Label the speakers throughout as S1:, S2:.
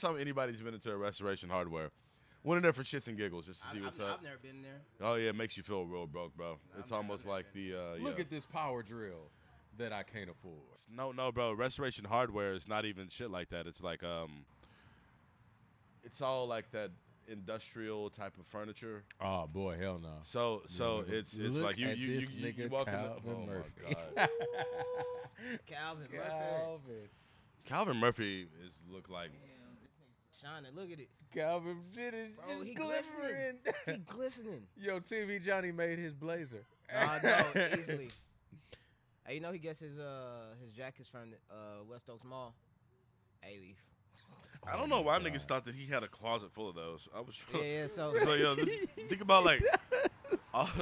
S1: time anybody's been into a Restoration Hardware, went in there for shits and giggles just to see
S2: I've,
S1: what's
S2: I've,
S1: up.
S2: I've never been there.
S1: oh yeah, it makes you feel real broke, bro. It's almost like the uh,
S3: Look
S1: yeah.
S3: at this power drill that I can't afford.
S1: No, no, bro. Restoration Hardware is not even shit like that. It's like um, it's all like that industrial type of furniture.
S3: Oh boy, hell no.
S1: So so
S3: look-
S1: it's it's
S3: look
S1: like you
S3: at
S1: you
S3: this
S1: you, you, you
S3: nigga
S1: walk in
S3: Calvin
S1: the, oh
S3: Murphy.
S1: My God.
S2: Calvin Murphy.
S3: Calvin,
S1: Calvin Murphy is look like
S2: Shining. Look at it.
S3: Calvin, shit is
S2: Bro,
S3: just
S2: he
S3: glimmering.
S2: glistening. he glistening. Oh,
S3: Yo, TV Johnny made his blazer.
S2: I know Uh, easily. Hey, you know he gets his uh his jackets from uh West Oaks Mall. A leaf.
S1: I
S3: Oh,
S1: don't know why niggas thought that he had a closet full of those. I was
S2: Yeah,
S1: trying.
S2: yeah. So
S1: So yo, this, think about like, all-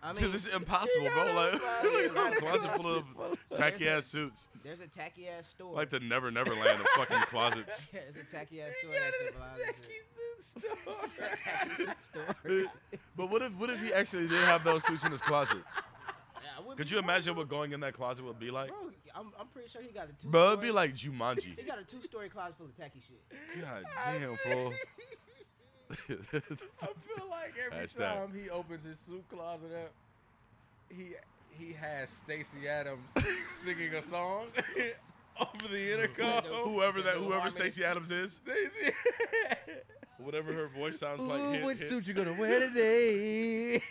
S2: I mean,
S1: dude, this is impossible, bro. Like, look at a closet full of tacky ass suits,
S2: there's a tacky ass store.
S1: like the Never Never Land of fucking closets.
S2: yeah, there's a tacky ass store. that supplies and shit. Tacky suit store.
S1: But what if what if he actually did have those suits in his closet?
S2: Yeah, I wouldn't
S1: Could
S2: be
S1: you
S2: mad,
S1: imagine what going in that closet would be like?
S2: Bro, I'm, I'm pretty sure he got a two.
S1: Bro, it'd be
S2: story-
S1: like
S2: he
S1: Jumanji.
S2: got a two story closet full of tacky shit.
S1: God damn, fool.
S3: I feel like every
S1: That's that.
S3: time he opens his suit closet up, he he has Stacy Adams singing a song over the intercom.
S1: whoever that
S2: Little
S1: whoever
S2: harmony.
S1: Stacey Adams is,
S3: Stacey.
S1: whatever her voice sounds like.
S3: Ooh,
S1: hit-
S3: what
S1: hit-
S3: suit you gonna wear today?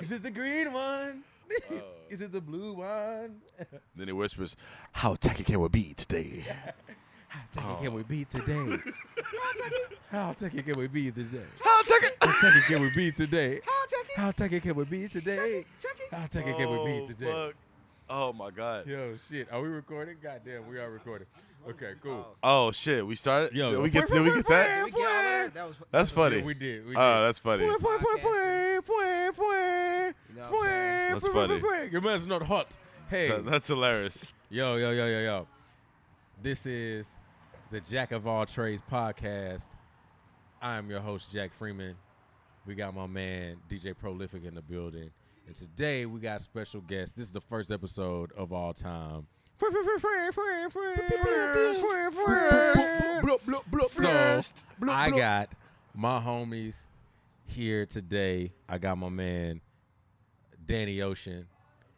S3: Is it the green one? Is it the blue one?
S1: Oh. Then he whispers, "How tacky can we be today?" Um.
S3: Techie can we be today? How techie can we be today?
S1: How tacky?
S3: How techie can we be today? How techie can we be today? How techie can we be today?
S1: Oh, fuck. Oh my god.
S3: Yo, shit. Are we recording? Goddamn, we are recording. Okay, cool.
S1: Oh shit, we started.
S3: Yo.
S1: did we get? Did we get
S2: Did
S1: that?
S2: we get all that? That was
S1: That's funny.
S3: Yeah, we did. We did.
S1: Oh, that's funny.
S3: Fue, fue, fue, fue, fue, fue,
S2: know
S3: fue,
S2: what I'm
S1: That's
S3: fue,
S1: funny.
S3: fue, fue. Your man's not hot. Hey,
S1: That- That's hilarious.
S3: yo, yo, yo, yo, yo. This is the Jack of All Trades podcast. I am your host, Jack Freeman. We got my man, DJ Prolific, in the building. And today we got special guests. This is the first episode of all time. Fue, fue, fue, fue, fue, fue, fue, fue. So I got my homies here today. I got my man Danny Ocean,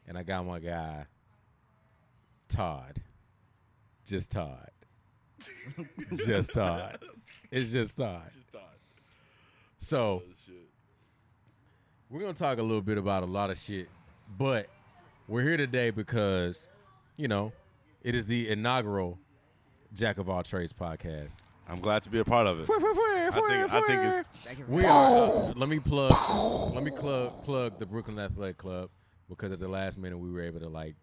S3: and I got my guy Todd. Just Todd. just Todd. It's just Todd. So we're gonna talk a little bit about a lot of shit, but we're here today because, you know, it is the inaugural Jack of All Trades podcast.
S1: I'm glad to be a part of it. I think I think it's
S2: Thank you for
S3: We are. uh, let me plug. Let me plug plug the Brooklyn Athletic Club because at the last minute we were able to like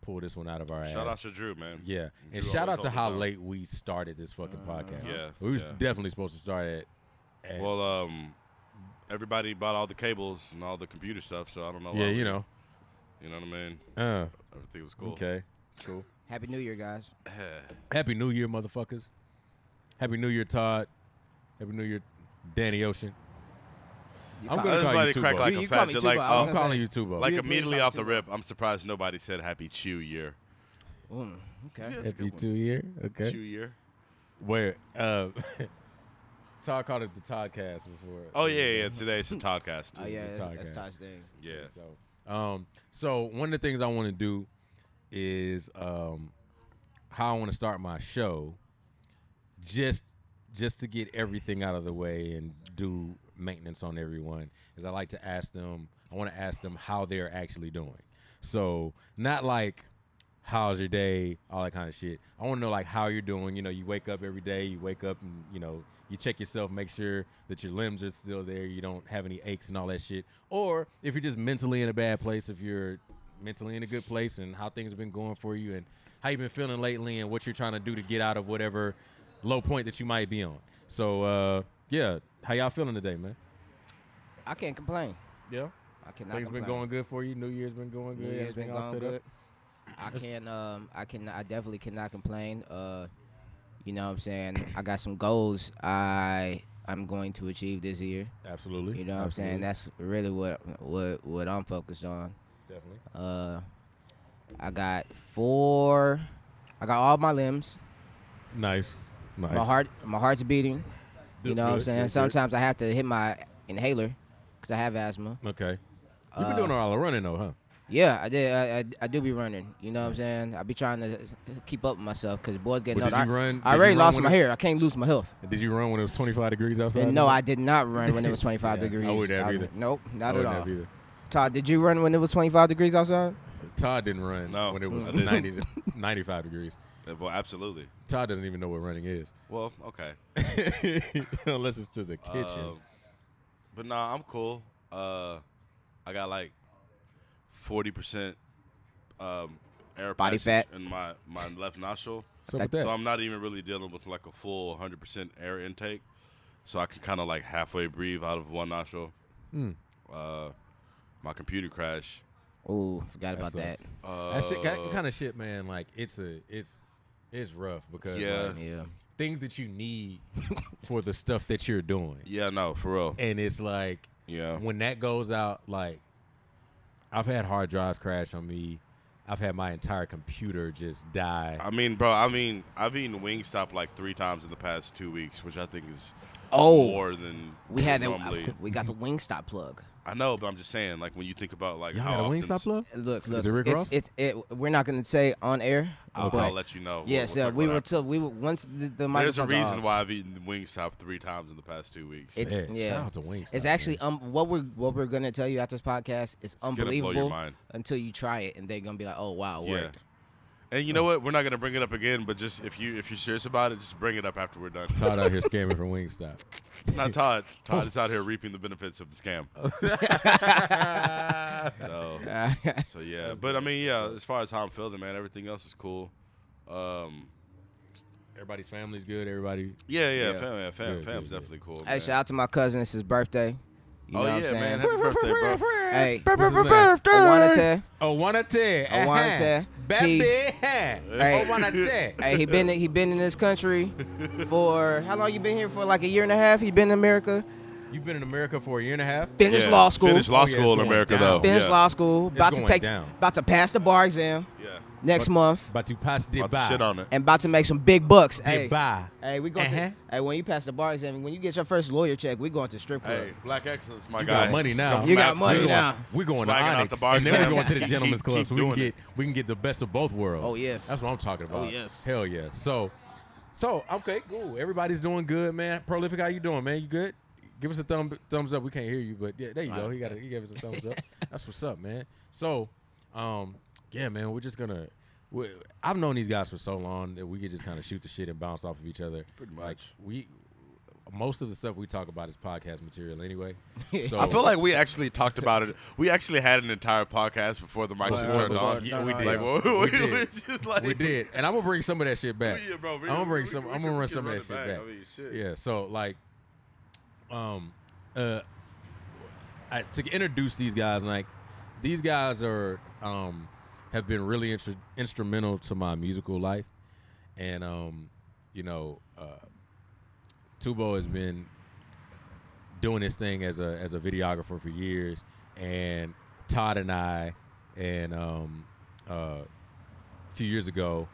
S3: pull this one out of our ass.
S1: shout out to Drew, man.
S3: yeah, and
S1: Drew
S3: shout
S1: always
S3: out to
S1: helped
S3: how
S1: us out.
S3: late we started this fucking podcast.
S1: Yeah,
S3: we was
S1: yeah.
S3: definitely supposed to start at. at
S1: Well, um, everybody bought all the cables and all the computer stuff, so I don't know. why
S3: yeah,
S1: we-
S3: you know.
S1: You know what I mean?
S3: Uh,
S1: Everything was cool.
S3: okay, cool.
S2: Happy New Year, guys.
S3: Happy New Year, motherfuckers. Happy New Year, Todd. Happy New Year, Danny Ocean.
S2: You call-
S3: I'm gonna
S1: Let
S3: call you
S1: everybody
S3: Tubo.
S1: crack like
S2: You-
S1: a
S2: you call
S1: fat
S2: me
S1: j-
S2: Tubo.
S1: like
S2: I was
S1: off-
S3: I'm
S2: gonna
S3: calling
S2: say-
S3: you too, bro.
S1: like
S2: You
S1: immediately
S2: agree
S1: off the
S2: about
S1: rip. I'm surprised nobody said Happy Chew Year.
S2: Mm, okay.
S1: That's a
S3: Happy
S1: good one.
S3: two year. Okay.
S1: Chew Year.
S3: Wait, uh, Todd called it the Toddcast before.
S1: Oh yeah, yeah. Today it's a podcast.
S2: Oh yeah, that's,
S3: Todd
S2: that's
S3: guy.
S2: Todd's thing.
S1: Yeah.
S3: So, um, so one of the things I want to do is um, how I want to start my show, just just to get everything out of the way and do maintenance on everyone. Is I like to ask them. I want to ask them how they're actually doing. So not like how's your day, all that kind of shit. I want to know like how you're doing. You know, you wake up every day. You wake up and you know you check yourself, make sure that your limbs are still there. You don't have any aches and all that shit. Or if you're just mentally in a bad place, if you're mentally in a good place and how things have been going for you and how you've been feeling lately and what you're trying to do to get out of whatever low point that you might be on. So uh, yeah, how y'all feeling today, man?
S2: I can't complain.
S3: Yeah.
S2: I cannot.
S3: Things
S2: complain.
S3: been going good for you. New Year's been going good.
S2: New Year's been
S3: Everything all
S2: going
S3: set up?
S2: good. I can um I can I definitely cannot complain. Uh you know what I'm saying? I got some goals I I'm going to achieve this year.
S3: Absolutely.
S2: You know what I'm saying?
S3: Absolutely.
S2: That's really what what what I'm focused on.
S3: definitely.
S2: Uh I got four I got all my limbs.
S3: Nice. Nice.
S2: My heart, my heart's beating.
S3: Do-
S2: you know what I'm
S3: good,
S2: saying?
S3: good, good.
S2: Sometimes I have to hit my inhaler because I have asthma.
S3: Okay. You've been doing a lot of running though, huh?
S2: uh, Yeah, I did. I, I, I do be running. You know what I'm saying? I be trying to keep up with myself because boys getting
S3: Well,
S2: older.
S3: did you
S2: I,
S3: run-
S2: I
S3: did you
S2: already
S3: run
S2: lost
S3: when
S2: my
S3: it-
S2: hair. I can't lose my health.
S3: Did you run when it was 25 degrees outside?
S2: And no, I did not run when it was 25
S3: Yeah, I
S2: degrees.
S3: wouldn't have either.
S2: Nope,
S3: I
S2: not at
S3: wouldn't
S2: all.
S3: have either.
S2: Todd, did you run when it was 25 degrees outside?
S3: Todd didn't run
S1: No,
S3: when it was
S1: I didn't.
S3: 90 to 95 degrees.
S1: Uh, Well, absolutely.
S3: Todd doesn't even know what running is,
S1: Well, okay.
S3: unless it's to the kitchen.
S1: Um, but nah, I'm cool. Uh, I got like forty percent um, air
S2: Body
S1: passage
S2: fat.
S1: in my my left nostril,
S3: so with
S2: that-
S3: that,
S1: so I'm not even really dealing with like a full hundred percent air intake. So I can kind of like halfway breathe out of one nostril.
S3: Hmm.
S1: Uh, my computer crashed.
S2: Ooh, forgot about
S3: sucks.
S2: that.
S1: Uh,
S3: that, shit, that kind of shit, man. Like it's a it's it's rough because
S1: Yeah.
S3: like,
S2: Yeah.
S3: things that you need for the stuff that you're doing,
S1: yeah, no, for real.
S3: and it's like
S1: Yeah,
S3: when that goes out, like I've had hard drives crash on me. I've had my entire computer just die.
S1: I mean, bro. I mean, I've eaten Wingstop like three times in the past two weeks, which I think is
S2: Oh.
S1: more than
S2: We had
S1: normally.
S2: that. We got the Wingstop plug.
S1: I know, but I'm just saying, like when you think about like
S3: Y'all
S1: how
S3: had a
S1: often
S3: Wingstop love?
S2: Look,
S3: Is
S2: look.
S3: it Rick
S2: it's,
S3: Ross?
S2: it's it. We're not gonna say on air.
S1: I'll,
S2: but
S1: I'll let you know.
S2: yes,
S1: We'll-
S2: uh,
S1: we'll talk
S2: we
S1: about
S2: were
S1: it
S2: till we
S1: afterwards.
S2: were once the, the
S1: There's a
S2: microphones are
S1: reason
S2: off.
S1: why I've eaten Wingstop three times in the past two weeks.
S2: It's
S3: Yeah,
S2: yeah.
S3: shout out to Wingstop,
S2: It's
S3: man.
S2: actually um what we're what we're gonna tell you after this podcast is
S1: gonna blow your
S2: unbelievable
S1: mind.
S2: until you try it and they're gonna be like, oh wow, it
S1: Yeah.
S2: worked.
S1: and you know what? We're not gonna bring it up again, but just if you if you're serious about it, just bring it up after we're done.
S3: Todd out here scamming for Wingstop.
S1: not Todd. Todd is out here reaping the benefits of the scam. so so yeah, but I mean yeah, as far as how I'm feeling, man, everything else is cool. Um,
S3: Everybody's family's good. Everybody
S1: yeah, yeah,
S2: Yeah.
S1: fam, yeah, fam, fam's
S3: Good, good, good.
S1: definitely cool.
S2: Hey,
S1: man.
S2: shout out to my cousin. It's his birthday. You
S1: oh
S2: know
S1: yeah,
S2: what I'm saying?
S1: man, happy birthday, bro.
S2: Hey,
S3: What's his
S2: Awanate.
S3: name?
S1: Oh,
S3: Awanate.
S2: Awanate. He-
S3: Baby.
S2: Hey.
S3: Awanate.
S2: Hey, he been he been in this country for how long? You been here for like a year and a half. He been in America.
S3: You've been in America for a year and a half?
S2: Finished
S1: Yeah,
S2: law school.
S1: Finished law
S3: Oh, yeah,
S1: school
S3: it's
S1: in
S3: going
S1: America
S3: down.
S1: though.
S2: Finished
S1: yeah.
S2: law school. About to
S3: going
S2: take.
S3: down.
S2: About to pass the bar exam
S1: Yeah.
S2: next month.
S3: But you passed it
S1: About to
S3: by.
S1: shit on it.
S2: and about to make some big bucks. Hey,
S3: Did by.
S2: hey, we going
S3: Uh-huh.
S2: to. Hey, when you pass the bar exam, when you get your first lawyer check, we going to strip club.
S1: Hey, black excellence, my
S3: You
S1: guy.
S3: got money
S1: Just
S3: now.
S1: come
S2: You
S1: from
S2: got
S1: out the
S2: money
S1: blue.
S3: we
S2: now.
S3: Going, we going to
S1: Swagging out
S3: Onyx,
S1: the bar
S3: and then we're
S1: exam.
S3: going to the
S1: Keep-
S3: Gentleman's
S1: keep-
S3: Club,
S1: keep
S3: so we can
S1: doing
S3: get we can get the best of both worlds.
S2: Oh, yes.
S3: that's what I'm talking about.
S2: yes.
S3: hell yeah. So, so okay, cool. Everybody's doing good, man. Prolific, how you doing, man? You good? Give us a thumb thumbs up. We can't hear you, but yeah, there you go. He got a- he gave us a thumbs up. That's what's up, man. So, um, yeah, man, we're just gonna. we I've known these guys for so long that we could just kind of shoot the shit and bounce off of each other.
S1: Pretty
S3: Like,
S1: much.
S3: we. Most of the stuff we talk about is podcast material anyway. So
S1: I feel like we actually talked about it. We actually had an entire podcast before the mics were
S3: Before-
S1: turned
S3: before-
S1: on.
S3: yeah, we did.
S1: Like,
S3: Yeah.
S1: we,
S3: We did.
S1: just like,
S3: we did, and I'm gonna bring some of that shit back.
S1: Yeah, bro, we-
S3: I'm gonna
S1: we-
S3: bring
S1: we-
S3: some.
S1: we
S3: I'm
S1: can-
S3: gonna
S1: we
S3: run
S1: can
S3: some
S1: run
S3: of that
S1: it
S3: shit
S1: back.
S3: back.
S1: I mean, shit.
S3: Yeah. So like, um, uh, I, to introduce these guys, like these guys are um have been really intr- instrumental to my musical life, and um, you know, uh, Tubo has been doing this thing as a as a videographer for years, and Todd and I and um, uh, a few years ago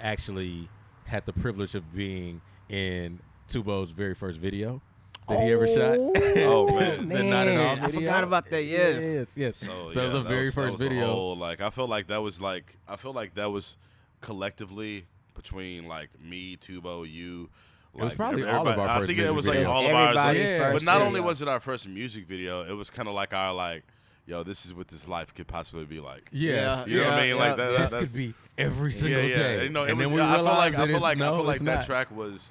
S3: actually had the privilege of being in Tubo's very first video that he ever shot.
S1: Oh, man.
S3: The Not at All
S2: I
S3: video.
S2: forgot about that. Yes.
S3: yes, yes.
S1: So, yeah,
S3: So, it was the
S1: that
S3: very
S1: that
S3: first
S1: was a
S3: video.
S1: whole, like, I felt like that was like, I felt like that was collectively between like me, Tubo, you. Like,
S3: was probably
S1: everybody-
S3: all of our
S1: I
S3: first
S1: think it
S3: music
S1: was
S2: videos.
S1: like all of ours.
S2: Everybody's
S1: Like,
S3: first
S1: but not
S2: video.
S1: only was it our first music video, it was kind of like our like, yo, this is what this life could possibly be like.
S3: Yes.
S2: Yeah,
S1: You know what I
S2: yeah,
S1: mean? Like
S2: yeah,
S1: that,
S2: yeah.
S1: that-
S3: This
S1: that's-
S3: could be every single day.
S1: You know, it
S3: and
S1: was,
S3: then we
S1: I feel
S3: realized
S1: like I
S3: that
S1: feel
S3: it's-
S1: like
S3: no,
S1: I feel like
S3: it's
S1: that
S3: not.
S1: track was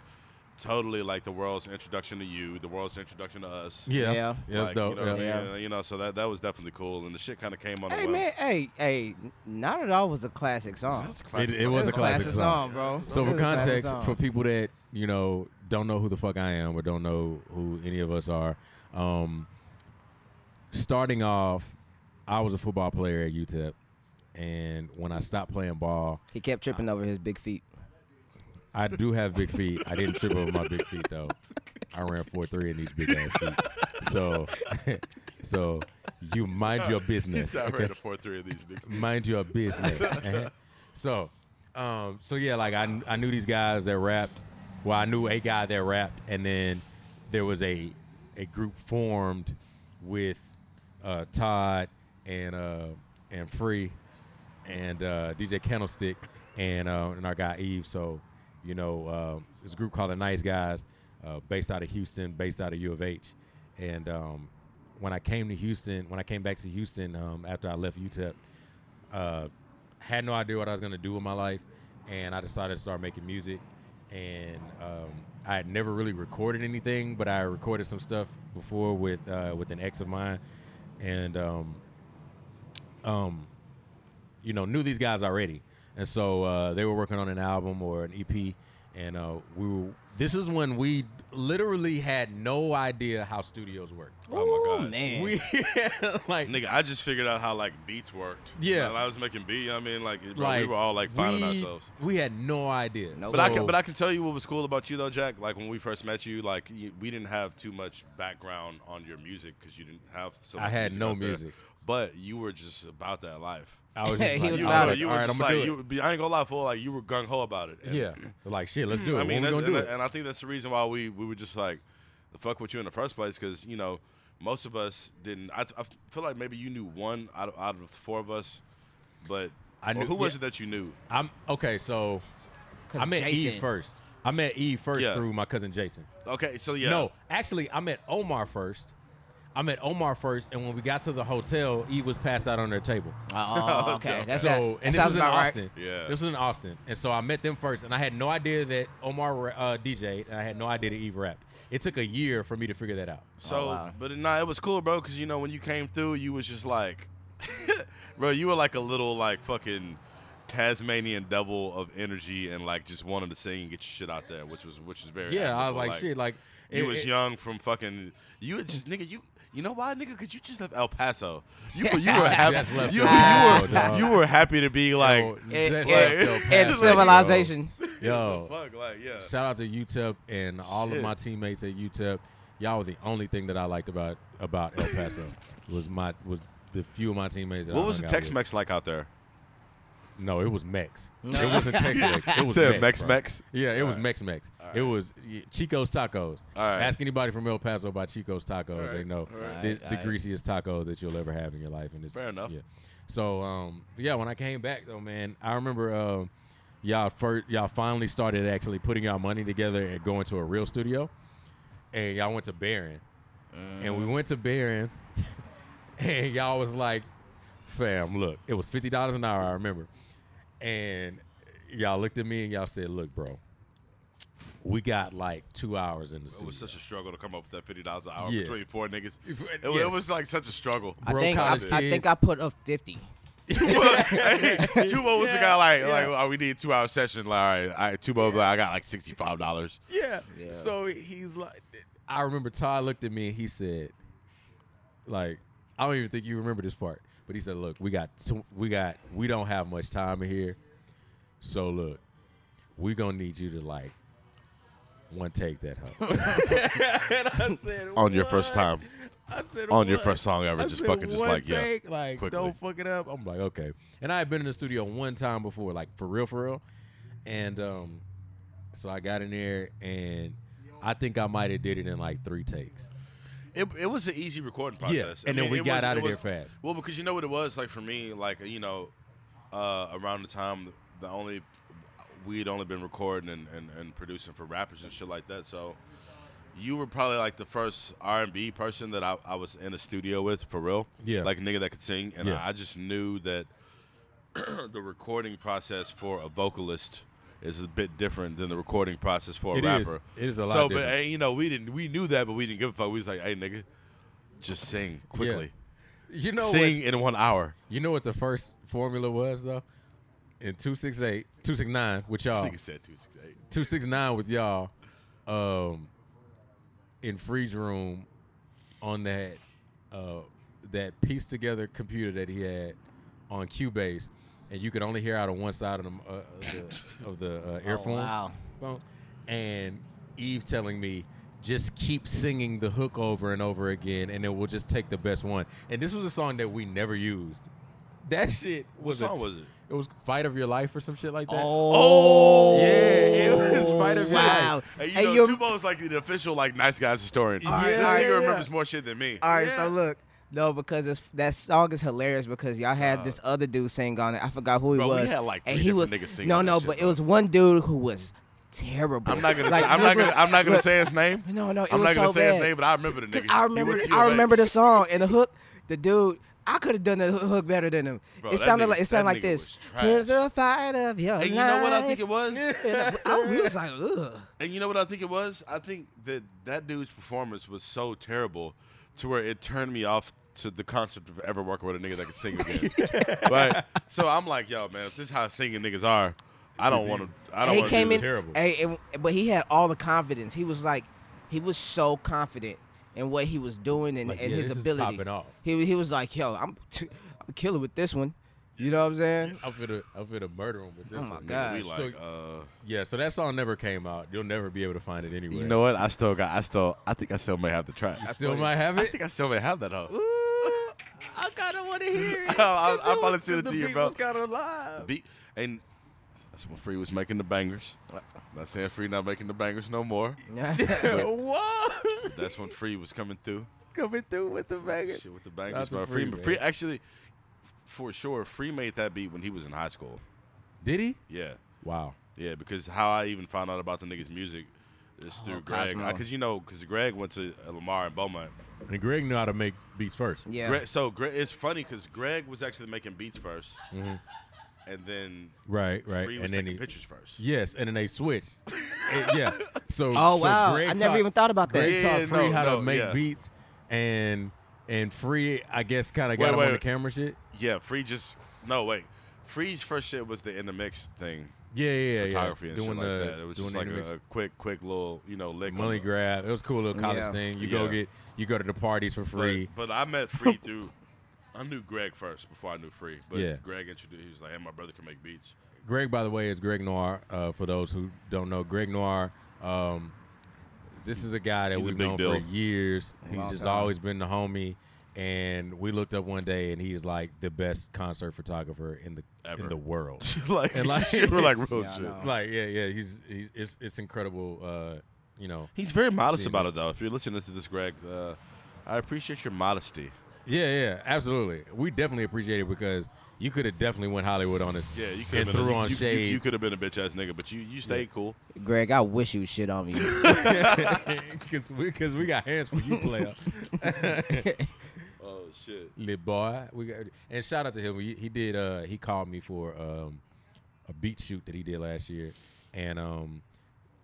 S1: totally like the world's introduction to you, the world's introduction to us.
S3: Yeah,
S2: Yeah.
S3: yeah, that's
S1: Like,
S3: dope.
S1: You know, what I
S3: yeah.
S1: mean? You know, so that that was definitely cool, and the shit kind of came on. the
S2: Hey
S1: well.
S2: man, hey, hey, not at all was a classic song.
S3: Oh,
S1: That was a classic
S3: It- it was
S2: It
S3: a classic song.
S2: bro.
S3: So
S2: It
S3: for
S2: was a classic
S3: context,
S2: song.
S3: for people that you know don't know who the fuck I am or don't know who any of us are, um, starting off, I was a football player at UTEP, and when I stopped playing ball,
S2: he kept tripping over his big feet.
S3: I do have big feet. I didn't trip over my big feet though. I ran four three in these big ass feet. So, so you mind your
S1: He
S3: business.
S1: said, I
S3: okay?
S1: ran a four three of these. Big.
S3: mind your business. Uh-huh. so, um, so yeah, like I, I knew these guys that rapped, Well, I knew a guy that rapped, and then there was a a group formed with uh, Todd and uh, and Free and uh, DJ Candlestick and uh, and our guy Eve. So you know, uh, it's a group called the Nice Guys, uh, based out of Houston, based out of U of H. And um, when I came to Houston, when I came back to Houston um, after I left UTEP, uh, had no idea what I was gonna do with my life, and I decided to start making music. And um, I had never really recorded anything, but I recorded some stuff before with uh, with an ex of mine, and um, um, you know, knew these guys already, and so uh, they were working on an album or an EP, and uh, we were. This is when we literally had no idea how studios worked.
S1: Oh my
S2: Ooh,
S1: God.
S2: man.
S3: We like
S1: Nigga, I just figured out how like beats worked.
S3: Yeah.
S1: When I was making beat. I mean, like, bro,
S3: like
S1: we were all like finding
S3: we-
S1: ourselves.
S3: We had no idea.
S2: Nope.
S1: But I
S3: So-
S1: can, but I can tell you what was cool about you though, Jack. Like when we first met you, like you, we didn't have too much background on your music because you didn't have. So
S3: I
S1: much
S3: had no
S1: out there.
S3: music.
S1: But you were just about that life.
S3: I was just
S2: He
S3: like,
S2: was
S3: I
S2: about
S3: was
S2: it.
S1: you were
S3: like, all right,
S1: just
S3: I'm gonna
S1: like,
S3: do
S1: you, be- I ain't gonna lie, for like you were gung ho about it.
S3: it.
S1: And-
S3: yeah, like shit, let's do it.
S1: Mm-hmm. I mean,
S3: when
S1: that's,
S3: we
S1: and,
S3: gonna do
S1: I-
S3: it?
S1: and I think that's the reason why we we were just like, the fuck with you in the first place, because you know, most of us didn't. I, I feel like maybe you knew one out of, out of the four of us, but
S3: I
S1: or
S3: knew-
S1: who was
S3: yeah.
S1: it that you knew?
S3: I'm okay. So I met
S2: Jason,
S3: Eve first. I met Eve first
S1: Yeah.
S3: through my cousin Jason.
S1: Okay, so yeah,
S3: No, actually, I met Omar first. I met Omar first, and when we got to the hotel, Eve was passed out on their table.
S2: Oh, oh, okay. That's
S3: so,
S2: that,
S3: and
S2: that
S3: this
S2: sounds
S3: was in
S2: about right.
S3: Austin.
S1: Yeah.
S3: this was in Austin, and so I met them first, and I had no idea that Omar uh, DJed, and I had no idea that Eve rapped. It took a year for me to figure that out.
S1: So,
S2: Oh, wow.
S1: but nah, it was cool, bro. Cause you know when you came through, you was just like, bro, you were like a little like fucking Tasmanian devil of energy and like just wanted to sing and get your shit out there, which was which was very
S3: Yeah, I
S1: admirable.
S3: was like, shit, like
S1: you
S3: it-
S1: was
S3: it-
S1: young from fucking you had just nigga you. You know why, nigga? Cause you just left El Paso. You were you were happy.
S3: Just left
S1: you,
S3: El
S1: you
S3: Paso,
S1: were,
S3: dog.
S1: you were happy to be like.
S3: Yo,
S2: It-
S3: that's
S1: it-
S3: like El
S1: it-
S2: And
S3: Paso,
S2: civilization.
S3: Yo,
S1: What the fuck, like yeah.
S3: Shout out to UTEP and all
S1: Shit.
S3: of my teammates at UTEP. Y'all were the only thing that I liked about about El Paso was my was the few of my teammates. That
S1: What
S3: I
S1: was the
S3: hung out
S1: Tex
S3: with.
S1: Mex like out there?
S3: No, it was Mex.
S2: No.
S3: It wasn't Tex Mex. It was
S1: Said
S3: Mex.
S1: Mex
S3: bro.
S1: Mex?
S3: Yeah, it was Mex Mex. It was yeah, Chico's Tacos.
S1: All right.
S3: Ask anybody from El Paso about Chico's Tacos.
S1: right.
S3: They know
S1: All right.
S2: All
S3: the,
S2: right,
S3: the
S2: all right.
S3: greasiest taco that you'll ever have in your life. And it's
S1: Fair enough.
S3: Yeah. So um, yeah, when I came back though, man, I remember um, y'all first y'all finally started actually putting y'all money together and going to a real studio, and y'all went to Barron, and we went to Barron, and y'all was like, "Fam, look, it was fifty dollars an hour." I remember, and y'all looked at me and y'all said, "Look, bro." We got like two hours in the
S1: It
S3: studio.
S1: was such a struggle to come up with that fifty dollars an hour
S3: Yeah.
S1: between four niggas. It,
S3: If-
S1: wa- it
S3: yes.
S1: was like such a struggle.
S2: I
S3: Bro,
S2: think I,
S3: college
S2: I
S3: kids.
S2: think I put up fifty.
S1: hey, Tubo was the guy like,
S3: Yeah.
S1: like, oh, we need two hour session. Like, all right, all right Tubo, like, I got like sixty five dollars.
S3: Yeah.
S2: Yeah.
S3: So he's like, I remember Todd looked at me and he said, like, I don't even think you remember this part, but he said, look, we got, two, we got, we don't have much time in here, so look, we gonna need you to like, one take that hoe. and I said,
S1: On your first
S3: "What?"
S1: time,
S3: I said,
S1: on your
S3: "What?"
S1: first song ever,
S3: I
S1: just
S3: said,
S1: fucking, just
S3: "One
S1: like, yeah,
S3: take, like
S1: quickly.
S3: don't fuck it up. I'm like, okay. And I had been in the studio one time before, like for real, for real. And um, so I got in there, and I think I might have did it in like three takes.
S1: it, it was an easy recording process.
S3: Yeah, and then we
S1: it
S3: got
S1: was-
S3: out
S1: it
S3: of there
S1: was-
S3: fast.
S1: Well, because you know what it was like for me, like you know, uh, around the time the only we'd only been recording and, and, and producing for rappers and shit like that. So you were probably like the first R and B person that I, I was in a studio with for real.
S3: Yeah.
S1: like a nigga that could sing, and
S3: Yeah.
S1: I, I just knew that the recording process for a vocalist is a bit different than the recording process for a
S3: It is.
S1: rapper.
S3: It is a lot
S1: So, but
S3: different.
S1: hey, you know, we didn't we knew that, but we didn't give a fuck. We was like, hey, nigga, just sing quickly.
S3: You know
S1: Sing
S3: what?
S1: in one hour.
S3: You know what the first formula was though? In two six eight, two six nine with
S2: Oh.
S3: y'all,
S1: Nigga said two six eight.
S3: two six nine with y'all, um, in Free's room, on that, uh, that pieced together computer that he had on Cubase, and you could only hear out of one side of the uh, of the, of the uh, earphone.
S2: Oh, wow.
S3: phone. And Eve telling me, just keep singing the hook over and over again, and then we'll just take the best one. And this was a song that we never used That shit was
S1: What
S3: a
S1: song
S3: t-
S1: was it?
S3: It was Fight of Your Life or some shit like that.
S2: Oh,
S3: Yeah, it was Spider-Man.
S2: Wow.
S1: Hey, you
S2: Oh. Hey,
S1: know,
S2: you're-
S1: Tubo's like the official like nice guys historian.
S3: All right,
S1: this
S3: all right,
S1: nigga
S3: yeah.
S1: remembers more shit than me.
S2: All right,
S3: Yeah.
S2: so look. No, because it's, that song is hilarious because y'all had
S1: Uh,
S2: this other dude sing on it. I forgot who he
S1: Bro, we
S2: was.
S1: had, like,
S2: and
S1: three
S2: he was
S1: different niggas sing
S2: no,
S1: on that
S2: no,
S1: shit,
S2: but it
S1: bro.
S2: was one dude who was terrible.
S1: I'm not gonna.
S2: Like,
S1: say, I'm
S2: look,
S1: not gonna.
S2: look,
S1: I'm not gonna
S2: look,
S1: say his name.
S2: No, no, it
S1: I'm
S2: was
S1: not gonna
S2: so
S1: say his
S2: bad.
S1: name, but I remember the nigga.
S2: I
S1: He
S2: remember,
S1: went to
S2: I
S1: ULA.
S2: remember the song and the hook. The dude, I could have done the hoo- hook better than him.
S1: Bro,
S2: it
S1: that
S2: sounded
S1: nigga-
S2: like it
S1: that
S2: sounded like
S1: nigga
S2: this.
S1: was
S2: Here's a fight of your
S1: And
S2: life.
S1: you know what I think it was?
S2: And I- I- we was like, ugh.
S1: And you know what I think it was? I think that that dude's performance was so terrible to where it turned me off to the concept of ever working with a nigga that can sing again. right? So I'm like, yo, man, if this is how singing niggas are, I don't want to. I don't
S2: he
S1: want to.
S2: came in,
S3: terrible.
S2: Hey, and, but he had all the confidence. He was like, he was so confident in what he was doing and,
S3: Like,
S2: and
S3: yeah,
S2: his
S3: this is
S2: ability.
S3: popping off.
S2: He he was like, yo, I'm t- I'm killing with this one. You know what I'm saying?
S3: I'm finna, I'm finna murder him with this.
S2: Oh my
S3: one.
S2: God.
S1: We
S2: So-
S1: like, uh,
S3: Yeah, so that song never came out. You'll never be able to find it anywhere.
S1: you know what? I still got. I still. I think I still may have the track.
S3: you still might have
S1: I
S3: it.
S1: think I still may have that hoe.
S3: I kind of want to hear
S1: I'll- I'll- I'll probably send it to you, bro.
S3: kind of live.
S1: Beat and that's when Free was making the bangers. not saying Free not making the bangers no more.
S3: Whoa,
S1: That's when Free was coming through.
S3: coming through with the banger.
S1: Shit with the bangers,
S3: out to
S1: bro.
S3: Free,
S1: Free,
S3: man.
S1: Free actually, for sure, Free made that beat when he was in high school.
S3: Did he?
S1: Yeah,
S3: Wow.
S1: yeah. Because how I even found out about the niggas' music is
S3: Oh,
S1: through Greg.
S2: Cosmo.
S1: Because you know, because Greg went to uh, Lamar and Beaumont.
S3: And Greg knew how to make beats first.
S2: yeah.
S1: Greg, so Greg, it's funny because Greg was actually making beats 1st
S3: Mm-hmm.
S1: and then
S3: Right, right.
S1: Free was
S3: and then
S1: taking
S3: he,
S1: pictures first.
S3: yes, and then they switched. And yeah. So
S2: Oh
S3: so
S2: wow!
S3: Greg
S2: I never
S3: taught-
S2: even thought about that.
S3: Greg
S1: Yeah,
S3: taught Free
S1: no,
S3: how
S1: no,
S3: to make
S1: yeah.
S3: beats, and and Free I guess kind of got
S1: Wait,
S3: him
S1: wait,
S3: on the
S1: wait.
S3: camera shit.
S1: Yeah, Free just no wait. Free's first shit was the in the mix thing,
S3: Yeah, yeah, yeah.
S1: photography
S3: yeah.
S1: and shit like
S3: the-
S1: that. It was
S3: doing
S1: just
S3: the
S1: like
S3: intermix-
S1: a, a quick, quick little you know lick. on
S3: money
S1: the-
S3: grab. It was a cool little college
S2: Yeah.
S3: thing. You go
S1: Yeah.
S3: get you go to the parties for
S1: But-
S3: free.
S1: But, I met Free through. I knew Greg first before I knew Free. But
S3: Yeah.
S1: Greg introduced. He was like, "Hey, my brother can make beats."
S3: Greg, by the way, is Greg Noir. Uh, for those who don't know, Greg Noir. Um, this is a guy that
S1: He's a
S3: we've
S1: big
S3: known
S1: deal.
S3: for years.
S2: A
S3: He's
S2: long
S3: just
S2: time.
S3: always been the homie. And we looked up one day, and he is like the best concert photographer in the in
S1: Ever.
S3: the world.
S1: like,
S3: And like-
S1: shit, we're like real
S2: Yeah, I
S1: shit.
S2: know.
S3: like, yeah, yeah, he's, he's it's, it's incredible. Uh, you know,
S1: He's very modest
S3: Seen
S1: about it though. If you're listening to this, Greg, uh, I appreciate your modesty.
S3: Yeah, yeah, absolutely. We definitely appreciate it because you could have definitely went Hollywood on us.
S1: Yeah, you could
S3: and
S1: have been
S3: threw
S1: a,
S3: on
S1: you, you- You,
S3: shades.
S1: could have been a bitch ass nigga, but you you stayed cool.
S2: Greg, I wish you shit on me.
S3: because we, 'cause we got hands for you, player.
S1: Oh shit.
S3: Little boy, we got and shout out to him. He, he did. Uh, he called me for um, a beat shoot that he did last year, and um,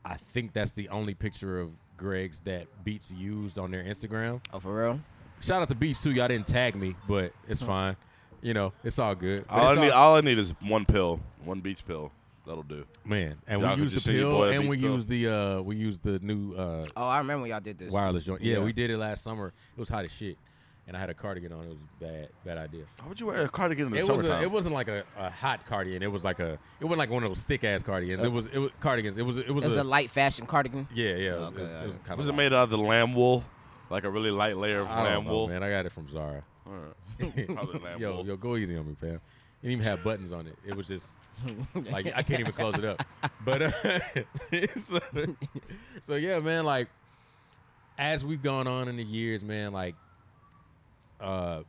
S3: I think that's the only picture of Greg's that Beats used on their Instagram.
S2: oh, for real?
S3: Shout out to Beats too. Y'all didn't tag me, but it's fine. You know, it's all good. But
S1: All I,
S3: it's
S1: need,
S3: all-
S1: all I need is one pill, one beats pill. That'll do.
S3: Man, and
S1: Y'all
S3: we
S1: could
S3: used
S1: just
S3: the
S1: send your
S3: pill,
S1: boy a
S3: and
S1: beach
S3: we
S1: pill.
S3: used the uh, we used the new uh,
S2: Oh, I remember when y'all did this.
S3: wireless joint. Yeah,
S2: Yeah.
S3: we did it last summer. It was hot as shit, and I had a cardigan on. It was bad, bad idea.
S1: How would you wear a cardigan in the
S3: it was
S1: summertime?
S3: a, it wasn't like a, a hot cardigan. It was like a it wasn't like one of those thick ass cardigans. it was it was cardigans. It was it was,
S2: It was a
S3: a,
S2: light fashion cardigan.
S3: yeah yeah. It
S2: Oh,
S3: was, it was,
S2: okay.
S3: it was kind
S1: Was
S3: of
S1: it made out of the lamb wool? Like a really light layer of
S3: I
S1: lamb
S3: don't know,
S1: wool?
S3: man. I got it from Zara.
S1: All right. Probably lamb
S3: yo
S1: wool.
S3: yo, go easy on me, fam. It didn't even have buttons on it. It was just like I can't even close it up. But uh, so, so yeah, man. Like as we've gone on in the years, man, like uh,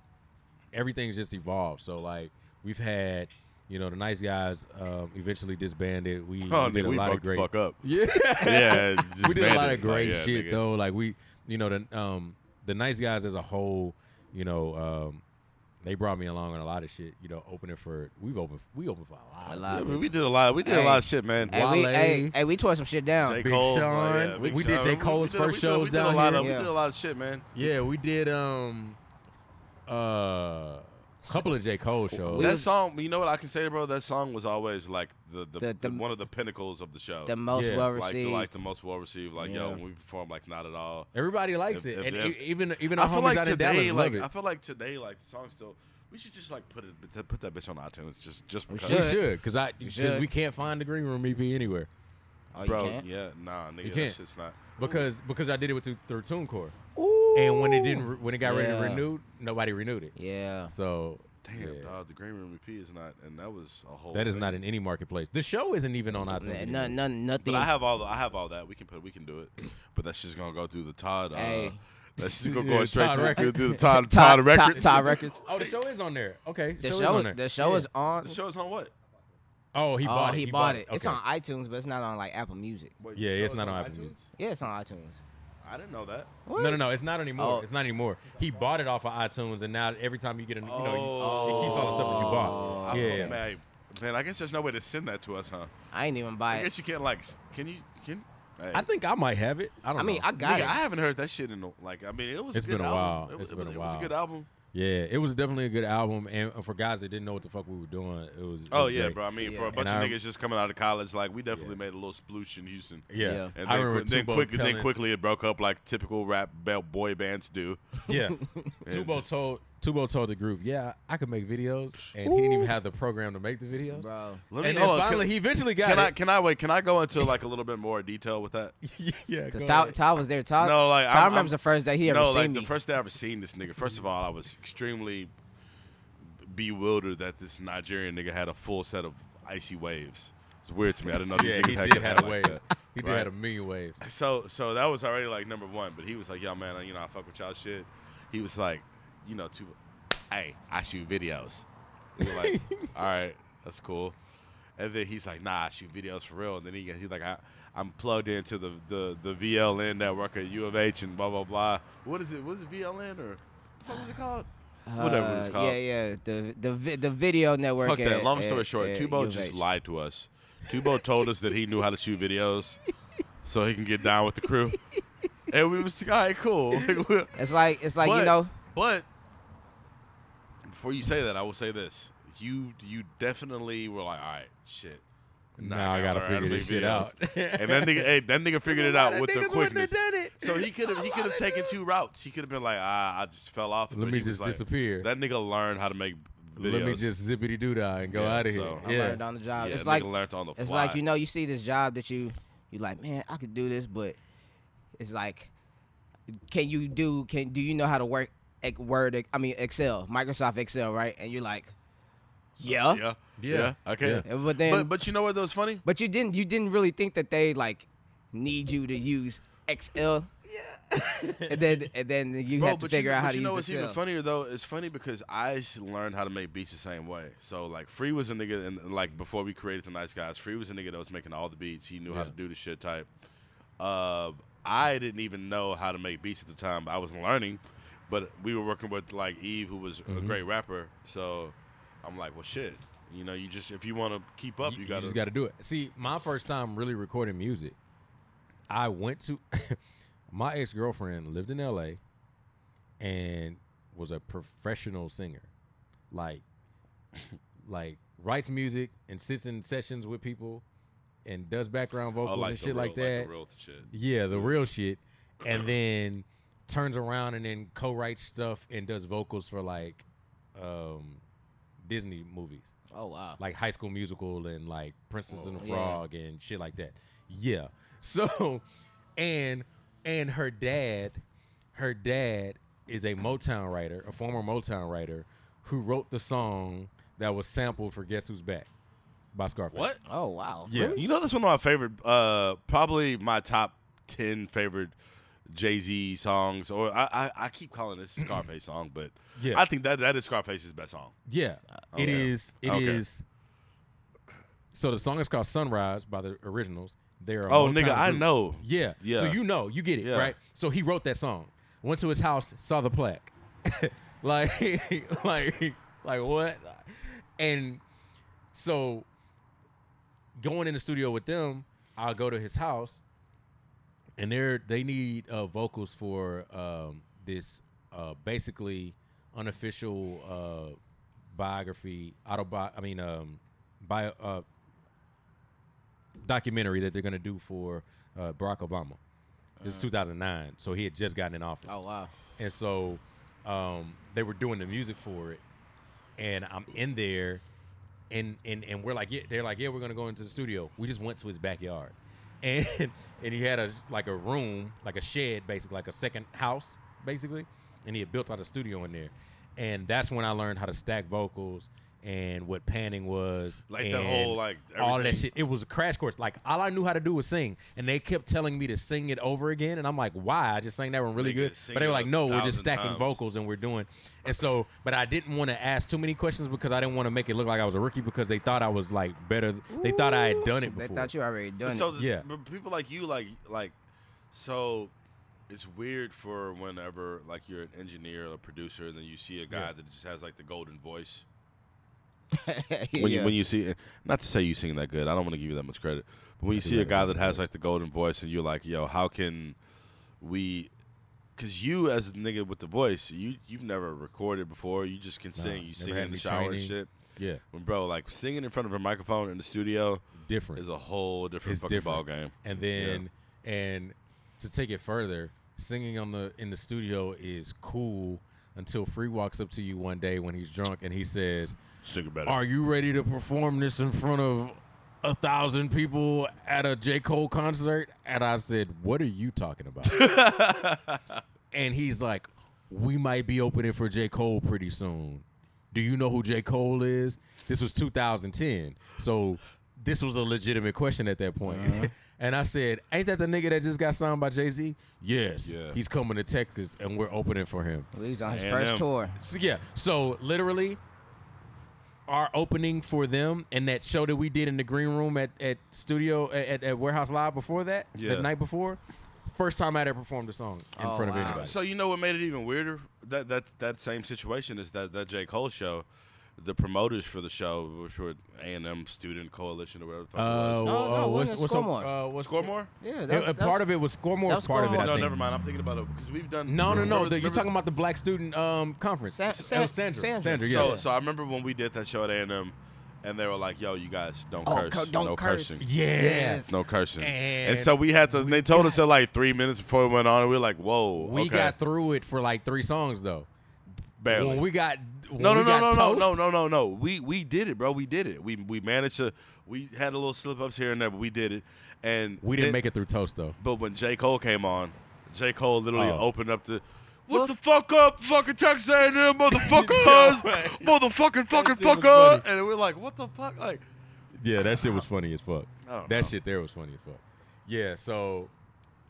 S3: everything's just evolved. So like we've had, you know, the nice guys um, eventually disbanded. We,
S1: Oh,
S3: we did
S1: nigga,
S3: a
S1: we
S3: lot
S1: broke
S3: of great,
S1: the fuck up.
S3: yeah,
S1: yeah, just
S3: we did a lot
S1: banded.
S3: of great
S1: Like, yeah,
S3: shit
S1: nigga.
S3: though. Like we, you know, the um the nice guys as a whole, you know, um they brought me along on a lot of shit. You know, opening for we've opened we opened for a lot.
S2: A
S3: of
S2: lot.
S1: Yeah, but we did a lot. We did a
S2: Hey.
S1: lot of shit, man.
S2: Hey, we,
S3: Wale.
S2: hey, hey, we tore some shit down.
S1: J.
S3: Big
S1: Cole,
S3: Sean.
S1: like, Oh, yeah, Big
S3: We did
S1: Sean.
S3: J. Cole's
S1: we did a-
S3: first
S1: we did a-
S3: shows
S1: we did
S3: down
S1: a lot
S3: here.
S1: Of,
S2: Yeah.
S1: We did a lot of shit, man.
S3: Yeah, we did um uh couple of J Cole shows.
S2: We
S1: that
S2: was-
S1: song, you know what I can say, bro? That song was always like the, the,
S2: The- the-
S1: the- one of the pinnacles of the show.
S2: The most
S3: Yeah.
S2: well
S1: like, the,
S2: received.
S1: like the most well received. Like yo,
S2: Yeah.
S1: when we perform, like not at all.
S3: Everybody likes
S1: If-
S3: it,
S1: if
S3: and
S1: they-
S3: e- even even our
S1: I feel
S3: homies
S1: like
S3: out in
S1: today,
S3: Dallas
S1: like
S3: love
S1: I
S3: it.
S1: feel like today, like the song still. We should just like put it put that bitch on iTunes just just because.
S3: We
S2: should.
S3: should, cause I because
S2: should.
S3: we can't find the green room EP anywhere
S2: oh, you
S1: Bro,
S2: can't?
S1: yeah, nah, nigga,
S3: can't.
S1: that shit's not.
S3: because because I did it with through, through TuneCore, and when it didn't re- when it got ready to
S2: Yeah.
S3: renew, nobody renewed it.
S2: Yeah.
S3: So
S1: Damn,
S3: Yeah.
S1: dog, the green room EP is not, and that was a whole.
S3: That is
S1: thing.
S3: not in any marketplace. The show isn't even on iTunes.
S2: N-
S3: anymore.
S2: none, none, nothing.
S1: But I have all, the, I have all that. We can put, we can do it. But that's just gonna go through the Todd. Uh,
S2: Hey.
S1: That's just gonna
S3: Yeah,
S1: go straight
S3: Todd
S1: through, through,
S3: Records.
S1: through the Todd,
S2: Todd-
S1: Todd,
S2: Todd-
S1: Records.
S2: Todd Records.
S3: Oh, the show is on there. Okay,
S2: the
S3: is
S2: show,
S3: on there.
S2: the show
S3: Yeah.
S2: is on.
S1: The show is on what?
S3: Oh, he
S2: oh,
S3: bought it.
S2: he, bought it.
S3: Okay.
S2: It's on iTunes, but it's not on like Apple Music.
S1: Wait,
S3: Yeah,
S1: the show
S3: it's
S1: is
S3: not on Apple Music.
S2: Yeah, it's on iTunes.
S1: I didn't know that.
S2: What?
S3: No, no, no. It's not anymore.
S2: Oh.
S3: It's not anymore. He bought it off of iTunes, and now every time you get a, you know, you, it keeps all the stuff that you
S2: Oh.
S3: bought.
S1: I-
S3: Yeah.
S1: man, I- man, I guess there's no way to send that to us, huh?
S2: I ain't even
S1: I
S2: buy it.
S1: guess you can't like. s- Can you? Can? Hey.
S3: I think I might have it. I don't
S2: I mean,
S3: know.
S2: I got
S1: Nigga,
S2: it.
S1: I haven't heard that shit in a, like. I mean, it was.
S3: It's
S1: a good
S3: been a
S1: album.
S3: while.
S1: It
S3: It's
S1: was,
S3: been a
S1: it was a
S3: while.
S1: good album.
S3: yeah, it was definitely a good album, and for guys that didn't know what the fuck we were doing, it was. it
S1: Oh
S3: was
S1: yeah,
S3: great.
S1: bro. I mean,
S2: Yeah.
S1: for a bunch
S3: And
S1: of
S3: I-
S1: niggas just coming out of college, like we definitely made a little sploosh in Houston.
S3: Yeah,
S2: Yeah.
S1: And
S3: I
S1: then,
S3: remember
S1: qui- then
S3: Tubo
S1: quickly,
S3: telling,
S1: then quickly, it broke up like typical rap bell boy bands do.
S3: Yeah,
S1: And
S3: Tubo
S1: just-
S3: told Tubo told the group, yeah, I could make videos, and he didn't even have the program to make the videos.
S2: Bro.
S1: Let me
S3: And then
S1: hold on,
S3: finally,
S1: can,
S3: he eventually got
S1: can I
S3: it.
S1: can I wait? Can I go into like a little bit more detail with that?
S3: yeah,
S2: Because
S3: go
S2: Todd,
S3: ahead.
S2: Todd was there. Todd,
S1: No, like,
S2: Todd
S1: I'm-
S2: remembers
S1: I'm-
S2: the first day he ever
S1: no,
S2: seen
S1: like
S2: me.
S1: the first day I ever seen this nigga. First of all, I was extremely bewildered that this Nigerian nigga had a full set of icy waves. It's weird to me. I didn't know these
S3: yeah,
S1: niggas
S3: he
S1: had,
S3: did
S1: had
S3: have
S1: like
S3: waves.
S1: that.
S3: He did
S1: Right.
S3: had a million waves.
S1: So so that was already like number one, but he was like, "Yo, man, I- you know, I fuck with y'all shit." He was like, "You know, too, hey, I shoot videos." We were like, "All right, that's cool." And then he's like, "Nah, I shoot videos for real." And then he he's like, I, "I'm plugged into the, the the VLN network at U of H and blah blah blah." What is it? What is it, VLN or what was it called? whatever it was
S2: Uh,
S1: called.
S2: Yeah, yeah. The the vi- the video network.
S1: Fuck that.
S2: at-
S1: Long story
S2: at-
S1: short,
S2: at U
S1: Tubo
S2: of
S1: just
S2: H.
S1: lied to us. Tubo told us that he knew how to shoot videos, so he can get down with the crew. And we was like, all right, cool. Like, we-
S2: It's like it's like
S1: but,
S2: you know.
S1: But before you say that, I will say this: you you definitely were like, all right, shit. Nah,
S3: Now I gotta
S1: learn how to
S3: figure
S1: make
S3: this shit
S1: videos."
S3: out.
S1: and that nigga, hey, that nigga figured it out with the quickness.
S3: Let
S1: So he could have he could have taken two routes. He could have been like, ah, I just fell off. but
S3: me
S1: he was
S3: just
S1: like,
S3: disappear.
S1: That nigga learned how to make videos.
S3: Let me just zippity doo dah and go
S1: Yeah,
S3: out of here.
S1: so-
S2: I
S3: yeah.
S2: learned on the job.
S1: Yeah,
S2: it's
S1: nigga
S2: like
S1: learned on the fly.
S2: it's like you know you see this job that you you like man I could do this but it's like can you do can do you know how to work ec- Word I mean Excel Microsoft Excel right and you're like yeah,
S1: Yeah,
S3: Yeah.
S1: yeah, okay.
S3: Yeah.
S2: but then
S1: But
S2: but,
S1: but you know what? That was funny.
S2: you didn't you didn't really think that they like need you to use Excel yeah and then and then you
S1: Bro,
S2: have to
S1: but you
S2: figure
S1: know-
S2: out how
S1: but
S2: to
S1: you know
S2: use
S1: what's even
S2: Excel
S1: funnier though? It's funny because I s- learned how to make beats the same way. So like Free was a nigga, and like before we created the Nice Guys, Free was a nigga that was making all the beats. He knew how to
S3: Yeah.
S1: do the shit type. Uh, I didn't even know how to make beats at the time. I was learning, but we were working with like Eve, who was
S3: Mm-hmm.
S1: a great rapper. So I'm like, well, shit. You know, you just if you want to keep up, you, gotta.
S3: just got to do it. See, my first time really recording music, I went to my ex girlfriend lived in L.A. and was a professional singer, like like writes music and sits in sessions with people and does background
S1: oh,
S3: vocals
S1: like
S3: and
S1: the
S3: shit like
S1: real-
S3: that.
S1: the real shit.
S3: Yeah, the real shit. And then turns around and then co-writes stuff and does vocals for like um Disney movies,
S2: oh wow
S3: like High School Musical and like Princess and the
S2: Whoa. Yeah.
S3: Frog and shit like that. Yeah. So and and her dad, her dad is a Motown writer, a former Motown writer who wrote the song that was sampled for Guess Who's Back by Scarface.
S1: What?
S2: oh wow
S3: Yeah.
S1: You know, that's one of my favorite, uh, probably my top 10 favorite Jay Z songs. Or I, I, I keep calling this Scarface song, but
S3: Yeah.
S1: I think that, that is Scarface's best song.
S3: Yeah,
S1: okay.
S3: it is. It is.
S1: Oh, Okay.
S3: So the song is called "Sunrise" by the Originals. They're a
S1: Oh,
S3: Motown
S1: nigga, I
S3: group.
S1: know.
S3: Yeah, So
S1: Yeah.
S3: you know, you get it,
S1: Yeah.
S3: right? So he wrote that song. Went to his house, saw the plaque, like, like, like what? And so going in the studio with them, I'll go to his house, and they're they need uh, vocals for um, this uh, basically unofficial uh, biography, autobi I mean, um, bio uh, documentary that they're gonna do for uh, Barack Obama. It's 2009, so he had just gotten in office,
S2: oh wow
S3: and so um, they were doing the music for it, and I'm in there, and and and we're like, yeah, they're like, yeah, we're gonna go into the studio. We just went to his backyard, and and he had a like a room, like a shed, basically like a second house, basically, and he had built out a studio in there, and that's when I learned how to stack vocals and what panning was.
S1: Like that
S3: and
S1: whole, like,
S3: all that
S1: everything.
S3: shit. It was a crash course. Like all I knew how to do was sing, and they kept telling me to sing it over again, and I'm like, why? I just sang that one really
S1: Nigga,
S3: good,
S1: sing
S3: but they were
S1: it
S3: like,
S1: a
S3: no, we're just
S1: thousand
S3: stacking
S1: times.
S3: vocals and we're doing. And so, but I didn't want to ask too many questions because I didn't want to make it look like I was a rookie because they thought I was like better. They thought I had done it
S2: They
S3: before.
S2: thought you already done
S1: so
S2: it.
S1: the-
S3: Yeah.
S1: but people like you, like like, so it's weird for whenever like you're an engineer or a producer, and then you see a guy
S3: Yeah.
S1: that just has like the golden voice.
S2: yeah.
S1: When you when you see, eh, not to say you sing that good, I don't want to give you that much credit, but when you see a guy that has like the golden voice, and you're like, yo, how can we? Because you as a nigga with the voice, you you've never recorded before. You just can
S3: Nah,
S1: sing. you
S3: never
S1: sing
S3: had
S1: in the
S3: any
S1: shower and
S3: training.
S1: shit.
S3: yeah,
S1: But bro, like singing in front of a microphone in the studio
S3: different.
S1: is a whole different
S3: It's
S1: fucking
S3: different.
S1: ball game.
S3: and then and to take it further, singing on the in the studio is cool until Free walks up to you one day when he's drunk and he says,
S1: Sing it better.
S3: "Are you ready to perform this in front of a thousand people at a J Cole concert?" And I said, "What are you talking about?" and he's like, "We might be opening for J Cole pretty soon. Do you know who J Cole is?" This was 2010, so this was a legitimate question at that point.
S1: Uh-huh.
S3: and I said, "Ain't that the nigga that just got signed by Jay Z?" Yes.
S1: Yeah.
S3: He's coming to Texas, and we're opening for him.
S2: We was on his
S1: And
S2: first
S1: them.
S2: tour.
S3: So yeah, so literally, our opening for them and that show that we did in the green room at at studio at, at Warehouse Live before that,
S1: Yeah.
S3: the night before, first time I would ever performed a song in
S2: Oh,
S3: front of
S2: wow.
S3: anybody.
S1: So you know what made it even weirder? That that that same situation is that that J Cole show. The promoters for the show, which were A and M Student Coalition or whatever the fuck it was.
S2: No, no,
S3: uh,
S2: it
S3: what's,
S2: wasn't
S3: what's up-
S2: Scoremore.
S3: Uh, what's
S1: Scoremore?
S2: Yeah,
S3: Uh, uh, part of it was Scoremore.
S2: that
S3: Was
S2: was
S3: part of it. I
S2: Scoremore.
S1: Oh, No,
S3: think.
S1: never mind. I'm thinking about it because we've done.
S3: No, no, no.
S1: remember-
S3: the- you're
S1: remember-
S3: talking about the Black Student um, Conference.
S2: Sa-
S3: It
S2: Sa-
S3: was Sandra.
S2: Sandra.
S3: Sandra, yeah.
S1: So, so I remember when we did that show at A and M, and they were like, "Yo, you guys don't
S2: Oh,
S1: curse,
S2: cur- don't
S1: no
S2: curse.
S1: cursing,
S3: yeah.
S2: Yes.
S1: no cursing." And,
S3: And
S1: so we had to. They told us it like three minutes before we went on, and we were like, "Whoa,
S3: We
S1: okay,
S3: got through it for like three songs though.
S1: barely."
S3: When we got when
S1: No, no,
S3: we
S1: no,
S3: got
S1: no, no,
S3: toast,
S1: no, no, no, no. We we did it, bro. We did it. We we managed to. We had a little slip ups here and there, but we did it. And
S3: We didn't
S1: then-
S3: make it through toast though.
S1: But when J Cole came on, J Cole literally
S3: Oh.
S1: opened up the. What the fuck up, fucking Texas A&M motherfuckers, motherfucking fucking
S3: shit was
S1: fucker, and we're like, what the fuck, like,
S3: Yeah, that shit was funny as fuck.
S1: I don't
S3: That
S1: know.
S3: shit there was funny as fuck. Yeah. So,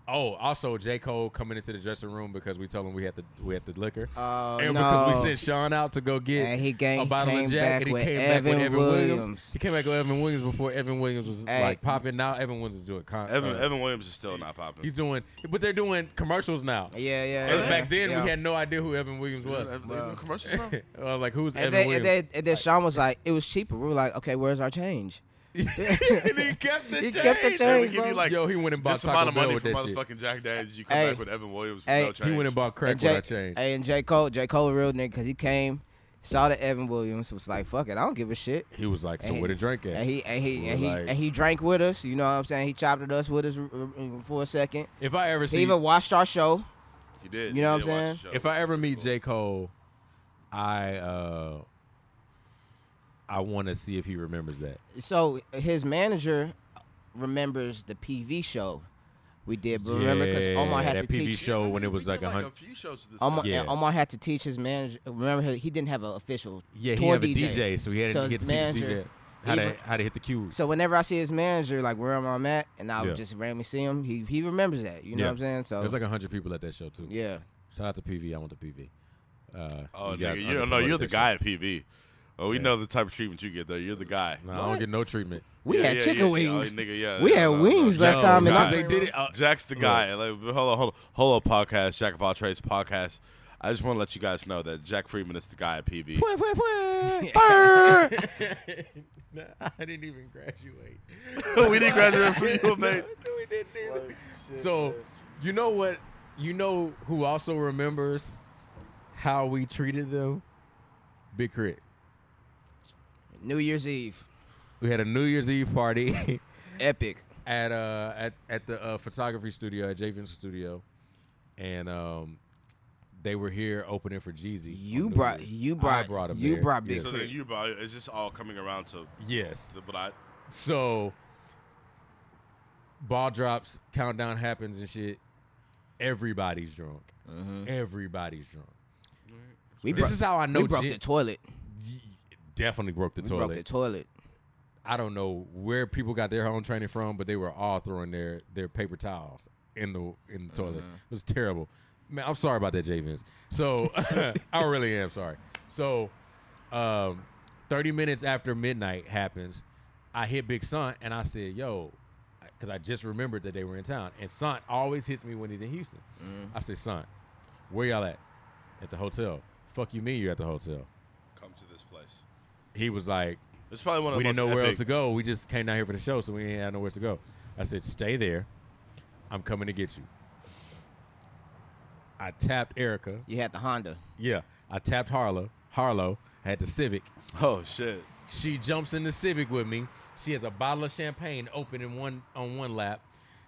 S3: oh, also J Cole coming into the dressing room because we told him we had the we had the liquor,
S2: Oh,
S3: and
S2: no.
S3: because we sent Sean out to go get
S2: And he came-
S3: a bottle
S2: came
S3: of Jack,
S2: back
S3: and he
S2: with
S3: came back
S2: Evan
S3: with Evan Williams.
S2: Williams.
S3: He came back with Evan Williams before Evan Williams was
S2: Hey.
S3: like popping. Now Evan Williams was doing con-
S1: Evan
S3: uh,
S1: Evan Williams is still not popping.
S3: He's doing, but they're doing commercials now.
S2: Yeah, yeah.
S3: Because
S2: yeah,
S3: back then
S2: yeah.
S3: we had no idea who Evan Williams was.
S1: Evan- Evan commercials now?
S3: I was like, who's
S2: And
S3: Evan
S2: then, and,
S3: Williams?
S2: then, and then Sean was like, it was cheaper. We were like, okay, where's our change?
S3: and he kept the
S2: He
S3: change.
S2: kept the change.
S1: They would give
S2: bro.
S1: you like
S3: Yo, he went and bought
S1: this amount
S3: Taco
S1: of
S3: Bell
S1: money
S3: with
S1: for
S3: that shit.
S1: motherfucking Jack Daniels. You come
S2: Hey.
S1: back with Evan Williams.
S2: Hey.
S1: without
S3: He went
S1: change.
S3: and bought crack
S2: and J-
S3: without change.
S2: hey, and J. Cole, J. Cole a real nigga, because he came, saw the Evan Williams, was like, fuck it, I don't give a shit.
S3: He was like, so
S2: And
S3: where
S2: he-
S3: the drink at?
S2: And he and he
S3: We're
S2: and he
S3: like-
S2: and he drank with us. You know what I'm saying? He chopped it us with us uh, for a second.
S3: if I ever
S2: He
S3: see,
S2: even watched our show.
S1: He did.
S2: You know
S1: He
S2: what I'm
S1: did watch the show.
S3: if I ever meet J Cole, I uh, I want to see if he remembers that.
S2: So his manager remembers the PV show we did, but remember because Omar had
S3: that
S2: to
S3: PV
S2: teach.
S3: show when it was
S1: We
S3: like
S1: did,
S3: a
S1: a
S3: hundred.
S1: few shows. of this
S2: Omar,
S3: Yeah.
S2: and Omar had to teach his manager. Remember, he- he didn't have an official
S3: Yeah, he
S2: tour
S3: had a DJ, so he had
S2: So
S3: to
S2: his
S3: get to see the DJ
S2: manager,
S3: how
S2: he
S3: to
S2: re-
S3: how to hit the cues.
S2: So whenever I see his manager, like where am I at, and I
S3: Yeah.
S2: would just randomly see him, he he remembers that. You know
S3: Yeah.
S2: what I'm saying? So
S3: There's like a hundred people at that show too.
S2: yeah,
S3: Shout out to PV. I want the PV. Uh,
S1: Oh,
S3: you guys
S1: nigga, you no,
S3: underpromoted
S1: you're the
S3: that show.
S1: guy at PV. Oh, we
S3: Yeah.
S1: know the type of treatment you get though. You're the guy.
S3: No, I don't
S2: What?
S3: get no treatment.
S2: we
S1: Yeah,
S2: had
S1: yeah,
S2: chicken
S1: yeah, yeah, oh,
S2: wings.
S1: nigga, yeah,
S2: we
S1: yeah,
S2: had
S1: no, no,
S2: wings
S1: no.
S2: last
S3: Yo,
S2: time, and
S1: guy.
S2: I,
S3: they did it. Uh,
S1: Jack's the guy. Like, hold on, hold on, hold on, podcast, Jack of all trades podcast. I just want to let you guys know that Jack Freeman is the guy at PV.
S3: Nah, I didn't even graduate.
S1: we didn't graduate from you, mate.
S3: we didn't So, you know what? You know who also remembers how we treated them? Big Crit.
S2: New Year's Eve,
S3: We had a New Year's Eve party
S2: epic.
S3: at uh at at the uh, photography studio at Jay Vincent Studio, and um. They were here opening for Jeezy. on
S2: You
S3: New
S2: brought
S3: Year's.
S2: you
S3: I
S2: brought,
S3: him
S2: you
S3: there.
S2: brought big.
S1: So
S2: Crit.
S1: then you, bro, it's just all coming around to
S3: Yes.
S1: the, but I,
S3: So ball drops, countdown
S2: Mm-hmm.
S3: happens and shit. Everybody's drunk. Everybody's drunk.
S2: We
S3: this
S2: broke-
S3: is how I know
S2: we broke
S3: Jim-
S2: the toilet.
S3: Ye- definitely broke the
S2: We
S3: toilet.
S2: broke the toilet.
S3: I don't know where people got their own training from, but they were all throwing their their paper towels in the in the toilet.
S2: Mm-hmm.
S3: It was terrible. Man, I'm sorry about that, Jay Vince. So I really am sorry. So um, 30 minutes after midnight happens, I hit Big Son and I said, "Yo," because I just remembered that they were in town. And Son always hits me when he's in Houston.
S2: Mm-hmm.
S3: I said, "Son, where y'all at? At the hotel? Fuck you, mean you at the hotel?"
S1: Come to this place.
S3: He was like,
S1: It's probably one of
S3: we
S1: the
S3: didn't
S1: most
S3: know where else
S1: epic-
S3: to go. We just came down here for the show, so we didn't have nowhere to go. I said, "Stay there. I'm coming to get you." I tapped Erica.
S2: You had the Honda.
S3: Yeah, I tapped Harlow. Harlow had the Civic.
S1: Oh shit!
S3: She jumps in the Civic with me. She has a bottle of champagne open in one on one lap.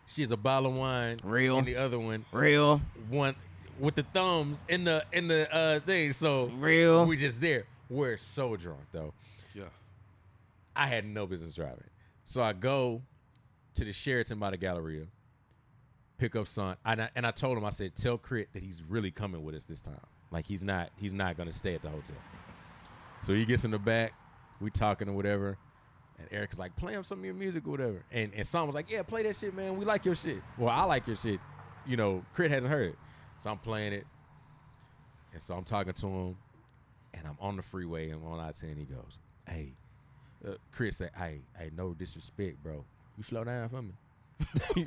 S3: She has a bottle of wine
S2: Real.
S3: in the other one.
S2: Real,
S3: One with the thumbs in the in the uh, thing. So
S2: real.
S3: we just there. We're so drunk though.
S1: Yeah.
S3: I had no business driving. So I go to the Sheraton by the Galleria, pick up son, and I, and I told him I said, tell Crit that he's really coming with us this time. Like he's not he's not gonna stay at the hotel. So he gets in the back, we talking or whatever, and Eric's like, play him some of your music or whatever. And and son was like, yeah, play that shit, man. We like your shit. Well, I like your shit. You know, Crit hasn't heard it, so I'm playing it. And so I'm talking to him, and I'm on the freeway and on I-10. He goes, hey uh, Chris said, "Hey, hey, no disrespect, bro. You slow down for me."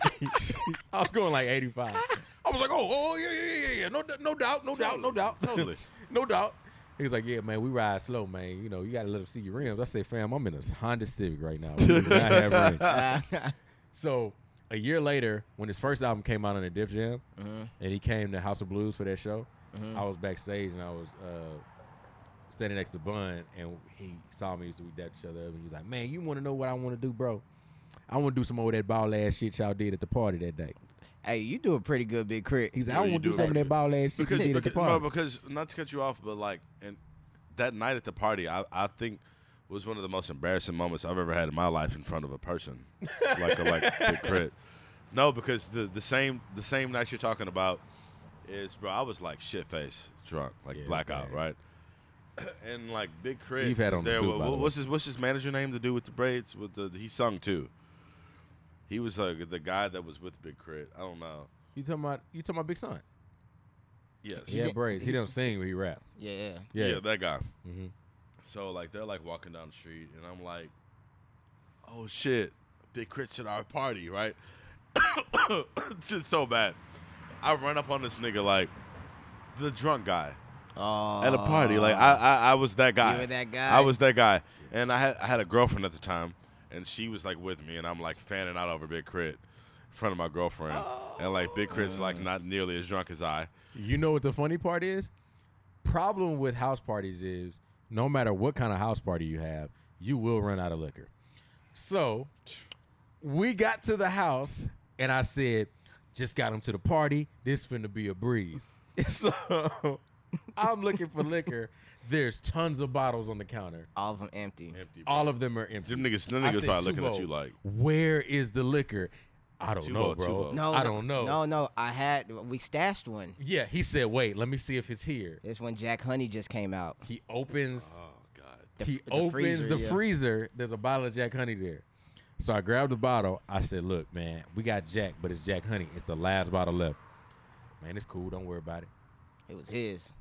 S3: I was going like 85. I was like, "Oh, oh, yeah, yeah, yeah, yeah. No, d- no doubt, no doubt, no doubt,
S1: Totally.
S3: no doubt." He was like, "Yeah, man, we ride slow, man. You know, you gotta let them see your rims." I said, "Fam, I'm in a Honda Civic right now. We do not have rims." So a year later, when his first album came out on the Def Jam,
S1: Uh-huh.
S3: and he came to House of Blues for that show, I was backstage and I was uh, standing next to Bun, and he saw me, so we dapped each other up, and he was like, "Man, you want to know what I want to do, bro? I want to do some more of that ball ass shit y'all did at the party that day."
S2: hey, you do a pretty good big crit.
S3: He's like,
S1: Yeah,
S3: "I
S1: you
S3: want to
S1: do
S3: do some of
S1: like
S3: that
S1: it.
S3: ball ass shit
S1: Because
S3: you did at the
S1: because, no,
S3: party."
S1: because not to cut you off, but like and that night at the party, I I think was one of the most embarrassing moments I've ever had in my life in front of a person, like a, like big crit. No, because the the same the same night you're talking about is bro. I was like shit face drunk, like
S3: Yeah,
S1: blackout,
S3: man.
S1: right? And like big crit,
S3: You've had
S1: was
S3: on the
S1: there.
S3: suit,
S1: Wha-
S3: by the way.
S1: what's his what's his manager name? The dude with the braids, with the he sung too. He was like the guy that was with Big Crit. I don't know.
S3: You talking about you talking about Big Son?
S1: Yes.
S3: He had braids. He don't sing, but he rap.
S2: Yeah, yeah.
S1: Yeah,
S3: Yeah.
S1: that guy.
S3: Mhm.
S1: So like they're like walking down the street, and I'm like, "Oh shit, Big Crit's at our party, right?" Just so bad. I run up on this nigga like the drunk guy
S2: Oh,
S1: at a party. Like I, I, I was that guy.
S2: You were that guy?
S1: I was that guy, and I had I had a girlfriend at the time, and she was like with me, and I'm like fanning out over Big Crit in front of my girlfriend, and like Big Crit's like not nearly as drunk as I.
S3: You know what the funny part is? Problem with house parties is no matter what kind of house party you have, you will run out of liquor. So we got to the house and I said, just got him to the party. This finna be a breeze. So I'm looking for liquor. There's tons of bottles on the counter.
S2: all of them empty.
S1: Empty.
S3: All of them are empty.
S1: Them niggas, them
S3: I
S1: niggas
S3: said,
S1: probably looking at
S3: "Tubo,
S1: you like.
S3: where is the liquor? I don't
S1: Tubo,
S3: know, bro.
S1: Tubo.
S2: No,
S3: I
S2: no,
S3: don't know.
S2: No, no, I had we stashed one.
S3: Yeah, he said, wait, let me see if it's here.
S2: It's when Jack Honey just came out.
S3: He opens
S1: Oh god.
S2: Uh, The,
S3: he
S2: f- the
S3: opens
S2: freezer,
S3: the
S2: yeah.
S3: freezer. There's a bottle of Jack Honey there. So I grabbed the bottle. I said, "Look, man, we got Jack, but it's Jack Honey. It's the last bottle left. Man, it's cool. Don't worry about it."
S2: It was his.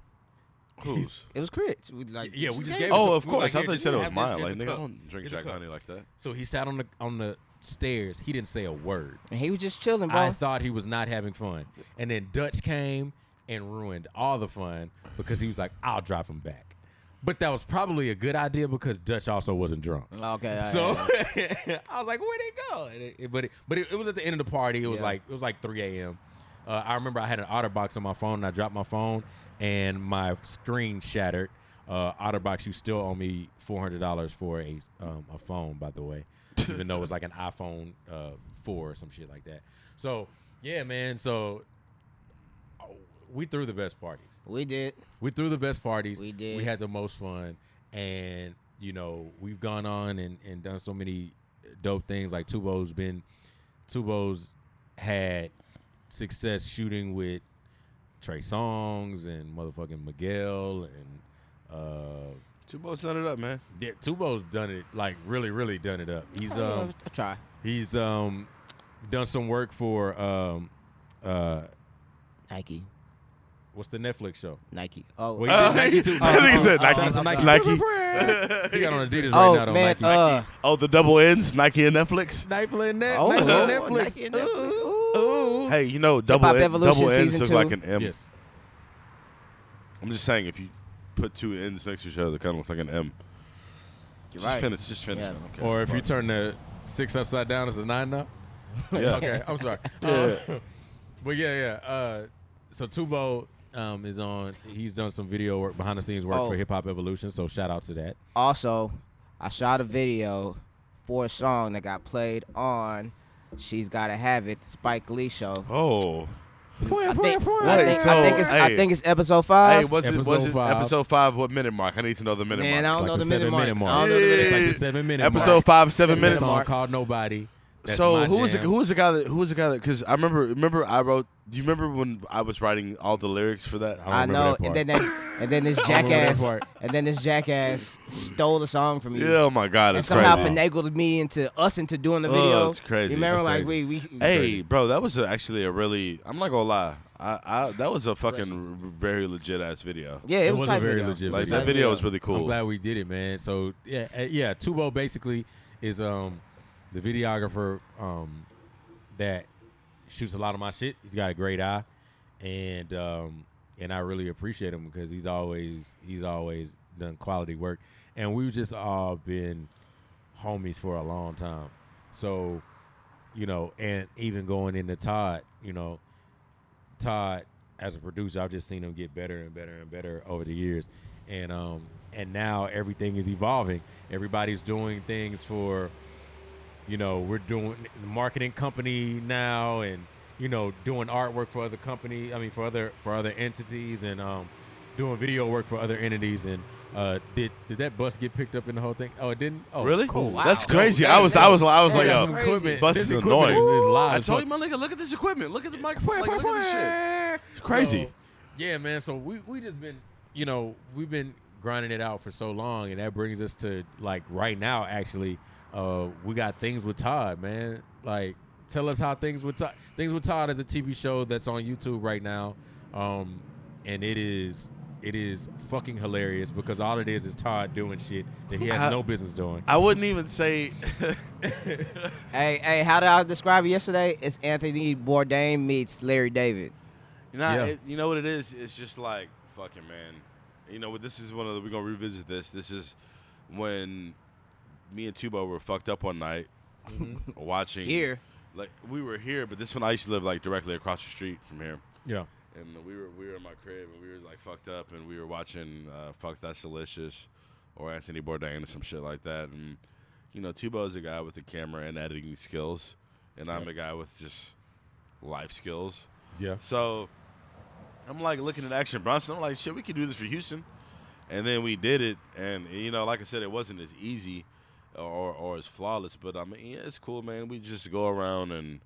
S1: Who's?
S2: It was Crit's. We, like,
S3: Yeah, we just
S2: gave
S3: gave
S2: it.
S3: it
S1: Oh,
S3: so-
S1: of
S3: we was
S1: course.
S3: like,
S1: I
S3: "Here,
S1: thought you
S3: just
S1: said it
S3: have
S1: was mine.
S3: this. Here's
S1: Like,
S3: the
S1: nigga,
S3: cup.
S1: I don't drink
S3: Here's the
S1: Jack
S3: cup.
S1: Honey like that.
S3: So he sat on the on the stairs. He didn't say a word.
S2: And he was just chilling, bro.
S3: I thought he was not having fun. And then Dutch came and ruined all the fun because he was like, "I'll drive him back." But that was probably a good idea because Dutch also wasn't drunk.
S2: okay. all right, all
S3: So
S2: right.
S3: I was like, "Where'd it go?" And it- it- but it, but it, it was at the end of the party. It was
S2: Yeah.
S3: like it was like 3 a.m. Uh, I remember I had an OtterBox on my phone, and I dropped my phone, and my screen shattered. Uh, OtterBox, you still owe me four hundred dollars for a um, a phone, by the way, even though it was like an iPhone uh, four or some shit like that. So yeah, man. So oh, we threw the best parties.
S2: we did.
S3: We threw the best parties.
S2: We did.
S3: We had the most fun, and you know we've gone on and, and done so many dope things. Like Tubo's been, Tubo's had success shooting with Trey Songs and motherfucking Miguel and uh
S1: Two boats done it up, man.
S3: yeah, Tubo's done it like really, really done it up. He's um
S2: I try.
S3: he's um done some work for um uh
S2: Nike,
S3: what's the Netflix show?
S2: Nike. Oh,
S3: Well, he did Nike too.
S1: I think he said
S2: Oh,
S1: Nike.
S2: oh,
S3: Nike.
S2: oh,
S1: Nike.
S3: He got on Adidas
S2: oh
S3: right now
S2: man,
S3: though. Nike.
S2: uh,
S1: Oh, the double ends, Nike and Netflix.
S3: Nightfly and Net-
S2: oh,
S3: Nike
S2: oh,
S3: and Netflix.
S2: Nike and Netflix. Ooh.
S3: Ooh.
S1: Hey, you know, double
S2: Hip Hop
S1: en-
S2: Evolution
S1: double ends
S2: season
S1: look
S2: two.
S1: like an M.
S3: Yes.
S1: I'm just saying, if you put two ends next to each other, it kind of looks like an M.
S2: You're
S1: just
S2: right.
S1: finish. Just finish.
S2: Yeah.
S1: man, I don't care.
S3: Or if you
S1: Fuck.
S3: turn the six upside down, it's a nine now.
S1: Yeah.
S3: Okay, I'm sorry. Uh, but yeah, yeah. Uh, so Tubo um, is on. He's done some video work, behind the scenes work
S2: Oh.
S3: for Hip Hop Evolution. So shout out to that.
S2: Also, I shot a video for a song that got played on "She's Gotta Have It" the Spike Lee show.
S1: Oh.
S2: I think, I,
S1: Hey,
S2: think,
S1: so,
S2: I think it's
S1: hey.
S2: I think it's episode five.
S1: Hey, was it,
S3: Episode
S1: was it
S3: five.
S1: episode five? What minute mark? I need to know the minute
S2: Man, I
S1: mark.
S2: don't
S3: It's
S2: know the
S3: like the
S2: minute
S3: seven-minute
S2: mark.
S3: mark.
S2: I don't know the
S3: It's
S2: minute
S3: like
S1: Yeah.
S3: the seven minute.
S1: Episode five, seven
S2: Seven
S1: minutes.
S2: minute
S3: song
S2: mark.
S3: called Nobody. That's
S1: so
S3: my
S1: who was the,
S3: jam.
S1: who was the guy that who was the guy that? Because I remember remember I wrote. Do you remember when I was writing all the lyrics for that?
S3: I
S2: I
S3: don't
S2: know,
S3: remember
S2: and
S3: that
S2: then that, and then this
S3: don't remember that
S2: jackass,
S3: part.
S2: and then this jackass stole the song from you,
S1: Yeah, oh my god,
S2: and
S1: it's
S2: somehow
S1: crazy.
S2: finagled me into us into doing the
S1: Oh,
S2: video.
S1: it's crazy.
S2: You remember,
S1: That's
S2: like
S3: crazy.
S2: we we
S1: Hey, bro, that was a, actually a really. I'm not gonna lie. I, I that was a fucking r- very legit ass video.
S2: yeah,
S3: It
S2: it, was,
S3: was a
S2: type
S3: very
S2: video.
S3: legit
S1: Like
S3: video.
S1: that video was really
S3: I'm
S1: cool.
S3: glad we did it, man. So yeah, uh, yeah. Tubo basically is um the videographer um that shoots a lot of my shit. He's got a great eye, and um and I really appreciate him because he's always he's always done quality work, and we've just all been homies for a long time. So you know, and even going into Todd, you know, Todd as a producer, I've just seen him get better and better and better over the years, and um, and now everything is evolving. Everybody's doing things for, you know, we're doing the marketing company now, and you know, doing artwork for other company. I mean, for other for other entities, and um, doing video work for other entities. And uh, did did that bus get picked up in the whole thing? Oh, it didn't. Oh,
S1: really?
S3: Cool.
S2: Wow.
S1: That's crazy.
S2: Hey,
S1: I was I was I was
S2: hey,
S1: like,
S2: that's
S1: yo,
S2: some
S1: this bus
S3: This
S1: is
S3: equipment
S1: annoying.
S3: Is, is live.
S1: I
S3: So-
S1: told you, my nigga, look at this equipment. Look at the microphone. Like, look at this shit.
S3: It's
S1: crazy.
S3: yeah, man. So we we just been, you know, we've been grinding it out for so long, and that brings us to like right now. Actually, uh, we got things with Todd, man. Like, tell us how things with Todd. Things with Todd is a TV show that's on YouTube right now, um, and it is. It is fucking hilarious because all it is is Todd doing shit that he has
S1: I-
S3: no business doing.
S1: I wouldn't even say.
S2: Hey, hey, how did I describe it yesterday? It's Anthony Bourdain meets Larry David.
S1: You know,
S3: Yeah.
S1: it, you know what it is? It's just like fucking man. You know what? This is one of the we're gonna revisit this. This is when me and Tubo were fucked up one night watching
S2: Here,
S1: Like we were here, but this one I used to live like directly across the street from here,
S3: Yeah,
S1: and we were we were in my crib and we were like fucked up and we were watching uh, Fuck That's Delicious or Anthony Bourdain or some shit like that. And you know, Tubo's a guy with a camera and editing skills, and I'm a guy with just life skills.
S3: yeah.
S1: So I'm like looking at Action Bronson. I'm like, shit, we could do this for Houston. And then we did it, and you know, like I said, it wasn't as easy or or as flawless, but I mean, yeah, it's cool, man. We just go around and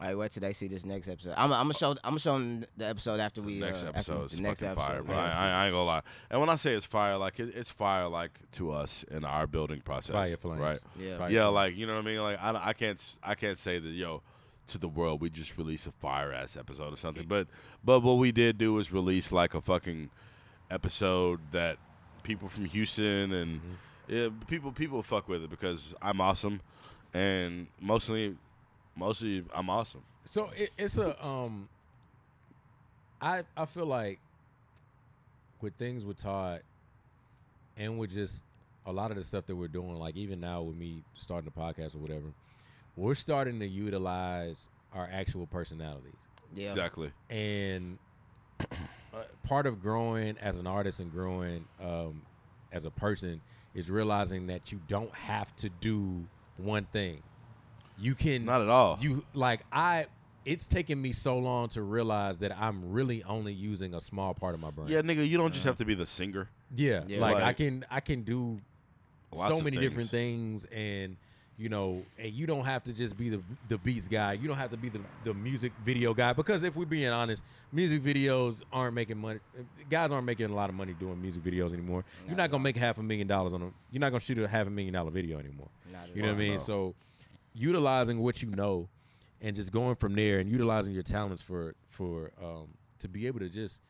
S2: all right, wait till they see this next episode. I'm, I'm gonna show, I'm gonna show them the episode after we.
S1: next
S2: uh,
S1: episode
S2: after
S1: is
S2: the next
S1: fucking
S2: episode.
S1: fire, bro.
S2: Yeah.
S1: I, I ain't gonna lie. And when I say it's fire, like it, it's fire, like to us in our building process,
S3: Fire flames.
S1: right?
S2: Yeah.
S3: Fire
S1: Yeah,
S3: flames.
S1: like you know what I mean. Like I, don't- I can't s- I can't say that yo to the world we just released a fire ass episode or something. But but what we did do was release like a fucking episode that people from Houston and
S3: Mm-hmm.
S1: yeah, people people fuck with it because I'm awesome and mostly mostly I'm awesome.
S3: So it, it's a um. I I feel like with things with Todd, and with just a lot of the stuff that we're doing, like even now with me starting the podcast or whatever, we're starting to utilize our actual personalities,
S2: Yeah.
S1: Exactly.
S3: and uh, part of growing as an artist and growing um, as a person is realizing that you don't have to do one thing. You can
S1: Not at all.
S3: Mm. you like I. It's taken me so long to realize that I'm really only using a small part of my brain.
S1: yeah, nigga, you don't
S3: Uh-huh.
S1: just have to be the singer.
S3: yeah.
S2: Yeah.
S3: Like, I
S1: Like-
S3: can I can do
S1: Lots
S3: so
S1: of
S3: many
S1: things.
S3: different things, and you know, and you don't have to just be the the beats guy. You don't have to be the, the music video guy because if we're being honest, music videos aren't making money. Guys aren't making a lot of money doing music videos anymore. you're not gonna make half a million dollars on them. You're not gonna shoot a half a million dollar video anymore.
S2: Not at
S3: You know what I
S1: all.
S3: mean?
S1: No.
S3: So, utilizing what you know, and just going from there, and utilizing your talents for for um, to be able to just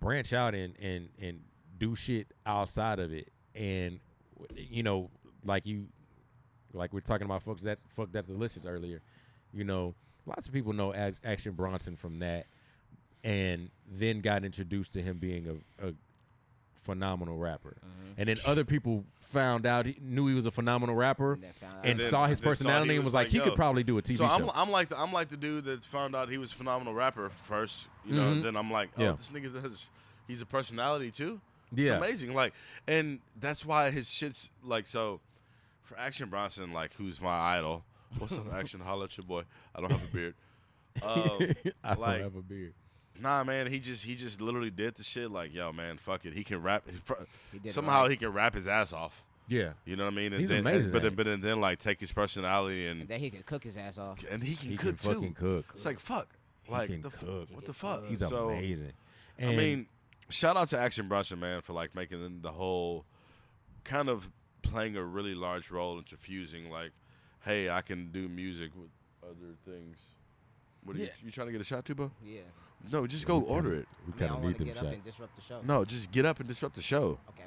S3: branch out and and and do shit outside of it, and you know, like you, like we're talking about folks that's fuck that's delicious earlier. You know, lots of people know Ac- Action Bronson from that, and then got introduced to him being a, a phenomenal rapper. And then other people found out he knew he was a phenomenal rapper
S2: And
S3: and,
S2: then found out.
S1: And
S3: saw
S1: then-
S3: his
S1: then saw
S3: personality
S1: he was
S3: and was like,
S1: like,
S3: he
S1: yo.
S3: could probably do a TV
S1: so I'm,
S3: show.
S1: I'm like the, I'm like the dude that found out he was a phenomenal rapper first, you know.
S3: Mhm.
S1: And then I'm like, oh,
S3: Yeah.
S1: this nigga does. He's a personality too.
S3: Yeah.
S1: it's amazing. Like, and that's why his shit's like so. For Action Bronson, like who's my idol? What's up, Action? Holla at your boy. I don't have a beard. Um,
S3: I don't
S1: like-
S3: have a beard.
S1: Nah, man, he just he just literally did the shit. Like, yo, man, fuck it. He can rap. He fr-
S2: He did it
S1: somehow
S2: right.
S1: he can rap his ass off.
S3: Yeah.
S1: You know what I mean? And
S3: He's
S1: then,
S3: amazing
S1: but
S3: at
S1: then,
S3: it.
S1: but then, then like take his personality and
S2: That he could cook his ass off.
S1: and he can
S3: He
S1: cook
S3: can fucking
S1: too.
S3: cook.
S1: It's like fuck. Like
S3: can
S1: the f-
S3: cook.
S1: what
S2: He
S1: the
S2: can
S1: fuck?
S2: cook.
S3: He's
S1: so,
S3: amazing.
S1: I
S3: And-
S1: mean, shout out to Action Bronson man for like making the whole kind of playing a really large role and diffusing like, hey, I can do music with other things. What are
S3: Yeah.
S1: you, you trying to get a shot, Tubo?
S2: Yeah.
S1: No, just go
S3: we kinda-
S1: order it.
S3: We
S2: I mean, I
S3: kind
S2: don't
S3: of
S2: want
S3: need
S2: to
S3: them
S2: get up and
S3: shots.
S2: disrupt the show.
S1: No, just get up and disrupt the show.
S2: Okay.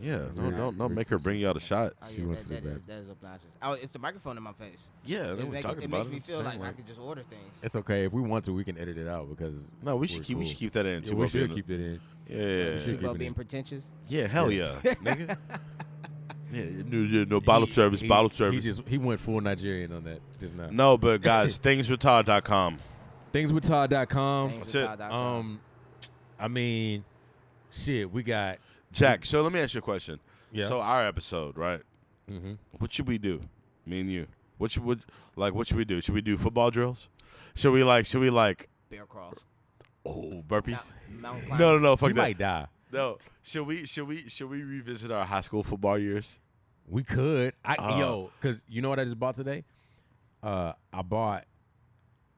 S1: Yeah, no,
S3: Yeah.
S1: no, no. Make her bring you out a shot.
S2: Oh,
S3: She
S2: yeah,
S3: went
S2: that,
S3: to the
S2: that is,
S3: bathroom.
S2: that is obnoxious. Oh, it's the microphone in my face.
S1: Yeah,
S2: It,
S1: they were
S2: makes,
S1: talking
S2: it
S1: about
S2: makes me
S1: I'm
S2: feel
S1: saying,
S2: like I could just order things.
S3: It's okay. If we want to, we can edit it out because
S1: No, we should
S3: we're
S1: keep we should
S3: cool.
S1: keep that in.
S3: Yeah,
S1: too,
S3: we
S1: up in
S3: should
S1: the-
S3: keep it in.
S1: Yeah,
S3: should
S1: yeah,
S3: keep
S2: Tubo
S3: it
S2: being
S3: in.
S2: pretentious.
S1: yeah, hell yeah, nigga. Yeah, no, yeah, no bottle
S3: He-
S1: service,
S3: he-
S1: bottle service.
S3: He just he went full Nigerian on that just now.
S1: no, but guys, thingswithtodd.com.
S3: Thingswithtodd.com.
S2: Things
S1: it.
S2: inside out.
S3: Um, I mean, shit, we got.
S1: Jack, so let me ask you a question.
S3: Yeah.
S1: So our episode, right?
S3: Mm-hmm.
S1: What should we do? Me and you. What should what like what should we do? Should we do football drills? Should we like should we like
S2: bear crawls.
S1: oh
S2: Mount,
S1: burpees?
S2: mountain
S1: No,
S2: climbing.
S1: no, no,
S3: We
S1: fuck that.
S3: might die.
S1: No, should we should we should we revisit our high school football years?
S3: We could. I
S1: Uh.
S3: yo, cause you know what I just bought today? Uh, I bought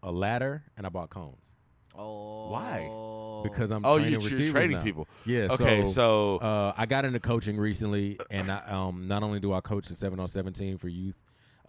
S3: a ladder and I bought cones
S2: Oh.
S3: because I'm
S1: Oh,
S3: training
S1: you- you're
S3: receivers
S1: training
S3: now.
S1: people.
S3: Yeah.
S1: Okay, so-
S3: uh, I got into coaching recently, and I, um, not only do I coach the seven on seventeen for youth,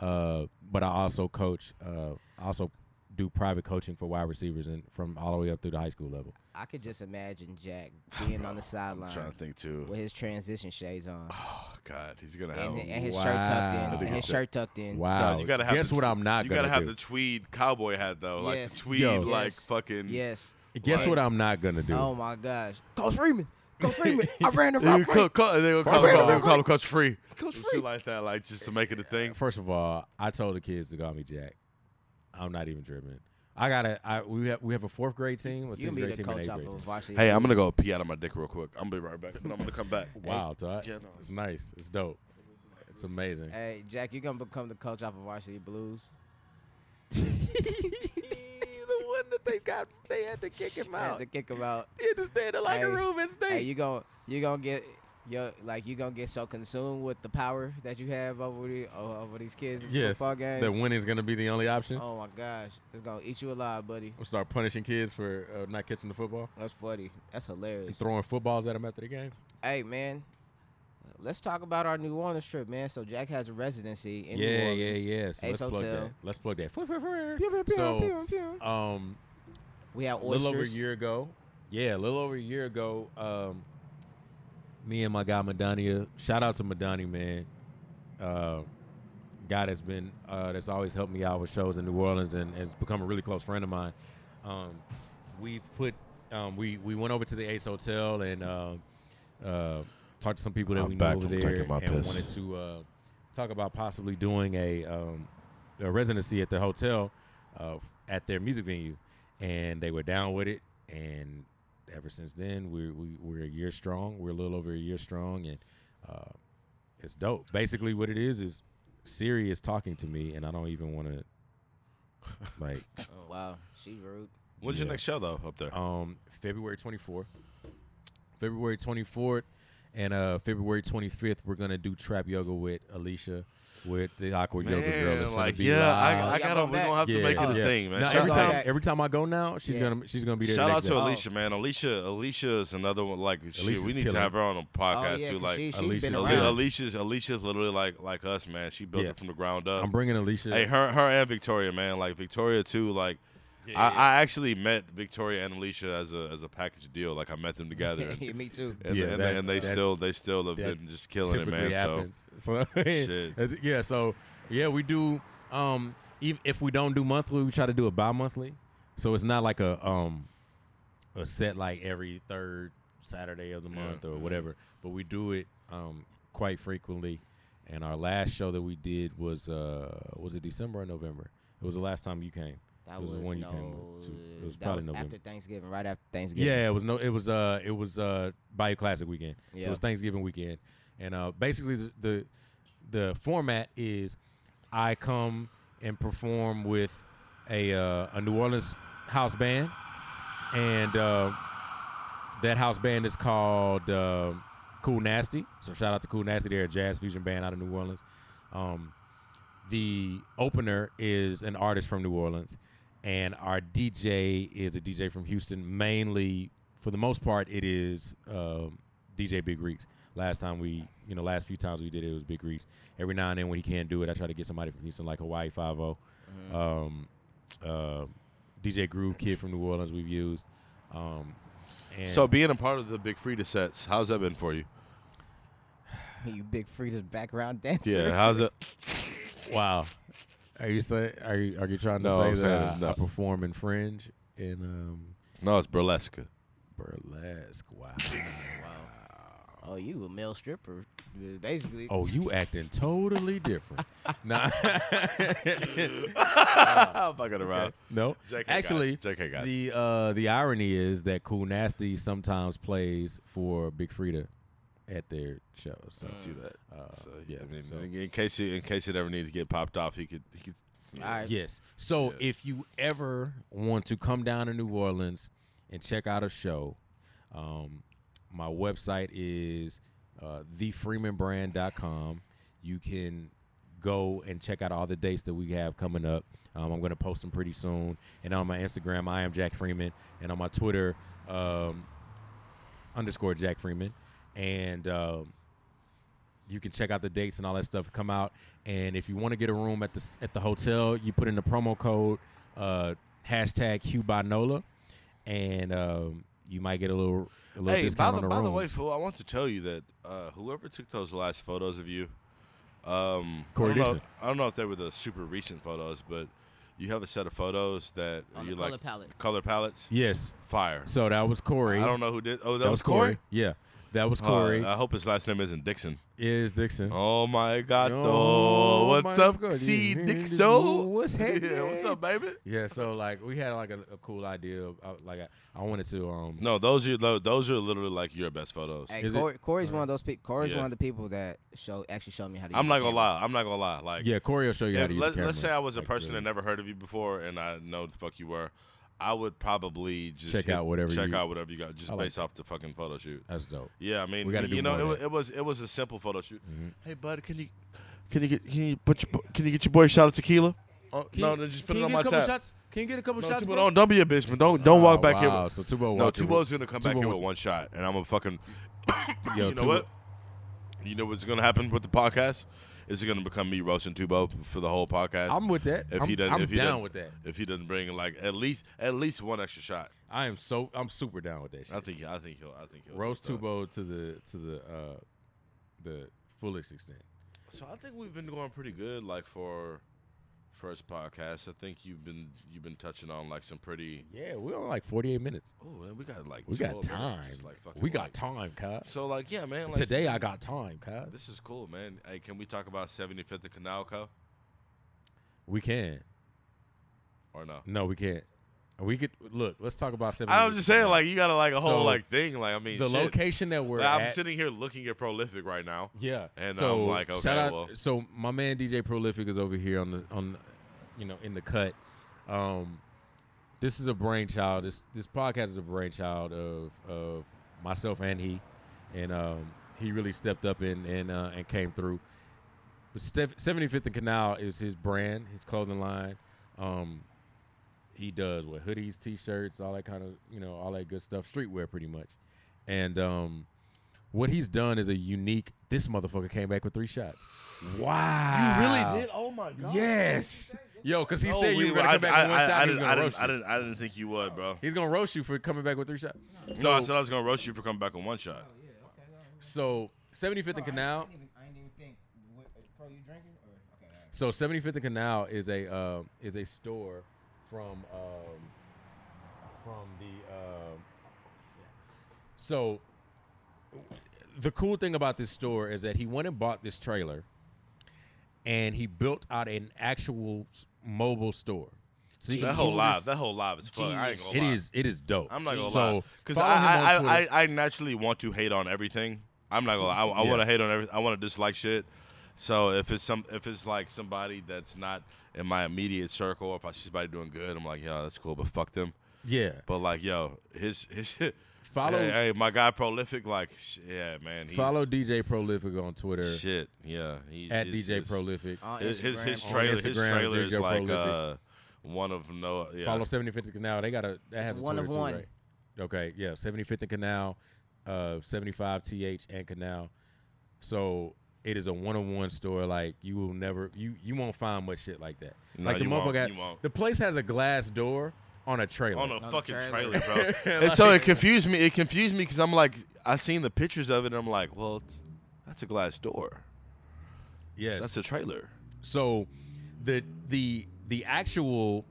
S3: uh, but I also coach. Uh, I also do private coaching for wide receivers and from all the way up through the high school level.
S2: I could just imagine Jack being on the
S1: I'm trying
S2: sideline
S1: to think too.
S2: with his transition shades on
S1: Oh God, he's gonna have.
S2: and,
S1: No,
S2: and his
S3: wow.
S2: shirt tucked
S3: I
S2: in.
S1: think
S2: And his
S1: so.
S2: shirt tucked in.
S3: Wow.
S1: you gotta have.
S3: Guess
S1: the,
S3: what I'm not
S1: You gotta
S3: gonna
S1: have
S3: do.
S1: the tweed cowboy hat though, like
S2: Yes.
S1: the tweed,
S3: Yo.
S1: like
S2: Yes.
S1: fucking.
S2: Yes.
S3: Guess
S1: Like-
S3: what I'm not gonna do.
S2: Oh my gosh. Coach Freeman. Coach Freeman. I ran the
S1: They
S2: route.
S1: would call, call, they would call,
S2: Free,
S1: call,
S2: free,
S1: they would call him Coach Free.
S2: Coach
S1: And
S2: Free.
S1: Shit like that, like just to make it a thing.
S3: First of all, I told the kids to call me Jack. I'm not even dribbling. I gotta. I we have we have a fourth grade team, a
S2: You
S3: sixth
S2: gonna be
S3: grade
S2: the
S3: team, and
S2: coach
S3: eighth
S2: off
S3: grade.
S2: of
S3: team.
S2: varsity.
S1: Hey, I'm gonna go pee out of my dick real quick. I'm gonna be right back, but I'm gonna come back.
S3: Wow, Todd.
S1: Yeah, no.
S3: it's nice. It's dope. It's amazing.
S2: Hey, Jack, you're gonna become the coach off of varsity blues.
S3: the one that they got, they had to kick him
S2: I had to kick him out.
S3: He had to stay in the
S2: locker Hey,
S3: room
S2: room
S3: and
S2: Hey, you gonna you gonna get yo like you gonna get so consumed with the power that you have over the o- over these kids in
S3: yes,
S2: football games.
S3: that winning's gonna be the only option.
S2: oh my gosh, it's gonna eat you alive, buddy.
S3: We'll start punishing kids for uh, not catching the football,
S2: That's funny. That's
S3: and
S2: hilarious.
S3: throwing footballs at them after the game.
S2: Hey man, let's talk about our New Orleans trip, man. So Jack has a residency in New
S3: yeah,
S2: Orleans.
S3: yeah, yeah. So
S2: Ace
S3: let's plug
S2: Hotel.
S3: that. Let's plug that.
S2: Pew, pew, pew,
S3: So,
S2: pew, pew.
S3: um,
S2: we had
S3: a little over a
S2: oysters.
S3: year ago. Yeah, a little over a year ago. Um, me and my guy Madania. Shout out to Madani, man. Uh, guy that's been uh, that's always helped me out with shows in New Orleans and has become a really close friend of mine. Um, we've put um, we we went over to the Ace Hotel and um, uh, talked to some people that
S1: I'm
S3: we
S1: back
S3: know over
S1: from
S3: there
S1: drinking my
S3: and
S1: piss.
S3: wanted to uh, talk about possibly doing a, um, a residency at the hotel uh, at their music venue, and they were down with it. And ever since then, we're we, we're a year strong. We're a little over a year strong, and uh, it's dope. Basically, what it is is Siri is talking to me, and I don't even want to. Like,
S2: Oh, wow, she's rude.
S1: When's your
S3: Yeah.
S1: next show though? Up there.
S3: um, February twenty fourth, February twenty fourth, And uh, February 25th, we're gonna do trap yoga with Alicia, with the awkward yoga girl. It's
S1: Man,
S3: gonna
S1: like
S3: be
S1: yeah, I,
S3: live.
S1: I
S2: Y'all
S1: gotta.
S2: going
S1: We're gonna have to
S3: Yeah,
S1: make it a
S3: yeah.
S1: thing, man.
S3: Now,
S1: Shout
S3: every
S1: out-
S2: out-
S3: time, every time I go now, she's
S2: Yeah.
S3: gonna she's gonna be there.
S1: Shout
S3: the
S1: out
S3: next
S1: to
S3: day.
S1: Alicia, man. Alicia, Alicia is another one. Like, shit,
S3: Alicia's
S1: we need to
S3: killing
S1: have her on a podcast
S2: oh yeah,
S1: too.
S2: 'cause
S1: Like,
S2: she, she's
S3: Alicia's
S2: been
S3: the
S1: Ali-
S2: around.
S1: Alicia's Alicia's literally like like us, man. She built
S3: Yeah.
S1: it from the ground up.
S3: I'm bringing Alicia.
S1: uh, hey, her her and Victoria, man. Like Victoria too. Like, I, I actually met Victoria and Alicia as a as a package deal. Like, I met them together. and,
S2: Yeah, me too.
S1: and-
S3: Yeah,
S1: and,
S3: that-
S1: and they
S3: that-
S1: still they still have
S3: that
S1: been just killing it, man.
S3: happens. So,
S1: Shit.
S3: that's- yeah, so yeah, we do. Um, if, if we don't do monthly, we try to do it bi-monthly. So it's not like a um a set like every third Saturday of the
S1: Yeah. Mm-hmm.
S3: month or whatever. But we do it um quite frequently. And our last show that we did was uh was it December or November? It was the last time you came.
S2: That
S3: It was
S2: was,
S3: the one you
S2: no,
S3: came with, too. It was
S2: that
S3: probably
S2: was
S3: November.
S2: after Thanksgiving, right after Thanksgiving.
S3: Yeah, it was no, it was uh, it was uh, Bayou Classic weekend. So it
S2: Yeah.
S3: was Thanksgiving weekend, and uh, basically the, the the format is I come and perform with a uh, a New Orleans house band, and uh, that house band is called uh, Cool Nasty. So shout out to Cool Nasty, they're a jazz fusion band out of New Orleans. Um, the opener is an artist from New Orleans, and our DJ is a DJ from Houston. Mainly, for the most part, it is um, DJ Big Reeks. Last time we, you know, last few times we did it, it was Big Reeks. Every now and then, when he can't do it, I try to get somebody from Houston, like Hawaii Five O,
S2: Mm-hmm.
S3: um, uh, DJ Groove Kid from New Orleans. We've used. Um, and
S1: So, so being a part of the Big Frida sets, how's that been for you?
S2: You big Frida's background dancer.
S1: Yeah, how's it?
S3: wow, are you say, are you are you trying to
S1: No,
S3: say
S1: I'm
S3: that
S1: saying
S3: I,
S1: no.
S3: I perform in Fringe in um,
S1: No, it's burlesque.
S3: burlesque? Wow.
S2: Oh, you a male stripper, uh, basically.
S3: Oh, you acting totally different. nah.
S1: I'm fucking around.
S3: no.
S1: JK guys,
S3: Actually,
S1: JK guys.
S3: the uh, the irony is that Cool Nasty sometimes plays for Big Frida at their shows. So,
S1: See that.
S3: uh,
S1: So yeah,
S3: yeah,
S1: I mean,
S3: so-
S1: in- in case it, in case it ever needs to get popped off, he could he could.
S2: All right.
S3: Yes. So
S1: Yeah.
S3: if you ever want to come down to New Orleans and check out a show, um, my website is uh, thefreemanbrand.com. You can go and check out all the dates that we have coming up. Um, I'm going to post them pretty soon. And on my Instagram, I am Jack Freeman. And on my Twitter, um, underscore Jack Freeman. And um, you can check out the dates and all that stuff. Come out, and if you want to get a room at the s- at the hotel, you put in the promo code uh, hashtag Hugh by Nola, and um, you might get a little a little
S1: Hey, by
S3: discount
S1: the,
S3: on the
S1: by
S3: room.
S1: the way, fool, I want to tell you that uh, whoever took those last photos of you, um,
S3: Corey
S1: I don't, know,
S3: Dixon.
S1: I don't know if they were the super recent photos, but you have a set of photos that
S2: On
S1: you
S2: the
S1: like
S2: color palette.
S1: color palettes,
S3: yes,
S1: fire.
S3: so that was Corey.
S1: I don't know who did. Oh, that,
S3: that was Corey. Yeah, that was
S1: Uh,
S3: Corey.
S1: I hope his last name isn't Dixon.
S3: is Dixon.
S1: Oh my God,
S3: Oh,
S1: though. What's
S3: my
S1: up,
S3: God.
S1: C
S3: Yeah,
S1: Dixo?
S3: what's
S1: Yeah,
S3: happening?
S1: what's up, baby?
S3: Yeah, so like we had like a, a cool idea. Of, uh, like I, I wanted to um
S1: No, those are tho- those are literally like your best photos.
S2: Hey,
S3: Is it-
S2: Corey, Corey's one of those people. Corey's
S1: Yeah.
S2: one of the people that show actually showed me how to.
S1: I'm
S2: use
S1: not
S2: the
S1: gonna
S2: camera.
S1: lie. I'm not gonna lie. Like,
S3: yeah Corey will show you how
S1: if-
S3: to use
S1: let,
S3: the
S1: let's say
S3: camera.
S1: I was a
S3: Like,
S1: person
S3: really.
S1: that never heard of you before, and I know the fuck you were. I would probably just
S3: Check
S1: hit-
S3: out whatever
S1: check
S3: you-
S1: out whatever you got, just
S3: I like
S1: based off the fucking photo shoot.
S3: That's dope.
S1: Yeah, I mean,
S3: We gotta
S1: you
S3: do
S1: know,
S3: more
S1: it,
S3: of Mm-hmm.
S1: wa- it was it was a simple photo shoot. Hey, bud, can you can you get can you put your, bo- can you get your boy a shot of tequila? Uh, no, no, just put it on my tab.
S3: shots? Can you get a couple
S1: No, Tubo, don't don't be a bitch, man. Don't don't walk
S3: Oh,
S1: back
S3: wow.
S1: here.
S3: So Tubo
S1: No,
S3: walked in
S1: Tubo's gonna come back
S3: Tubo
S1: here
S3: was-
S1: with one shot, and I'm a fucking.
S3: Yo,
S1: you know
S3: Tubo-
S1: what? You know what's gonna happen with the podcast? Is it gonna become me roasting Tubo for the whole podcast?
S3: I'm with that.
S1: if
S3: I'm,
S1: he doesn't,
S3: I'm
S1: if he
S3: down
S1: doesn't-
S3: with that.
S1: If he doesn't bring like at least at least one extra shot,
S3: I am so I'm super down with that. Shit.
S1: I think I think he'll I think he'll
S3: Roast
S1: so.
S3: Tubo to the to the uh the fullest extent.
S1: So I think we've been going pretty good like for first podcast. I think you've been you've been touching on like some pretty.
S3: Yeah, we're on like 48 minutes.
S1: Oh, man, we got like 12
S3: We got
S1: minutes
S3: time.
S1: just, like, fucking,
S3: we got
S1: like-
S3: time, cuz.
S1: So like yeah, man. Like,
S3: Today I got time, cuz.
S1: This is cool, man. Hey, can we talk about 75th and Canalco
S3: We can.
S1: or no?
S3: No, we can't. We could look. Let's talk about seven.
S1: I'm just saying, like you got to like a whole
S3: So,
S1: like thing. Like I mean,
S3: the
S1: shit.
S3: location that we're
S1: Like, I'm
S3: at.
S1: sitting here looking at prolific right now.
S3: Yeah.
S1: And
S3: so
S1: I'm like, okay,
S3: shout out,
S1: well.
S3: so my man DJ Prolific is over here on the on, you know, in the cut. Um, this is a brainchild. This this podcast is a brainchild of of myself and he, and um, he really stepped up and and uh, and came through. But Steph, 75th and Canal is his brand, his clothing line. Um, he does what hoodies, t-shirts, all that kind of you know, all that good stuff, streetwear pretty much. And um, what he's done is a unique. This motherfucker came back with three shots. Wow!
S1: Oh my
S3: Yes. Yo, because he
S1: No,
S3: said
S1: Oh, we-
S3: you were gonna
S1: I-
S3: come back
S1: I-
S3: with one
S1: I-
S3: shot.
S1: I
S3: he was
S1: didn't-
S3: gonna
S1: I didn't-
S3: roast
S1: I
S3: you.
S1: didn't. I didn't think you would, bro.
S3: He's gonna roast you for coming back with three shots.
S1: So I said I was gonna roast you for coming back with one shot.
S3: So 75th and Canal.
S2: I didn't even think. What, uh, pro, you drinking? Or, okay,
S3: So 75th and Canal is a uh, is a store from um, from the. um so the cool thing about this store is that he went and bought this trailer, and he built out an actual s- mobile store. So he
S1: That
S3: can
S1: whole
S3: use
S1: live,
S3: this-
S1: that whole live is fun. I ain't gonna
S3: It
S1: lie.
S3: is. It is dope.
S1: I'm not gonna
S3: so
S1: lie, because
S3: follow him
S1: I
S3: on
S1: I, I,
S3: Twitter.
S1: I I naturally want to hate on everything. I'm not gonna. Lie. I, I
S3: Yeah.
S1: want to hate on everything. I want to dislike shit. So if it's some, if it's like somebody that's not in my immediate circle, if I see somebody doing good, I'm like, yo, that's cool, but fuck them.
S3: yeah.
S1: But like, yo, his his shit.
S3: Follow-
S1: Hey, hey, my guy, prolific. Like, sh- yeah, man. He's,
S3: Follow DJ Prolific on Twitter
S1: Shit, yeah. He's,
S3: at
S1: he's-
S3: DJ
S1: he's-
S3: Prolific.
S2: On
S1: His his, his
S2: Uh, Instagram,
S3: on
S1: trailer, his
S3: Instagram,
S1: trailer is
S3: DJ
S1: like
S3: Prolific.
S1: uh, one of no. Yeah.
S3: Follow 75th and Canal. They got a that has a
S2: one of
S3: Twitter too,
S2: one.
S3: right? Okay, yeah, 75th and Canal, uh, 75 TH and Canal. So it is a one-on-one store. Like you will never, you you won't find much shit like that.
S1: No,
S3: like the
S1: you won't,
S3: motherfucker,
S1: you won't.
S3: the place has a glass door on a trailer.
S1: on a
S2: the
S1: fucking trailer,
S2: trailer.
S1: bro. and so it confused me. It confused me because I'm like, I seen the pictures of it. and I'm like, well, it's, that's a glass door.
S3: yes,
S1: That's a trailer.
S3: So the the the actual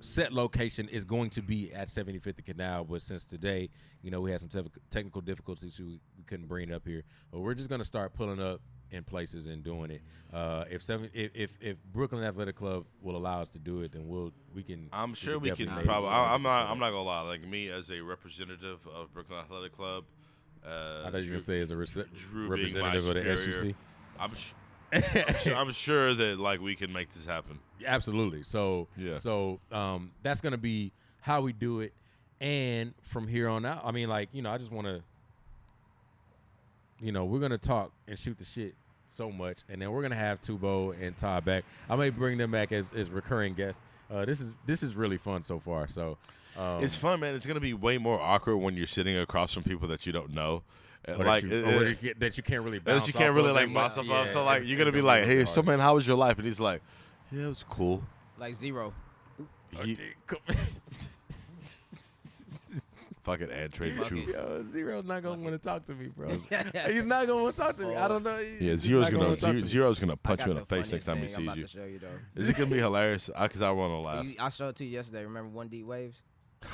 S3: set location is going to be at 75th and Canal, but since today, you know, we had some tef- technical difficulties, so we, we couldn't bring it up here. But we're just going to start pulling up in places and doing it. Uh, if seven, if, if if Brooklyn Athletic Club will allow us to do it, then we'll we can.
S1: I'm sure we can
S3: definitely
S1: probably.
S3: make it
S1: I, I'm not.
S3: happen.
S1: I'm not gonna lie. Like me as a representative of Brooklyn Athletic Club. Uh,
S3: I thought you were
S1: Drew-
S3: gonna say as a rece-
S1: Drew being my
S3: representative of the E
S1: superior.
S3: SUC.
S1: I'm, sh- I'm, sure, I'm sure that like we can make this happen.
S3: Absolutely. So
S1: Yeah.
S3: So um, that's gonna be how we do it, and from here on out, I mean, like you know, I just want to, you know, we're gonna talk and shoot the shit so much, and then we're gonna have Tubo and Todd back. I may bring them back as, as recurring guests. Uh, this is this is really fun so far. So um,
S1: It's fun, man. It's gonna be way more awkward when you're sitting across from people that you don't know. And,
S3: or
S1: like
S3: that
S1: it-
S3: you, or
S1: it-
S3: that, you, that you can't really
S1: that
S3: bounce
S1: you can't
S3: off
S1: really
S3: of
S1: like
S3: that
S1: bounce
S3: much.
S1: off of. So
S3: Yeah,
S1: like
S3: it's-
S1: you're gonna
S3: it's
S1: be like,
S3: really
S1: hey,
S3: hard.
S1: so man, how was your life? And he's like, yeah, it was cool.
S2: Like zero.
S1: He,
S3: Okay, come-
S1: fucking ad trade
S2: Fuck
S1: truth.
S2: it.
S3: Yo, Zero's not gonna want to talk to me, bro. He's
S2: He's
S3: not gonna want to talk to me.
S2: me.
S3: I
S2: I
S3: don't
S2: don't
S3: know.
S1: Yeah, zero's gonna Zero- zero's gonna
S2: I
S1: punch
S2: got
S1: you in the face next
S2: funniest
S1: time he
S2: thing I'm
S1: sees
S2: about
S1: you.
S2: to show you, though.
S1: Is it gonna be hilarious? I, Cause I want to laugh.
S2: You- I showed it to you yesterday. Remember One D Waves?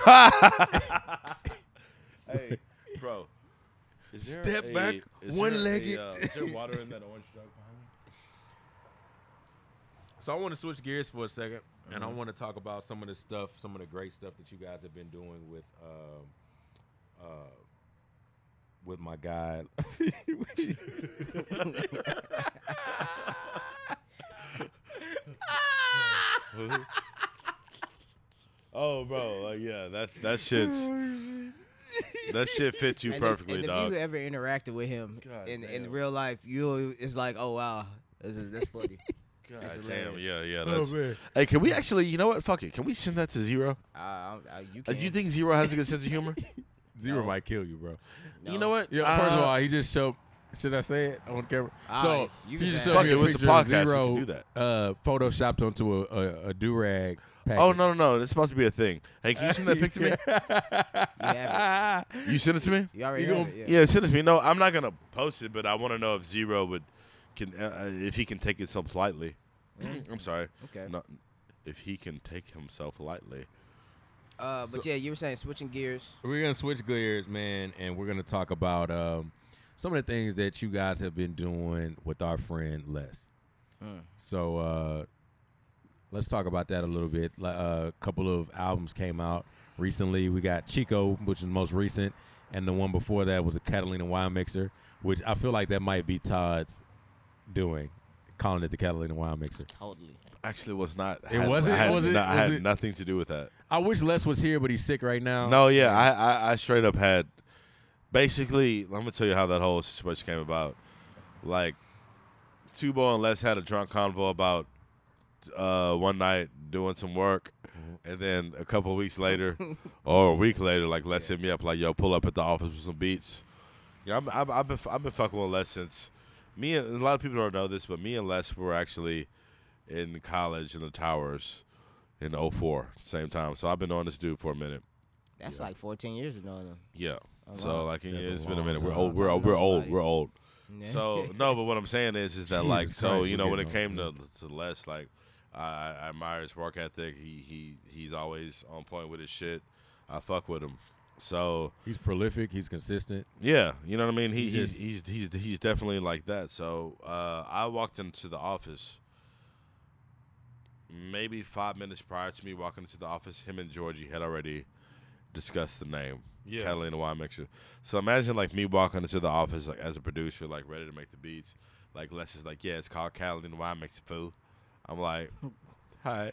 S1: hey, bro. Is there
S3: Step
S1: a-
S3: back,
S1: is there
S3: one-legged.
S1: a, uh, is there water in that orange jug behind me?
S3: So I want to switch gears for a 2nd and I want to talk about some of the stuff, some of the great stuff that you guys have been doing with, um, uh, with my guy.
S1: Oh, bro, like yeah, that's that shit's that shit fits you
S2: And if-
S1: perfectly,
S2: and
S1: dog.
S2: If you ever interacted with him
S1: God
S2: in
S1: damn.
S2: in real life, you it's like, oh wow, this is that's funny.
S1: God
S2: it's
S1: damn,
S2: hilarious.
S1: yeah, yeah.
S3: Oh,
S1: That's,
S3: man.
S1: hey, can we actually? You know what? Fuck it. Can we send that to Zero?
S2: uh, I- I- you
S1: Uh,
S2: can.
S1: you think Zero has a good sense of humor?
S3: Zero
S2: No.
S3: might kill you, bro.
S2: No.
S1: You know what?
S3: Yeah, first of
S1: Uh,
S3: all, he just showed. Should I say it on camera?
S2: Ah,
S3: so
S2: you
S3: he
S2: can
S3: just
S2: say
S3: showed
S2: it.
S3: me
S1: Fuck
S3: a
S1: it, it's a
S3: picture
S1: podcast,
S3: of
S1: we can
S3: zero
S1: do that.
S3: Uh, photoshopped onto a a, a do rag.
S1: Oh no no no! That's supposed to be a thing. Hey, can you send that pic to me?
S2: have
S1: You send it to me?
S2: You already
S3: You
S2: have
S3: gon-
S2: it. Yeah.
S1: Yeah, send it to me. No, I'm not gonna post it, but I want to know if Zero would can uh, if he can take himself lightly.
S3: Mm-hmm.
S1: I'm sorry.
S2: Okay.
S1: No, if he can take himself lightly.
S2: Uh, but yeah, you were saying switching gears.
S3: We're gonna switch gears, man, and we're gonna talk about um, some of the things that you guys have been doing with our friend Les.
S2: Mm.
S3: So uh, let's talk about that a little bit. Li- uh, a couple of albums came out recently. We got Chico, which is the most recent, and the one before that was a Catalina Wine Mixer, which I feel like that might be Todd's doing, calling it the Catalina Wine Mixer.
S2: Totally.
S1: Actually, was not. I
S3: It
S1: had-
S3: wasn't?
S1: I had,
S3: Was it-
S1: no- I
S3: was
S1: had
S3: it-
S1: nothing to do with that.
S3: I wish Les was here, but he's sick right now.
S1: No, yeah, I, I, I straight up had basically, I'm gonna tell you how that whole situation came about. Like, Tubo and Les had a drunk convo about uh, one night doing some work, and then a couple weeks later, or a week later, like Les hit me up like, "Yo, pull up at the office with some beats." Yeah, I'm, I'm, I've been I've been fucking with Les since me and a lot of people don't know this, but me and Les were actually in college in the towers in 04, same time. So I've been on this dude for a minute.
S2: That's like 14 years of knowing him.
S1: Yeah.
S2: Oh,
S1: So
S2: wow.
S1: like yeah,
S3: That's a
S1: it's been a
S3: long
S1: minute. We're
S3: time.
S1: old. We're old. We're old. We're old.
S2: Yeah.
S1: So no, but what I'm saying is, is that
S3: Jesus
S1: like so
S3: Christ,
S1: you
S3: we're
S1: know when it
S3: getting
S1: came to
S3: old,
S1: to Les, like I, I I admire his work ethic. He he he's always on point with his shit. I fuck with him. So
S3: He's prolific. He's consistent.
S1: yeah, you know what I mean. He,
S3: He
S1: he's,
S3: just-
S1: he's he's he's definitely like that. So uh, I walked into the office. Maybe five minutes prior to me walking into the office, him and Georgie had already discussed the name
S4: Yeah.
S1: Catalina Wine Mixer. So imagine like me walking into the office like as a producer, like ready to make the beats. Like Les is like, yeah, it's called Catalina Wine Mixer. Fool. I'm like, hi,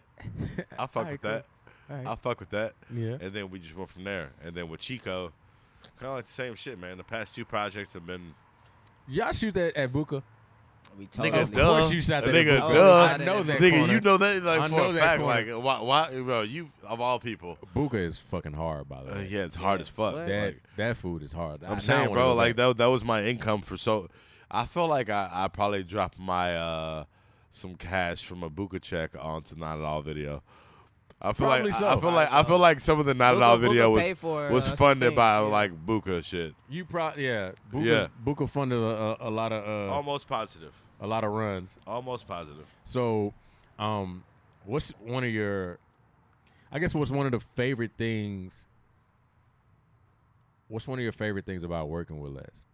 S1: I fuck with that.
S3: Alright.
S1: I fuck with that.
S3: Yeah.
S1: And then we just went from there. And then with Chico, kind of like the same shit, man. The past two projects have been
S3: Y'all shoot that at Buka.
S2: we
S1: nigga,
S2: totally.
S3: Of course
S1: Duh.
S3: you shot that.
S1: Nigga,
S3: at Buka.
S2: duh.
S3: I know that.
S1: nigga.
S3: corner.
S1: You know that like
S3: I
S1: for
S3: know
S1: a
S3: that
S1: fact, like
S3: corner.
S1: why, why, bro? You of all people,
S3: Buka is fucking hard, by the
S1: uh,
S3: way.
S1: yeah, it's hard
S2: Yeah,
S1: as fuck.
S2: what?
S3: That
S1: Uh, Like,
S3: that food is hard. I- now
S1: I'm
S3: I
S1: saying,
S3: wanna
S1: bro,
S3: go
S1: like
S3: back.
S1: that, that was my income for so. I feel like I, I probably dropped my uh some cash from a Buka check onto Not at All video. I feel
S3: Probably
S1: like
S3: so.
S1: I, I feel like I feel like some of the Not at
S2: Buka-
S1: All
S2: Buka
S1: video was
S2: paid for,
S1: was
S2: uh, some
S1: funded
S2: things,
S1: by
S2: yeah.
S1: like Buka shit.
S3: you pro yeah. Buka's,
S1: Yeah.
S3: Buka funded a, a, a lot of uh,
S1: Almost positive.
S3: a lot of runs.
S1: Almost positive.
S3: So, um, what's one of your? I guess what's one of the favorite things? What's one of your favorite things about working with Les?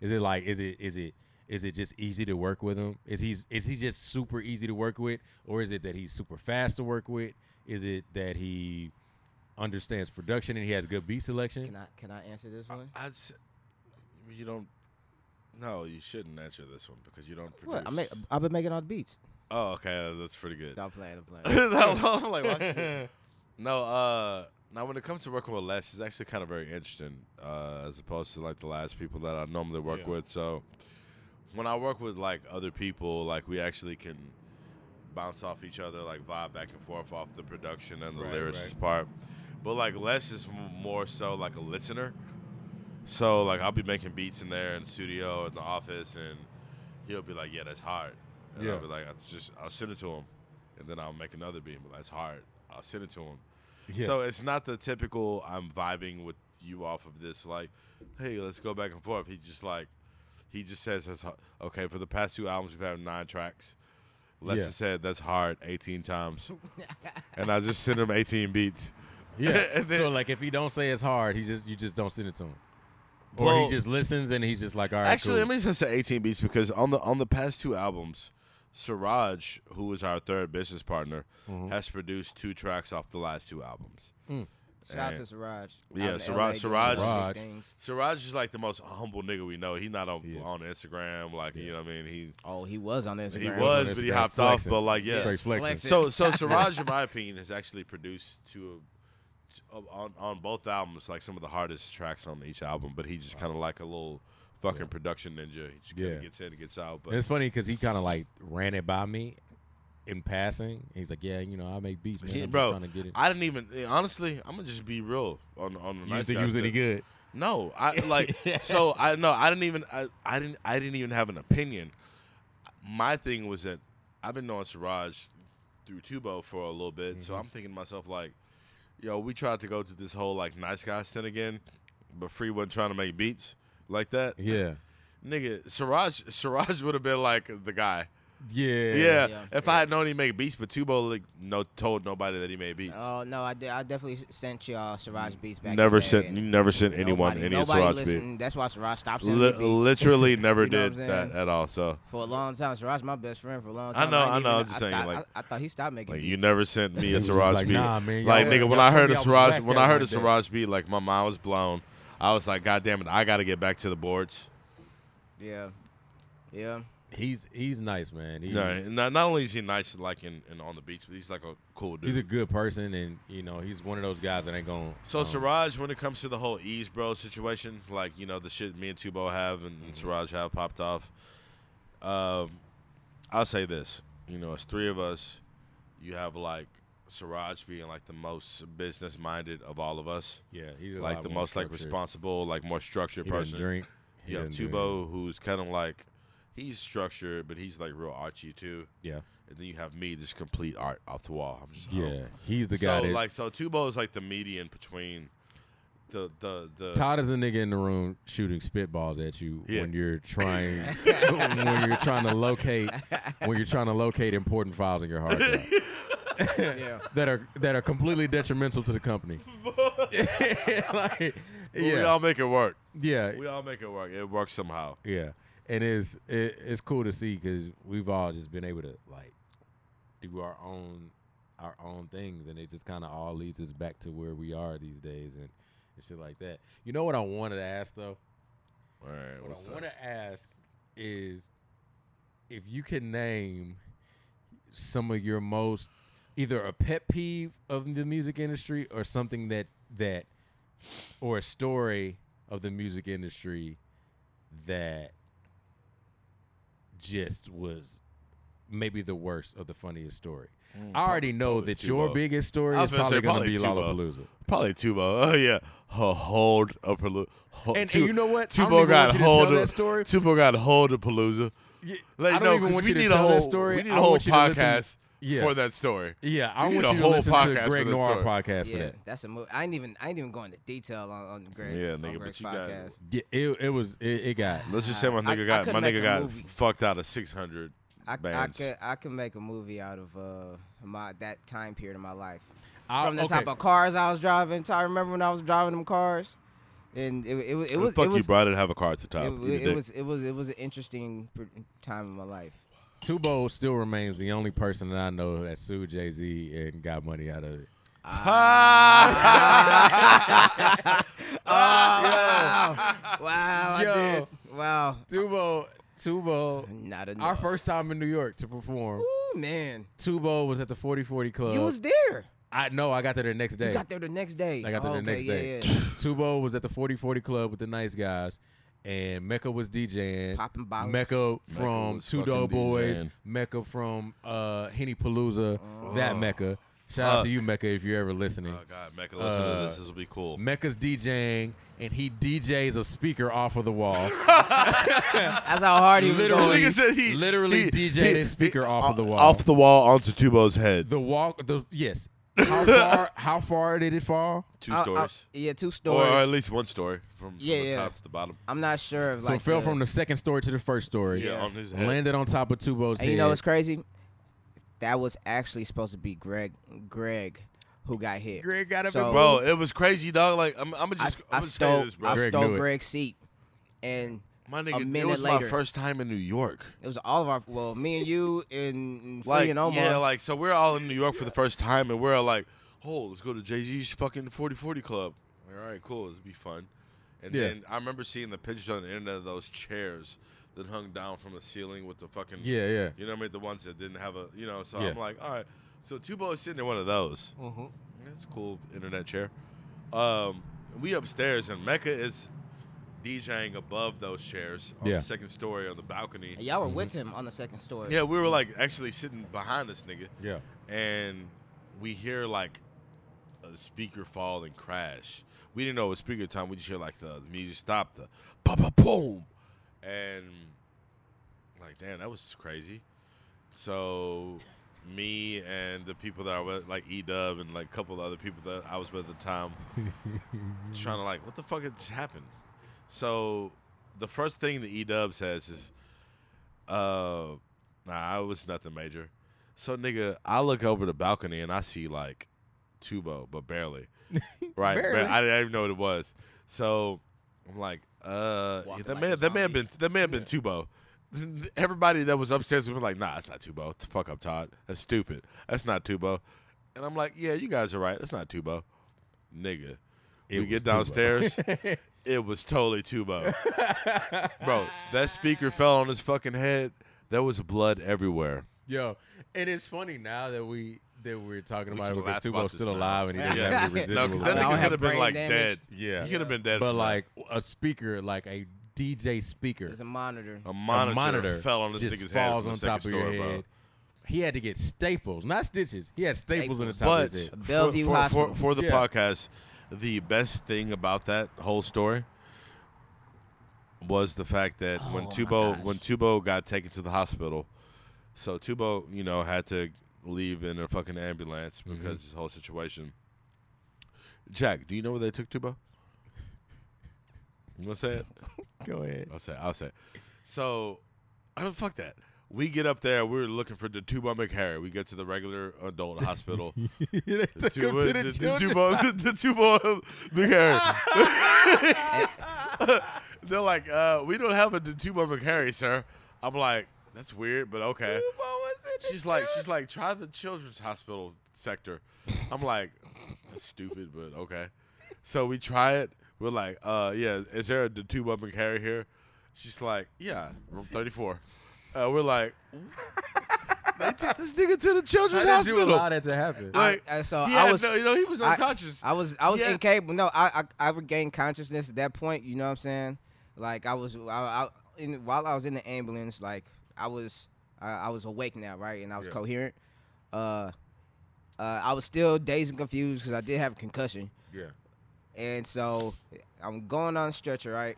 S3: Is it like is it is it is it just easy to work with him? Is he's is he just super easy to work with, or is it that he's super fast to work with? Is it that he understands production and he has good beat
S2: Can
S3: selection?
S2: I can I answer this one?
S1: I'd s- you don't. No, you shouldn't answer this one because you don't produce.
S2: What? I uh, make, I've been making all the beats.
S1: oh, okay, that's pretty good.
S2: Stop playing. I'm playing.
S1: No, I'm like, why should- no, uh, now when it comes to working with Les, it's actually kind of very interesting uh, as opposed to like the last people that I normally work
S4: Yeah.
S1: with. So when I work with like other people, like we actually can bounce off each other, like vibe back and forth off the production and the
S3: Right,
S1: lyricist
S3: right.
S1: part. But like Les is m- more so like a listener. So like I'll be making beats in there in the studio in the office, and he'll be like, "Yeah, that's hard." And
S3: Yeah.
S1: I'll be like, "I just I'll send it to him, and then I'll make another beat. But that's hard. I'll send it to him."
S3: Yeah.
S1: So it's not the typical I'm vibing with you off of this like, hey, let's go back and forth. He just like, he just says that's hard. okay. For the past two albums, we've had nine tracks. Les
S3: Yeah.
S1: has said that's hard 18 times, and I just sent him 18 beats.
S3: Yeah.
S1: And then-
S3: so like if he don't say it's hard, he just you just don't send it to him. Or
S1: Well-
S3: he just listens and he's just like, all right.
S1: Actually,
S3: cool.
S1: let me just say 18 beats because on the on the past two albums, Siraj, who was our third business partner,
S3: Mm-hmm.
S1: has produced two tracks off the last two albums.
S2: Shout out
S1: Hey.
S2: to Siraj.
S1: Yeah,
S2: Out in
S1: Siraj-
S2: LA doing some
S1: Siraj
S2: big
S3: is-
S2: things.
S1: Siraj is like the most humble nigga we know. He's not on
S3: He is.
S1: on Instagram, like you know what I mean. He
S2: Oh, he was on Instagram.
S1: he was, but he
S3: Instagram
S1: hopped
S3: flexing.
S1: off. But like, yeah.
S3: Straight flexing.
S2: flexing.
S1: So so Siraj, in my opinion, has actually produced two of, on on both albums like some of the hardest tracks on each album. But he just kind of like a little fucking production ninja. He just kind of
S3: Yeah.
S1: gets in and gets out.
S3: And
S1: But
S3: it's funny because he kind of like ran it by me in passing. And he's like, yeah, you know, I make beats, man.
S1: he-
S3: I'm
S1: bro,
S3: just trying to get it.
S1: I didn't even eh, honestly. I'm gonna just be real on on the
S3: you
S1: nice
S3: think
S1: guy
S3: he was any
S1: stuff.
S3: good?
S1: No, I like so I no I didn't even I, I didn't I didn't even have an opinion. My thing was that I've been knowing Siraj through Tubo for a little bit,
S3: Mm-hmm.
S1: so I'm thinking to myself like, yo, we tried to go through this whole like nice guys thing again, but Free wasn't trying to make beats like that.
S3: Yeah.
S1: Nigga, Siraj Siraj would have been like the guy.
S3: Yeah.
S1: Yeah,
S2: Yeah.
S1: if I had known he made beats, but Tubo like no told nobody that he made beats.
S2: Oh no, I did. I definitely sent y'all Siraj beats back. in
S1: never
S2: the day,
S1: sent
S2: and
S1: you never sent anyone
S2: nobody,
S1: any of
S2: nobody
S1: Siraj beats.
S2: listened. That's why Siraj stopped sending me
S1: Li-
S2: beats
S1: literally never
S2: You know what
S1: did
S2: I'm
S1: that
S2: saying?
S1: at all. So
S2: for a long time. Siraj, my best friend for a long
S1: I
S2: time.
S1: know,
S2: didn't
S1: I know,
S2: even-
S1: I'm just saying,
S2: stopped-
S1: like-
S2: I, I thought he stopped making.
S1: like
S2: beats.
S1: you never sent me
S3: He
S1: a
S3: was just
S1: Siraj
S3: like,
S1: beat.
S3: "Nah, man,
S1: like
S3: y'all-
S1: nigga, when
S3: y'all
S1: I heard
S3: told me
S1: a
S3: I was
S1: Siraj,
S3: whack
S1: when
S3: that
S1: I heard a
S3: one day.
S1: Siraj beat, like my mind was blown. I was like, God damn it, I got to get back to the boards.
S2: Yeah, yeah.
S3: he's he's nice, man. He,
S1: No, not, not only is he nice like in, in on the beach, but he's like a cool dude.
S3: He's a good person, and you know he's one of those guys that ain't gonna.
S1: so
S3: um,
S1: Siraj, when it comes to the whole ease bro situation, like you know the shit me and Tubo have and,
S3: Mm-hmm.
S1: and Siraj have popped off. Um, I'll say this, you know, as three of us, you have like Siraj being like the most business minded of all of us,
S3: yeah, he's a
S1: like
S3: lot
S1: the
S3: more
S1: most like
S3: structured.
S1: responsible, like more structured
S3: He doesn't
S1: person.
S3: drink. He
S1: You have
S3: doesn't drink.
S1: Tubo, who's kind of like he's structured, but he's like real Archie too.
S3: Yeah,
S1: and then you have me just complete art off the wall. I'm just,
S3: yeah,
S1: oh.
S3: he's the guy
S1: so
S3: that.
S1: like so Tubo is like the median between the the the
S3: Todd is a nigga in the room shooting spitballs at you
S1: Yeah.
S3: when you're trying when you're trying to locate when you're trying to locate important files in your hard drive
S2: yeah.
S3: that are that are completely detrimental to the company. Like,
S1: But we all
S3: yeah,
S1: make it work.
S3: yeah,
S1: We all make it work. It works somehow.
S3: yeah. And it's it, it's cool to see because we've all just been able to like do our own our own things, and it just kind of all leads us back to where we are these days and, and shit like that. You know what I wanted to ask though.
S1: All right,
S3: What
S1: what's
S3: I
S1: that?
S3: want to ask is if you can name some of your most either a pet peeve of the music industry or something that that or a story of the music industry that just was maybe the worst of the funniest story. I already know
S1: probably
S3: that your
S1: Tubo.
S3: biggest story
S1: I was
S3: is
S1: gonna say
S3: probably going to
S1: probably
S3: be
S1: Tubo.
S3: Lollapalooza.
S1: Probably Tubo. Oh yeah, a hold of Palooza.
S3: And, and you know what? I don't
S1: Tubo Oh,
S3: even
S1: got
S3: want you to tell
S1: hold
S3: that
S1: of
S3: story.
S1: Tubo got hold of Palooza.
S3: Yeah,
S1: Like,
S3: I don't
S1: no,
S3: even
S1: 'cause
S3: want
S1: we
S3: you to
S1: need a
S3: tell
S1: whole,
S3: that story.
S1: We need
S3: I
S1: a whole
S3: want you to listen-
S1: podcast
S3: Yeah.
S1: for that story.
S3: Yeah, I
S1: We need
S3: want
S1: a
S3: you to
S1: whole
S3: listen
S1: podcast
S3: to
S1: for
S3: Greg
S1: this
S3: Noir
S1: story.
S3: podcast for
S2: Yeah,
S3: that.
S2: that's a movie. I ain't even I ain't even going into detail on on Greg's,
S1: Yeah,
S2: on
S1: nigga, but
S2: Greg's
S1: you got-
S2: podcast.
S3: Yeah, it, it was it, it got
S1: Let's just say my
S2: I-
S1: nigga
S2: I
S1: got
S2: could
S1: my
S2: make a
S1: nigga got
S2: movie.
S1: fucked out of six hundred
S2: I, I
S1: bands.
S2: could I could make a movie out of uh my that time period of my life.
S3: I-
S2: From the
S3: Oh, okay.
S2: type of cars I was driving. I remember when I was driving them cars, and it it, was it
S1: The
S2: was
S1: fuck
S2: it
S1: you,
S2: was,
S1: bro. I didn't have a car at the
S2: it,
S1: time.
S2: wa- it was it was it was an interesting per- time in my life.
S3: Tubo still remains the only person that I know that sued Jay Z and got money out of it.
S2: wow! Wow! I
S3: Yo.
S2: did. Wow!
S3: Tubo, Tubo,
S2: Not enough.
S3: our first time in New York to perform.
S2: Ooh, man,
S3: Tubo was at the 4040 Club.
S2: you was there.
S3: I know I got there the next day.
S2: You got there the next day.
S3: I got there the
S2: okay,
S3: next
S2: yeah,
S3: day.
S2: Yeah.
S3: Tubo was at the 4040 Club with the nice guys, and Mecca was DJing.
S2: Popping bottles.
S3: Mecca from
S1: was
S3: Two
S1: fucking
S3: Dough Boys.
S1: DJing.
S3: Mecca from uh, Henny Palooza. That
S1: Oh,
S3: Mecca. Shout out to
S1: fuck.
S3: you, Mecca, if you're ever listening.
S1: Oh God, Mecca, listen
S3: Uh,
S1: to this. This will be cool.
S3: Mecca's DJing, and he DJs a speaker off of the wall.
S2: That's how hard he was
S3: Literally.
S2: going.
S1: Nigga said he- uh,
S3: literally DJ'd his speaker off of the wall.
S1: off the wall onto Tubo's head.
S3: the walk, the yes. How far? how far did it fall?
S1: Two
S2: I- I-
S1: stories,
S2: yeah,
S3: uh,
S2: two
S1: or
S2: stories.
S1: at least one story from, from
S2: Yeah,
S1: the
S2: yeah.
S1: top to the bottom.
S2: I'm not sure if
S3: So
S2: like.
S3: it fell
S2: the-
S3: from the second story to the first story.
S1: Yeah,
S2: Yeah.
S1: on his head.
S3: Landed on top of Tubo's
S2: And
S3: head.
S2: you know what's crazy? That was actually supposed to be Greg. Greg, who got hit.
S3: Greg got up
S2: So-
S3: and-
S1: bro, it was crazy, dog. Like I'm, I'm
S2: I,
S1: just,
S2: I
S1: I, am
S2: stole.
S1: this, bro.
S2: I
S3: Greg
S2: stole
S3: knew it.
S2: Greg's seat, and
S1: my
S2: a
S1: nigga, it
S2: minute
S1: was my
S2: later.
S1: first time in New York.
S2: it was all of our. Well, me and you and, and Free
S1: Like,
S2: and Omar.
S1: yeah, like so we're all in New York for the first time, and we're like, oh, let's go to Jay Z's fucking 4040 club. Like, all right, cool, this will be fun. And
S3: Yeah.
S1: then I remember seeing the pictures on the internet of those chairs that hung down from the ceiling with the fucking
S3: Yeah, yeah.
S1: You know what I mean? The ones that didn't have a, you know, so
S3: Yeah.
S1: I'm like, all right. So Tubo is sitting in one of those.
S3: Mhm.
S1: That's a cool internet chair. Um, we upstairs, and Mecca is DJing above those chairs on
S3: Yeah.
S1: the second story on the balcony.
S2: And y'all were with him on the second story.
S1: Yeah, we were like actually sitting behind this nigga,
S3: Yeah.
S1: and we hear like a speaker fall and crash. We didn't know it was speaker time. We just hear like the, the music stop, the pop, pop, boom, and like, damn, that was crazy. So, me and the people that I was like E Dub and like a couple other people that I was with at the time, trying to like, what the fuck had just happened? So, the first thing that E Dub says is, uh, nah, it was nothing major. So, nigga, I look over the balcony and I see like Tubo, but barely. Right?
S3: Barely.
S1: Bar- I didn't even know what it was. So, I'm like, uh,
S2: Walking
S1: that
S2: like
S1: may
S2: a
S1: that may have
S2: zombie.
S1: been that may have been Tubo. Everybody that was upstairs was like, "Nah, it's not Tubo. It's fuck up, Todd. That's stupid. That's not Tubo." And I'm like, "Yeah, you guys are right. That's not Tubo, nigga." we
S3: It was
S1: get
S3: Tubo.
S1: downstairs, it was totally Tubo, bro. That speaker fell on his fucking head. There was blood everywhere.
S3: Yo, and it's funny now that we that we're talking
S1: We
S3: about it
S1: should
S3: because
S1: laugh
S3: Tubo's
S1: about
S3: still
S1: this now.
S3: alive and he doesn't
S1: Yeah.
S3: have any
S1: No,
S3: residual.
S1: because
S2: I
S1: that
S2: don't
S1: nigga
S2: have
S1: could have been
S2: brain
S1: like
S2: damage.
S1: dead.
S3: Yeah.
S1: He could have been dead.
S3: but
S1: from
S3: like a speaker, like a DJ speaker,
S2: There's a monitor.
S1: that. a monitor,
S3: a monitor
S1: fell on this
S3: just
S1: nigga's head
S3: falls
S1: from
S3: on
S1: the
S3: top of
S1: second
S3: your
S1: story,
S3: head.
S1: bro.
S3: He had to get staples, not stitches. He had staples, in the top
S1: But
S3: of his head.
S2: Bellevue
S1: for, for,
S2: Hospital.
S1: for, for the
S3: Yeah.
S1: podcast, the best thing about that whole story was the fact that when
S2: Oh, my
S1: Tubo
S2: gosh.
S1: when Tubo got taken to the hospital, so Tubo you know had to leave in a fucking ambulance
S2: Mm-hmm.
S1: because of this whole situation. Jack, do you know where they took Tubo? You want to say it?
S3: Go ahead.
S1: I'll say. I'll say. So, I don't fuck that. We get up there. We're looking for the Tuba McHarry. We get to the regular adult hospital.
S3: they took him to the, children's
S1: Tuba, the Tuba McHarry. They're like, uh, we don't have a Tuba McHarry, sir. I'm like, that's weird, but okay. She's like, she's like, try the children's hospital sector. I'm like, that's stupid, but okay. So we try it. We're like, uh, yeah, is there a Datuba McHarry here? She's like, yeah, room 34. Uh, we're like, they took this nigga to the children's
S3: How did you
S1: hospital.
S3: allow that to happen?
S1: I-
S2: I, I- so
S1: He
S2: I
S1: had
S2: was
S1: no, you know, he was
S2: I-
S1: unconscious.
S2: I was I was
S1: Yeah.
S2: incapable. No, I, I I regained consciousness at that point. You know what I'm saying? Like I was I, I in while I was in the ambulance, like I was I, I was awake now, right? And I was
S1: Yeah.
S2: coherent. Uh, uh, I was still dazed and confused because I did have a concussion,
S1: yeah.
S2: and so I'm going on a stretcher, right?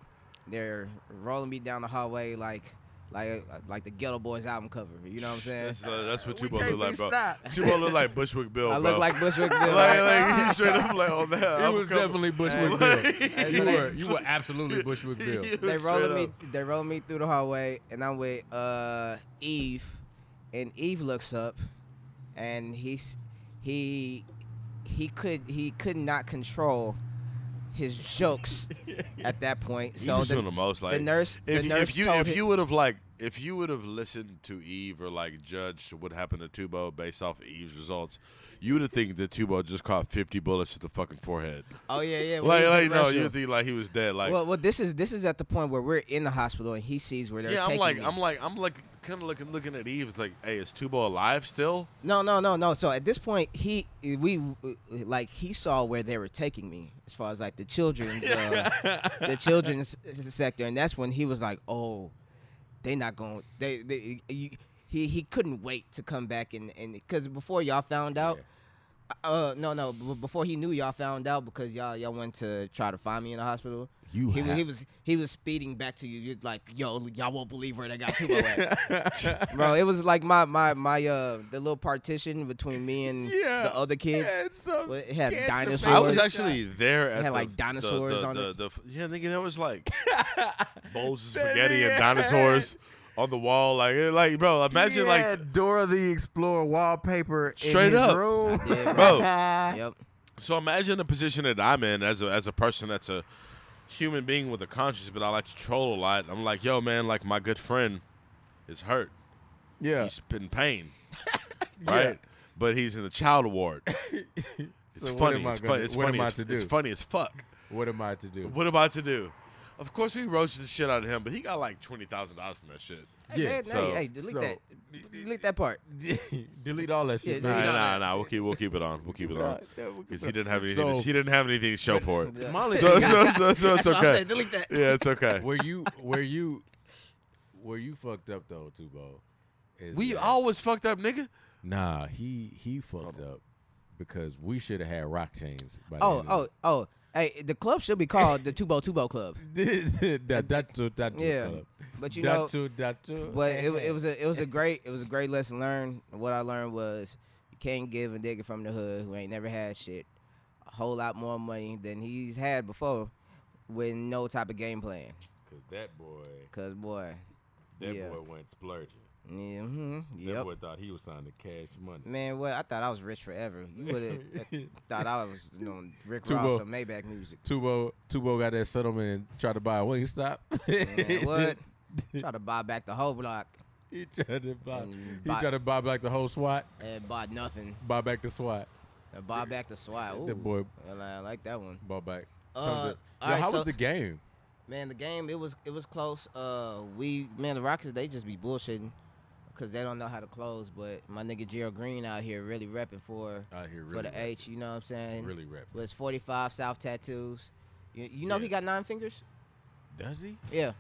S2: They're rolling me down the hallway like like like the Ghetto Boys album cover. You know what I'm saying?
S1: That's, uh, that's what
S3: We
S1: Tubo
S3: can't
S1: look
S3: be
S1: like, bro.
S3: stopped.
S1: Tubo look like Bushwick Bill,
S2: I
S1: bro.
S2: look like Bushwick Bill.
S1: like,
S2: right?
S1: like, he straight up like, oh, man,
S3: It
S1: I'm
S3: was
S1: coming.
S3: definitely Bushwick Bill.
S1: Hey.
S3: You
S2: Hey.
S3: were, you were absolutely Bushwick Bill.
S1: He was
S2: they
S1: straight
S2: rolling
S1: up.
S2: me they rolling me through the hallway and I'm with uh Eve and Eve looks up and he's he he could he could not control his jokes at that point.
S1: He
S2: So
S1: was
S2: the,
S1: doing the most. Like
S2: nurse- the
S1: if, if
S2: nurse
S1: you
S2: told
S1: if
S2: him-
S1: you would have like if you would have listened to Eve or like judged what happened to Tubo based off Eve's results, you would have think that Tubo just caught fifty bullets to the fucking forehead.
S2: oh yeah yeah when
S1: Like
S2: he's in
S1: like no,
S2: restroom.
S1: you would think like he was dead. Like
S2: well well this is this is at the point where we're in the hospital and he sees where they're
S1: yeah, I'm
S2: taking
S1: like
S2: me.
S1: I'm like I'm like kind of looking looking at Eve. It's like, hey, is Tubo alive still?
S2: No, no, no, no. So at this point, he we like he saw where they were taking me as far as like the children's uh, the children's sector, and that's when he was like, "Oh, they not going." They, they you, he he couldn't wait to come back and and because before y'all found out, uh, no, no, b- before he knew y'all found out because y'all y'all went to try to find me in the hospital.
S3: You
S2: He, wa-
S3: ha-
S2: he was he was speeding back to you. You're like, yo, y'all won't believe where they got Tubo at, bro. It was like my my my uh the little partition between me and
S3: Yeah.
S2: the other kids.
S3: Yeah, it's some
S2: Well, it had
S3: cancer
S2: dinosaurs.
S1: I was
S2: Swords.
S1: actually there at
S2: had,
S1: the,
S2: like,
S1: the-
S2: dinosaurs
S1: the,
S2: on
S1: the,
S2: it.
S1: the- yeah, nigga, there was like bowls of
S3: That
S1: spaghetti and
S3: nigga
S1: dinosaurs on the wall. Like, it- like, bro, imagine
S3: He
S1: like
S3: had Dora the Explorer wallpaper in
S1: Straight
S3: his
S1: up.
S3: room.
S2: Yeah,
S1: Bro.
S2: Yep.
S1: So imagine the position that I'm in as a as a person that's a human being with a conscience, but I like to troll a lot. I'm like, yo, man, like my good friend is hurt.
S3: yeah.
S1: He's in pain, right? But he's in the child ward. It's
S3: So what
S1: funny.
S3: am I
S1: It's,
S3: gonna-
S1: funny. it's
S3: what
S1: funny.
S3: am I
S1: as-
S3: to
S1: It's
S3: do?
S1: funny as fuck.
S3: What am I to do?
S1: What am I to do? Of course, we roasted the shit out of him, but he got like twenty thousand dollars from that shit.
S2: Hey,
S3: Yeah,
S2: man,
S1: so-
S2: hey, hey, delete
S3: so-
S2: that. Delete that part.
S3: Delete all that
S2: Yeah,
S3: shit.
S2: Nah,
S1: Nah,
S2: delete
S3: man.
S2: all
S1: nah,
S2: that.
S1: nah. We'll keep. We'll keep it on. We'll keep it on.
S3: Nah, nah, we
S1: Because
S3: can-
S1: he didn't have anything. to,
S3: So-
S1: he didn't have anything to show for it.
S3: Molly,
S1: So, so, so, so it's
S2: that's what I
S1: okay.
S2: said. Delete that.
S1: Yeah, it's okay.
S3: were you were you were you fucked up though, Tubo? Is
S1: We
S3: that-
S1: always fucked up, nigga.
S3: nah. He he fucked up because we should have had rock chains. By the
S2: Oh,
S3: end of
S2: oh, oh. Hey, the club should be called the Tubo Tubo Club.
S3: it. that that too that too.
S2: oh. Yeah,
S3: club.
S2: but you
S3: that
S2: know-
S3: too, that too.
S2: But it, wa- it was a it was a great it was a great lesson learned. And What I learned was you can't give a nigga from the hood who ain't never had shit a whole lot more money than he's had before with no type of game plan.
S3: because that boy
S2: Cause boy,
S3: that
S2: Yeah.
S3: boy went splurging.
S2: yeah, mhm,
S3: That
S2: yep.
S3: boy thought he was signing cash money.
S2: Man, what I thought I was rich forever. You would have thought I was you know, Rick
S3: Too
S2: Ross
S3: well.
S2: or Maybach music.
S3: Tubo Tubo got that settlement and tried to buy a Wingstop.
S2: Man, what? Try to buy back the whole block
S3: He tried to buy.
S2: And you
S3: He
S2: Mm, buy-
S3: tried to buy back the whole SWAT.
S2: and bought nothing.
S3: Buy back the SWAT.
S2: And bought back the SWAT. Ooh,
S3: That boy
S2: I li- I like that one.
S3: bought back. Tons
S2: Uh,
S3: of,
S2: all
S3: Yo,
S2: right,
S3: how
S2: so-
S3: was the game?
S2: Man, the game it was it was close. Uh, we man the Rockets they just be bullshitting. because they don't know how to close. But my nigga Gerald Green out here really repping for
S3: Out here
S2: for
S3: really
S2: the
S3: repping.
S2: H. You know what I'm saying?
S3: Really repping.
S2: Was 45 South tattoos. You, you know
S3: Yeah.
S2: he got nine fingers.
S3: Does he?
S2: Yeah.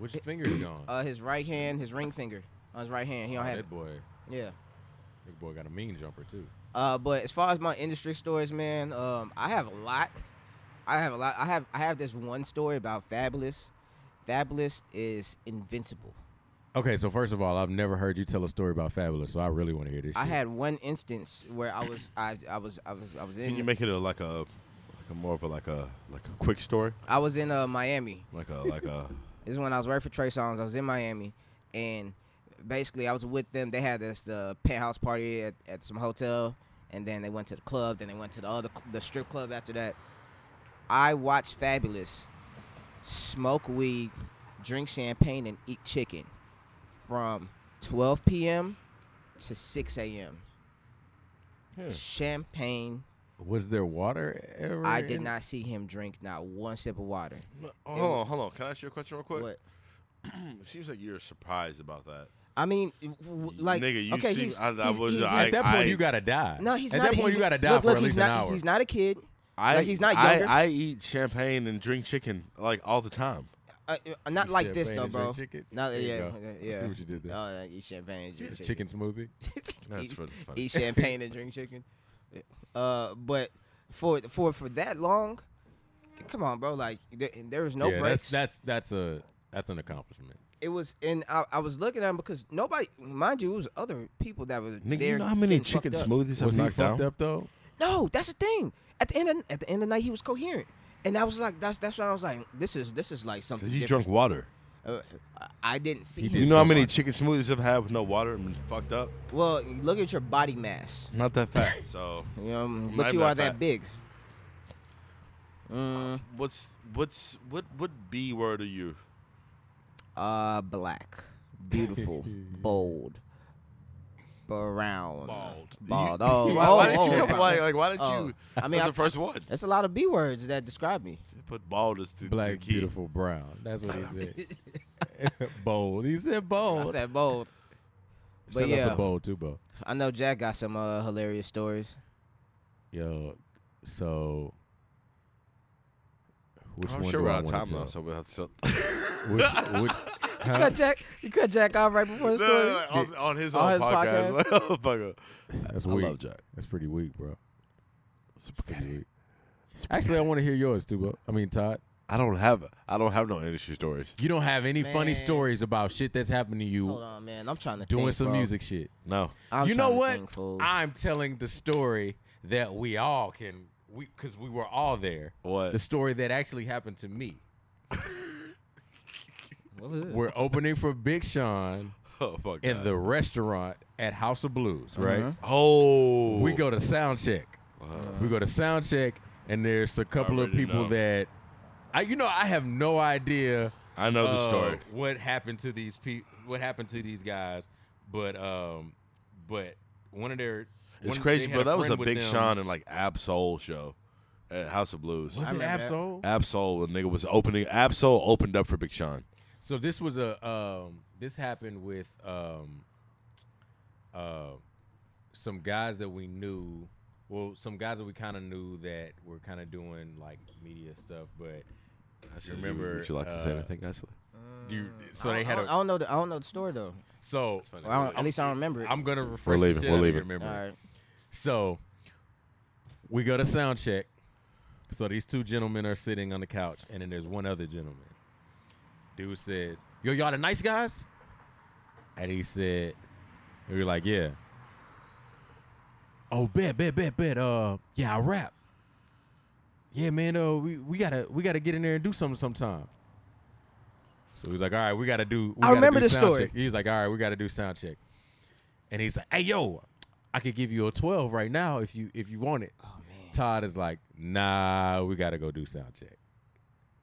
S3: Which finger's gone?
S2: Uh, his right hand, his ring finger on his right hand. He don't
S3: Oh,
S2: have it.
S3: that boy.
S2: Yeah.
S3: That boy got a mean jumper too.
S2: Uh, but as far as my industry stories, man, um, I have a lot. I have a lot. I have I have this one story about Fabulous. Fabulous is invincible.
S3: Okay, so first of all, I've never heard you tell a story about Fabulous, so I really want to hear this.
S2: I
S3: shit.
S2: had one instance where I was I, I was I was I was
S1: Can you
S2: in
S1: make it a, like a like a more of a like a like a quick story?
S2: I was in uh, Miami.
S1: Like a like a
S2: This is when I was working for Trey Songs. I was in Miami, and basically I was with them. They had this uh, penthouse party at, at some hotel, and then they went to the club. Then they went to the other cl- the strip club after that. I watched Fabulous smoke weed, drink champagne, and eat chicken from 12 p.m. to 6 a.m.
S1: Hmm.
S3: Yeah.
S2: Champagne.
S3: Was there water ever?
S2: I did
S3: in-
S2: not see him drink not one sip of water.
S1: Oh, hold on, hold on. Can I ask you a question real quick?
S2: What?
S1: It seems like you're surprised about that.
S2: I mean, w- w- like,
S1: Nigga, you
S2: okay,
S1: seem-
S2: he's,
S1: I- I
S2: he's-
S1: was-
S2: he's-
S1: I-
S3: At that point,
S1: I-
S3: you gotta die.
S2: No, he's
S3: At
S2: not.
S3: that point,
S2: he's-
S3: you gotta die
S2: look,
S3: for
S2: look,
S3: at least
S2: he's
S3: an
S2: not,
S3: hour.
S2: He's not a kid.
S1: I
S2: Like, he's not
S1: I-
S2: younger?
S1: I, eat champagne and drink chicken like all the time.
S2: Uh, uh, not
S3: You
S2: like
S3: said
S2: this
S3: pan
S2: though,
S3: and drink
S2: bro.
S3: chicken?
S2: No,
S3: There you
S2: yeah,
S3: go.
S2: yeah,
S3: I see
S2: yeah.
S3: what you did there.
S2: Oh, uh, eat champagne and drink chicken.
S3: Chicken smoothie.
S1: That's
S2: eat,
S1: funny. it's funny.
S2: eat champagne and drink chicken. Uh, but for for for that long, come on, bro. Like there, there was no
S3: yeah,
S2: breaks.
S3: that's that's that's a that's an accomplishment.
S2: it was, and I, I was looking at him because nobody, mind you, it was other people that were
S1: Nigga,
S2: there.
S1: you know how many
S2: getting fucked
S1: chicken
S2: up.
S1: smoothies I've
S3: Was he
S1: knocked
S3: fucked
S1: down?
S3: up though?
S2: No, that's the thing. At the end, of, at the end of the night, he was coherent, and I was like, that's that's why I was like, this is this is like something.
S1: Cause he
S2: different.
S1: drunk water.
S2: Uh, I- I didn't see
S3: He
S2: him.
S3: did
S1: You know how
S3: so
S1: many
S3: much.
S1: chicken smoothies I've had with no water and been fucked up?
S2: Well, you look at your body mass.
S1: Not that fat. so
S2: You know,
S1: not
S2: but
S1: even
S2: you are
S1: that
S2: that
S1: fat.
S2: big. Mm,
S1: what's what's what what B word are you?
S2: uh, black, beautiful, bold, brown,
S1: Bald.
S2: bald. Oh,
S1: why,
S2: oh,
S1: why did you
S2: oh,
S1: come
S2: oh.
S1: like, like why did
S2: Oh.
S1: you?
S2: I mean,
S1: that's
S2: I-
S1: the first one.
S2: That's a lot of B words that describe me.
S1: Put bald as the, the
S3: Black,
S1: key.
S3: beautiful, brown. That's what he said. bold. He said bold.
S2: I said bold. But
S3: Shout out to
S2: yeah,
S3: bold too, bold.
S2: I know Jack got some uh, hilarious stories.
S3: Yo, so which
S1: I'm
S3: one
S1: sure
S3: do
S1: we're
S3: I
S1: out of
S3: wanna
S1: time now,
S3: tell?
S1: so we'll have to.
S3: Which, which,
S2: You
S3: huh?
S2: cut Jack. You cut Jack out right before the
S1: No,
S2: story.
S1: no, no, on, on his
S2: On
S1: own
S2: his
S1: podcast. Motherfucker.
S3: That's
S1: I
S3: weak.
S1: love Jack.
S3: That's pretty weak, bro. Pretty weak. Actually, I want to hear yours too, bro. I mean, Todd.
S1: I don't have I don't have no industry stories.
S3: You don't have any funny
S2: Man.
S3: stories about shit that's happened to you
S2: Hold on, man. I'm trying to
S3: doing
S2: think,
S3: some
S2: bro.
S3: music shit.
S1: No.
S2: I'm
S3: you know
S2: trying to
S3: what?
S2: think, fool.
S3: I'm telling the story that we all can, we because we were all there.
S1: What?
S3: The story that actually happened to me.
S2: What was it?
S3: We're opening for Big Sean
S1: Oh fuck.
S3: in
S1: God.
S3: the restaurant at House of Blues, right?
S2: Mhm.
S1: oh.
S3: We go to sound check.
S2: Uh-huh.
S3: We go to sound check, and there's a couple of
S1: Already
S3: people
S1: know.
S3: that, I you know, I have no idea
S1: I know the
S3: uh,
S1: story.
S3: What happened to these people? What happened to these guys? But um, but one of their
S1: It's
S3: one-
S1: crazy,
S3: they
S1: bro.
S3: had
S1: That was a
S3: friend with
S1: Big
S3: them.
S1: Sean and like Absol show at House of Blues.
S3: Was it
S2: remember that.
S3: Absol?
S1: Absol, the nigga was opening. Absol opened up for Big Sean.
S3: So this was a um, this happened with um, uh, some guys that we knew. Well, some guys that we kind of knew that were kind of doing like media stuff, but remember,
S1: Would you like to say
S3: uh,
S1: anything, Ashley?
S3: do you, so
S2: I
S3: they
S2: don't-
S3: had
S2: Uh, I don't, I
S3: a
S2: don't know. The, I don't know the story though.
S3: so
S2: Or I don't, at least I don't remember it.
S3: I'm gonna refresh.
S1: leaving,
S3: The shit
S1: we're
S3: out of you,
S1: leaving.
S3: Remember,
S2: All right.
S3: So we go to sound check. So these two gentlemen are sitting on the couch, and then there's one other gentleman. Dude says, "Yo, y'all the nice guys?" And he said, "We were like, yeah." Oh, bet, bet, bet, bet. Uh, yeah, I rap. Yeah, man. Uh, we, we gotta we gotta get in there and do something sometime. So he was like, "All right, we gotta do." We
S2: I
S3: gotta
S2: remember
S3: do
S2: this
S3: sound
S2: story.
S3: check." He was like, "All right, we gotta do sound check." And he's like, "Hey, yo, I could give you a 12 right now if you if you want it.
S2: Oh man.
S3: Todd is like, nah, we gotta go do sound check.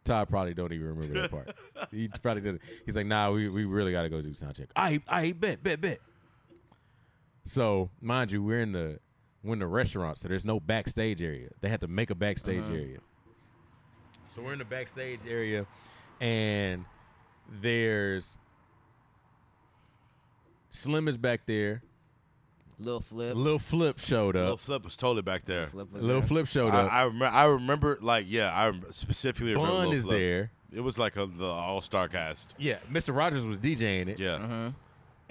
S3: Todd probably don't even remember that part. He probably doesn't. He's like, nah, we, we really gotta go do sound check. I I bet, bet, bet. So mind you, we're in the we're in the restaurant, so there's no backstage area. They had to make a backstage
S1: Uh-huh.
S3: area. So we're in the backstage area and there's Slim is back there.
S2: Little flip.
S3: Lil Flip showed
S1: Lil
S3: up.
S1: Flip was totally back there.
S2: flip was
S3: Lil
S2: there.
S3: Flip showed
S1: I,
S3: up.
S1: I, remember, I remember, like, yeah, I rem- specifically remember
S3: Bun
S1: Lil
S3: is
S1: Flip.
S3: there.
S1: It was like a, the all star cast.
S3: Yeah, Mr. Rogers was DJing it,
S1: Yeah,
S2: Mm-hmm.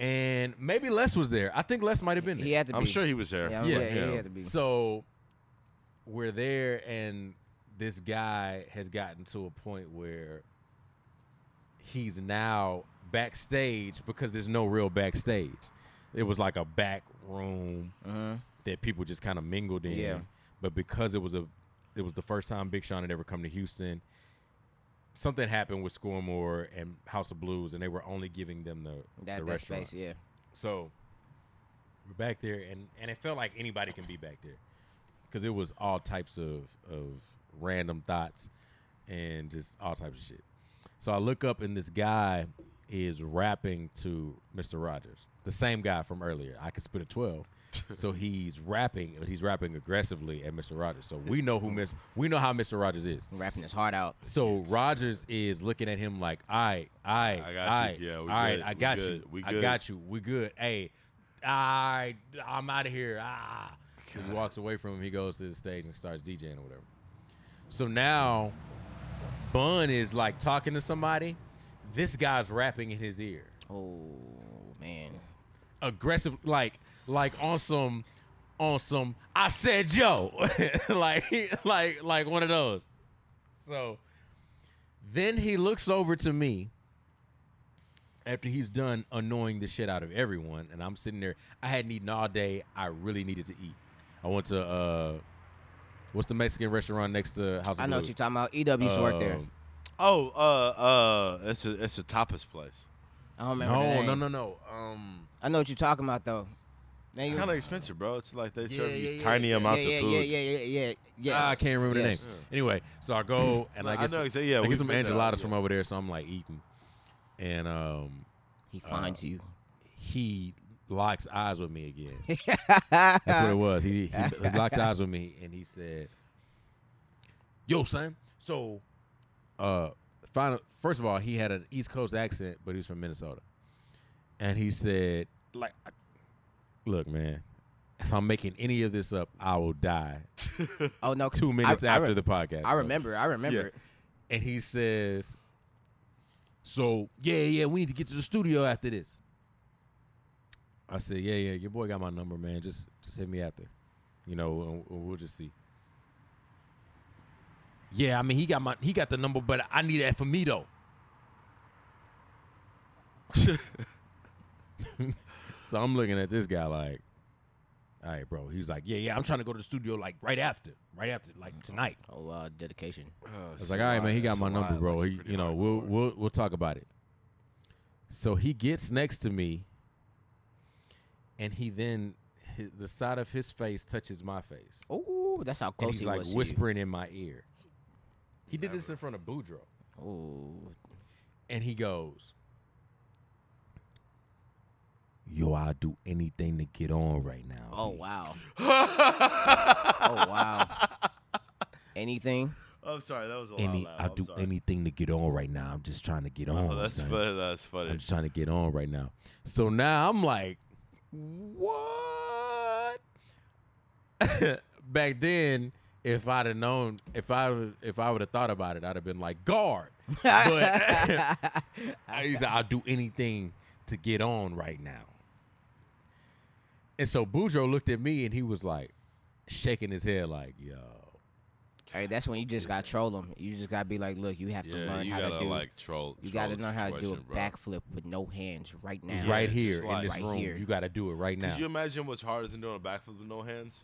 S3: and maybe Les was there. I think Les might have been there.
S2: He had to be.
S1: I'm sure he was there.
S2: Yeah, yeah,
S3: Yeah.
S2: yeah, he
S1: Yeah.
S2: had to be.
S3: So we're there, and this guy has gotten to a point where he's now backstage because there's no real backstage. It was like a back room
S2: Mhm.
S3: that people just kind of mingled in.
S2: Yeah.
S3: But because it was a, it was the first time Big Sean had ever come to Houston. Something happened with Scoremore and House of Blues, and they were only giving them the the
S2: That, that
S3: restaurant.
S2: space, yeah.
S3: So we're back there, and and it felt like anybody can be back there because it was all types of of random thoughts and just all types of shit. So I look up, and this guy is rapping to Mr. Rogers, the same guy from earlier. I could spit a twelve. so he's rapping, but he's rapping aggressively at Mr. Rogers. So we know who Miss, we know how Mr. Rogers is.
S2: Rapping his heart out.
S3: So Rogers is looking at him like, "All right, all right,
S1: I got
S3: all
S1: you.
S3: right,
S1: Yeah, we
S3: all right,
S1: good.
S3: I
S1: We
S3: got
S1: good.
S3: you,
S1: We
S3: I
S1: good."
S3: got you, we good. Hey, all right, I'm out of here. Ah." He walks away from him. He goes to the stage and starts DJing or whatever. So now, Bun is like talking to somebody. This guy's rapping in his ear,
S2: Oh, man.
S3: aggressive, like like on some on some. I said yo, like like like one of those. So then he looks over to me after he's done annoying the shit out of everyone, and I'm sitting there. I hadn't eaten all day. I really needed to eat. I went to uh, what's the Mexican restaurant next to House of
S2: I know what
S3: Blues?
S2: you're talking about. EW used to work there.
S3: Um,
S1: Oh, uh, uh, it's a it's a tapas place.
S2: I don't remember. the
S3: No,
S2: name.
S3: no, no, no. Um,
S2: I know what you're talking about, though. Now you-
S1: Kind of expensive, bro. It's like they serve
S3: Yeah,
S1: you
S3: yeah, yeah,
S1: tiny
S3: yeah.
S2: yeah,
S1: amounts
S2: yeah,
S1: of food.
S2: yeah, yeah, yeah, yeah. Yes.
S3: I can't remember
S2: Yes.
S3: the name. Anyway, so I go and
S1: No,
S3: I
S1: I
S3: get
S1: know
S3: some,
S1: exa- yeah,
S3: I get
S1: we've
S3: some
S1: been there,
S3: enchiladas
S1: yeah.
S3: from over there, so I'm like eating, and um,
S2: He finds you.
S3: he locks eyes with me again. That's what it was. He, he, he locked eyes with me and he said, "Yo, son. So, uh, final. First of all, he had an East Coast accent, but he was from Minnesota, and he said, like, I- look, man." If I'm making any of this up, I will die.
S2: oh, no. 'cause
S3: Two minutes
S2: I, I
S3: after
S2: re-
S3: the podcast.
S2: I
S3: bro.
S2: remember. I remember. it.
S3: And he says, "So yeah, yeah, we need to get to the studio after this." I said, "Yeah, yeah, your boy got my number, man. Just just hit me after, you know, and we'll- we'll just see." Yeah, I mean, he got my he got the number, but I need that for me though. so I'm looking at this guy like, "All right, bro." He's like, "Yeah, yeah, I'm trying to go to the studio like right after, right after, like tonight."
S2: Oh, uh, dedication.
S1: Oh,
S3: I was like, all right, man, he got my number, bro. He, you know, we'll we'll we'll talk about it. So he gets next to me, and he then hi the side of his face touches my face,
S2: Oh, that's how
S3: and
S2: close
S3: he's
S2: he
S3: like
S2: was. to you.
S3: whispering in my ear. He did this in front of Boudreaux,
S2: Oh,
S3: and he goes, "Yo, I'll do anything to get on right now."
S2: oh
S3: B."
S2: wow. oh wow. Anything?
S1: I'm sorry, that was a loud
S3: Any,
S1: laugh.
S3: I'll
S1: I'm
S3: do
S1: sorry.
S3: anything to get on right now. I'm just trying to get on.
S1: Oh, that's
S3: son.
S1: funny. That's
S3: I'm
S1: funny.
S3: just trying to get on right now. So now I'm like, what? Back then, if I'd have known, if I would- if I would have thought about it, I'd have been like guard. But I used to, I'll do anything to get on right now. And so Boudreaux looked at me and he was like, shaking his head like, yo.
S2: Hey, that's when you just got to troll him. You just got to be like, look, you have to
S1: Yeah,
S2: learn
S1: you
S2: how
S1: gotta
S2: to do.
S1: like troll.
S2: you
S1: got
S2: got
S1: to
S2: to learn how to do a
S1: bro.
S2: backflip with no hands right now.
S1: Yeah,
S3: right
S1: just
S3: here
S1: like-
S3: in this
S2: Right
S3: room.
S2: here.
S3: You got to do it right now.
S1: Could you imagine what's harder than doing a backflip with no hands?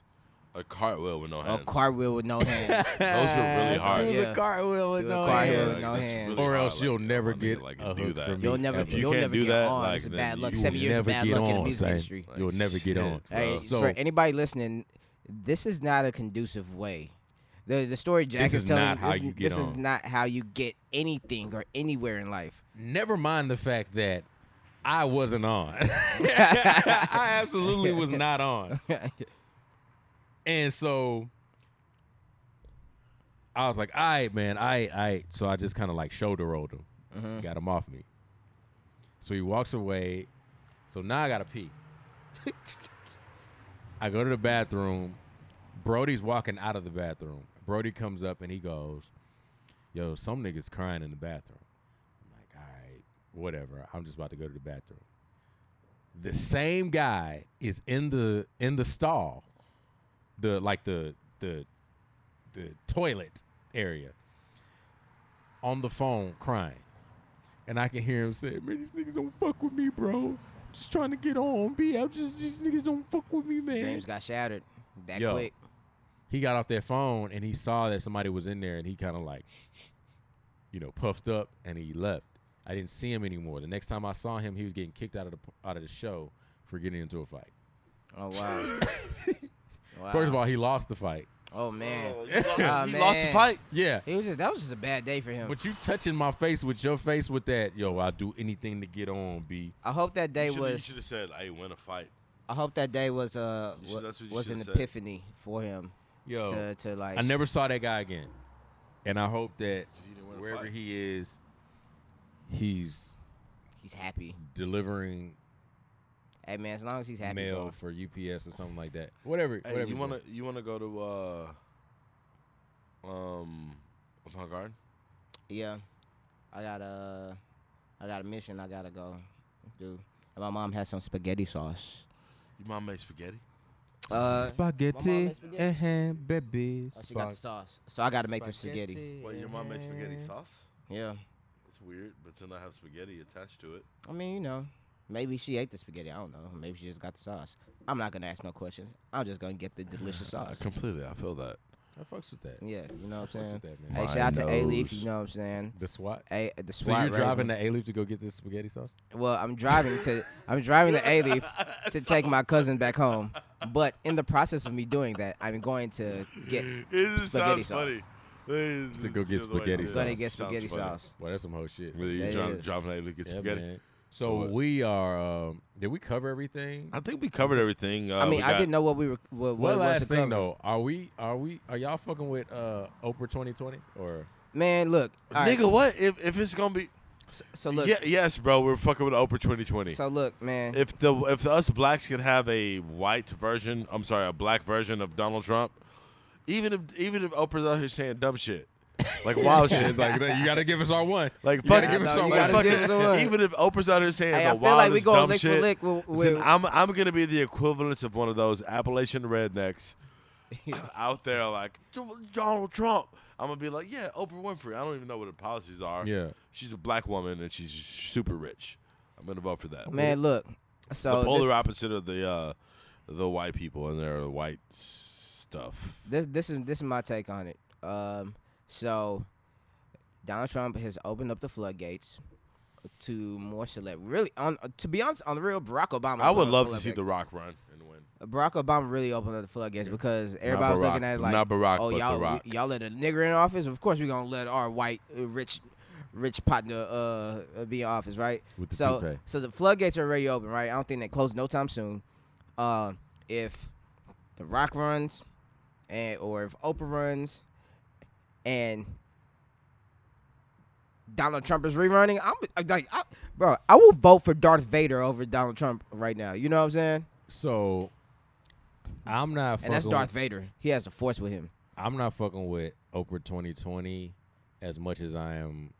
S1: A cartwheel with no
S2: A
S1: hands.
S2: cartwheel with no hands.
S1: Those are really hard.
S3: Do the
S2: Yeah.
S3: cartwheel with
S2: Do the
S3: no
S2: cartwheel
S3: hands.
S2: with no
S1: that's
S2: hands.
S1: really
S3: Or
S1: hard,
S3: else
S1: like,
S3: you'll
S1: if
S3: never
S1: my nigga,
S3: get
S1: like,
S3: a
S1: do
S3: hook
S1: that.
S3: from me.
S2: You'll never,
S1: If you
S2: you will
S1: can't
S2: never
S1: do
S2: get
S1: that,
S2: on.
S1: like,
S2: it's a
S1: then
S2: bad luck.
S1: you
S2: Seven
S1: will
S2: years of
S3: never
S2: bad
S3: get
S2: luck in the
S3: on,
S2: music
S3: son.
S2: industry.
S3: You'll
S1: Like,
S3: never get
S1: shit,
S3: on.
S1: bro.
S2: Hey,
S3: So-
S2: for anybody listening, this is not a conducive way. The the story Jack
S3: This
S2: is
S3: is
S2: telling
S3: not how
S2: this,
S3: you get
S2: this is
S3: on.
S2: not how you get anything or anywhere in life.
S3: Never mind the fact that I wasn't on. I absolutely was not on. And so I was like, all right, man, all right, all right. So I just kind of like shoulder rolled him, got him off me. So he walks away, So now I gotta pee. I go to the bathroom. Brody's walking out of the bathroom. Brody comes up and he goes, Yo, some niggas crying in the bathroom. I'm like, all right, whatever. I'm just about to go to the bathroom. The same guy is in the in the stall, the like the the the toilet area on the phone crying. And I can hear him say, Man, these niggas don't fuck with me, bro. I'm just trying to get on, B. I'm just these niggas don't fuck with me, man.
S2: James got shattered that
S3: Yo.
S2: quick.
S3: he got off their phone and he saw that somebody was in there and he kind of like you know puffed up and he left i didn't see him anymore the next time i saw him he was getting kicked out of the p- out of the show for getting into a fight
S2: Oh wow. wow.
S3: first of all he lost the fight
S2: Oh man.
S1: Oh, he lost,
S2: Ah,
S1: he lost the
S2: man.
S1: fight.
S3: yeah
S2: It was just, that was just a bad day for him.
S3: but you touching my face with your face with that yo i'll do anything to get on b
S2: I hope that day
S1: you shoulda- You
S2: was.
S1: should have said, "Hey, win a fight."
S2: I hope that day was uh
S1: You should-
S2: wa-
S1: that's what you
S2: was an
S1: shoulda said.
S2: epiphany for him
S3: yo
S2: to to like.
S3: i never saw that guy again and i hope that
S1: He didn't win a
S3: wherever
S1: fight.
S3: he is he's
S2: he's happy.
S3: delivering
S2: Hey man, as long as he's happy. bro.
S3: mail for UPS or something like that. Whatever.
S1: Hey,
S3: whatever
S1: you
S3: it
S1: wanna
S3: was.
S1: you wanna go to uh, um, what's my garden?
S2: Yeah. I got a I got a mission. I gotta go do. And my mom has some spaghetti sauce.
S1: Your mom made spaghetti.
S2: Uh, my mom
S3: spaghetti,
S2: makes spaghetti.
S3: and ham, baby.
S2: oh, she got the sauce, so I gotta make some spaghetti.
S1: Wait, your mom made spaghetti sauce?
S2: Yeah.
S1: It's weird, but to not have spaghetti attached to it.
S2: I mean, you know, maybe she ate the spaghetti. I don't know. Maybe she just got the sauce. I'm not gonna ask no questions. I'm just gonna get the delicious sauce.
S1: Ah, completely, I feel that.
S3: I fucks with that.
S2: Yeah, you know
S3: I
S2: what I'm
S3: fucks
S2: saying.
S3: with that,
S2: Hey,
S3: man.
S2: shout out to A
S1: knows.
S2: Leaf. You know what I'm saying.
S3: The SWAT.
S2: Hey, the SWAT.
S3: So you're
S2: raised
S3: driving
S2: me.
S3: to A Leaf to go get this spaghetti sauce?
S2: Well, I'm driving to. I'm driving to A Leaf to take my cousin back home. But in the process of me doing that, I'm going to get.
S1: It just
S2: Spaghetti
S1: sounds
S2: sauce.
S1: funny. It's
S3: To go get
S1: just the way
S3: spaghetti
S1: it
S2: I'm
S1: is.
S2: gonna
S3: sauce.
S2: get
S1: Sounds
S2: spaghetti
S1: funny.
S2: sauce.
S3: Well, that's some whole shit.
S1: Really, you
S2: Yeah,
S1: driving,
S2: yeah.
S1: driving there to get
S3: Yeah,
S1: spaghetti.
S3: man. So
S1: What?
S3: we are. Um, did we cover everything?
S1: I think we covered everything. Uh,
S2: I mean,
S1: we
S2: I
S1: got-
S2: didn't know what we were. What, what
S3: One
S2: it was
S3: last
S2: to
S3: thing
S2: cover.
S3: though. Are we? Are we? Are y'all fucking with uh, Oprah 2020 or?
S2: Man, look. all right,
S1: Nigga, what if if it's gonna be?
S2: So look.
S1: yeah, yes, bro, we're fucking with Oprah 2020.
S2: So look, man.
S1: if the if the us blacks could have a white version, I'm sorry, a black version of Donald Trump, even if even if Oprah's out here saying dumb shit, like wild shit,
S3: It's like you gotta give us our one.
S1: Like
S3: You
S1: fuck
S3: gotta
S1: it,
S3: give us
S2: no,
S3: our
S2: you
S1: like,
S2: gotta
S3: one.
S1: fuck
S2: give us a
S1: it.
S2: word.
S1: Even if Oprah's out here saying
S2: hey, I
S1: the
S2: feel like
S1: wildest
S2: we going
S1: dumb
S2: lick
S1: shit,
S2: for lick. With,
S1: then
S2: with,
S1: I'm I'm gonna be the equivalent of one of those Appalachian rednecks out there like Donald Trump. I'm gonna be like, yeah, Oprah Winfrey. I don't even know what her policies are.
S3: Yeah.
S1: she's a black woman and she's super rich. I'm gonna vote for that.
S2: man, look. So
S1: the polar
S2: this-
S1: opposite of the uh, the white people and their white stuff.
S2: this this is this is my take on it. Um, so Donald Trump has opened up the floodgates to more celeb. Really, on to be honest, on the real, Barack Obama.
S1: I would
S2: opened up
S1: love
S2: the
S1: to see The Rock
S2: floodgates.
S1: run and win.
S2: Barack Obama really opened up the floodgates because everybody was
S1: Barack.
S2: looking at it like,
S1: Not Barack,
S2: oh
S1: but The
S2: y'all
S1: Rock."
S2: y'all let a nigger in office. Of course we're gonna let our white uh, rich rich partner uh uh, be in office, right?
S3: With the
S2: so
S3: toupee.
S2: so the floodgates are already open, right? I don't think they close no time soon. Uh, if the Rock runs, and or if Oprah runs, and Donald Trump is rerunning, I'm I'm like, I, bro, I will vote for Darth Vader over Donald Trump right now. You know what I'm saying?
S3: So I'm not.
S2: And that's
S3: fucking
S2: Darth Vader. He has the force with him.
S3: I'm not fucking with Oprah 2020 as much as I am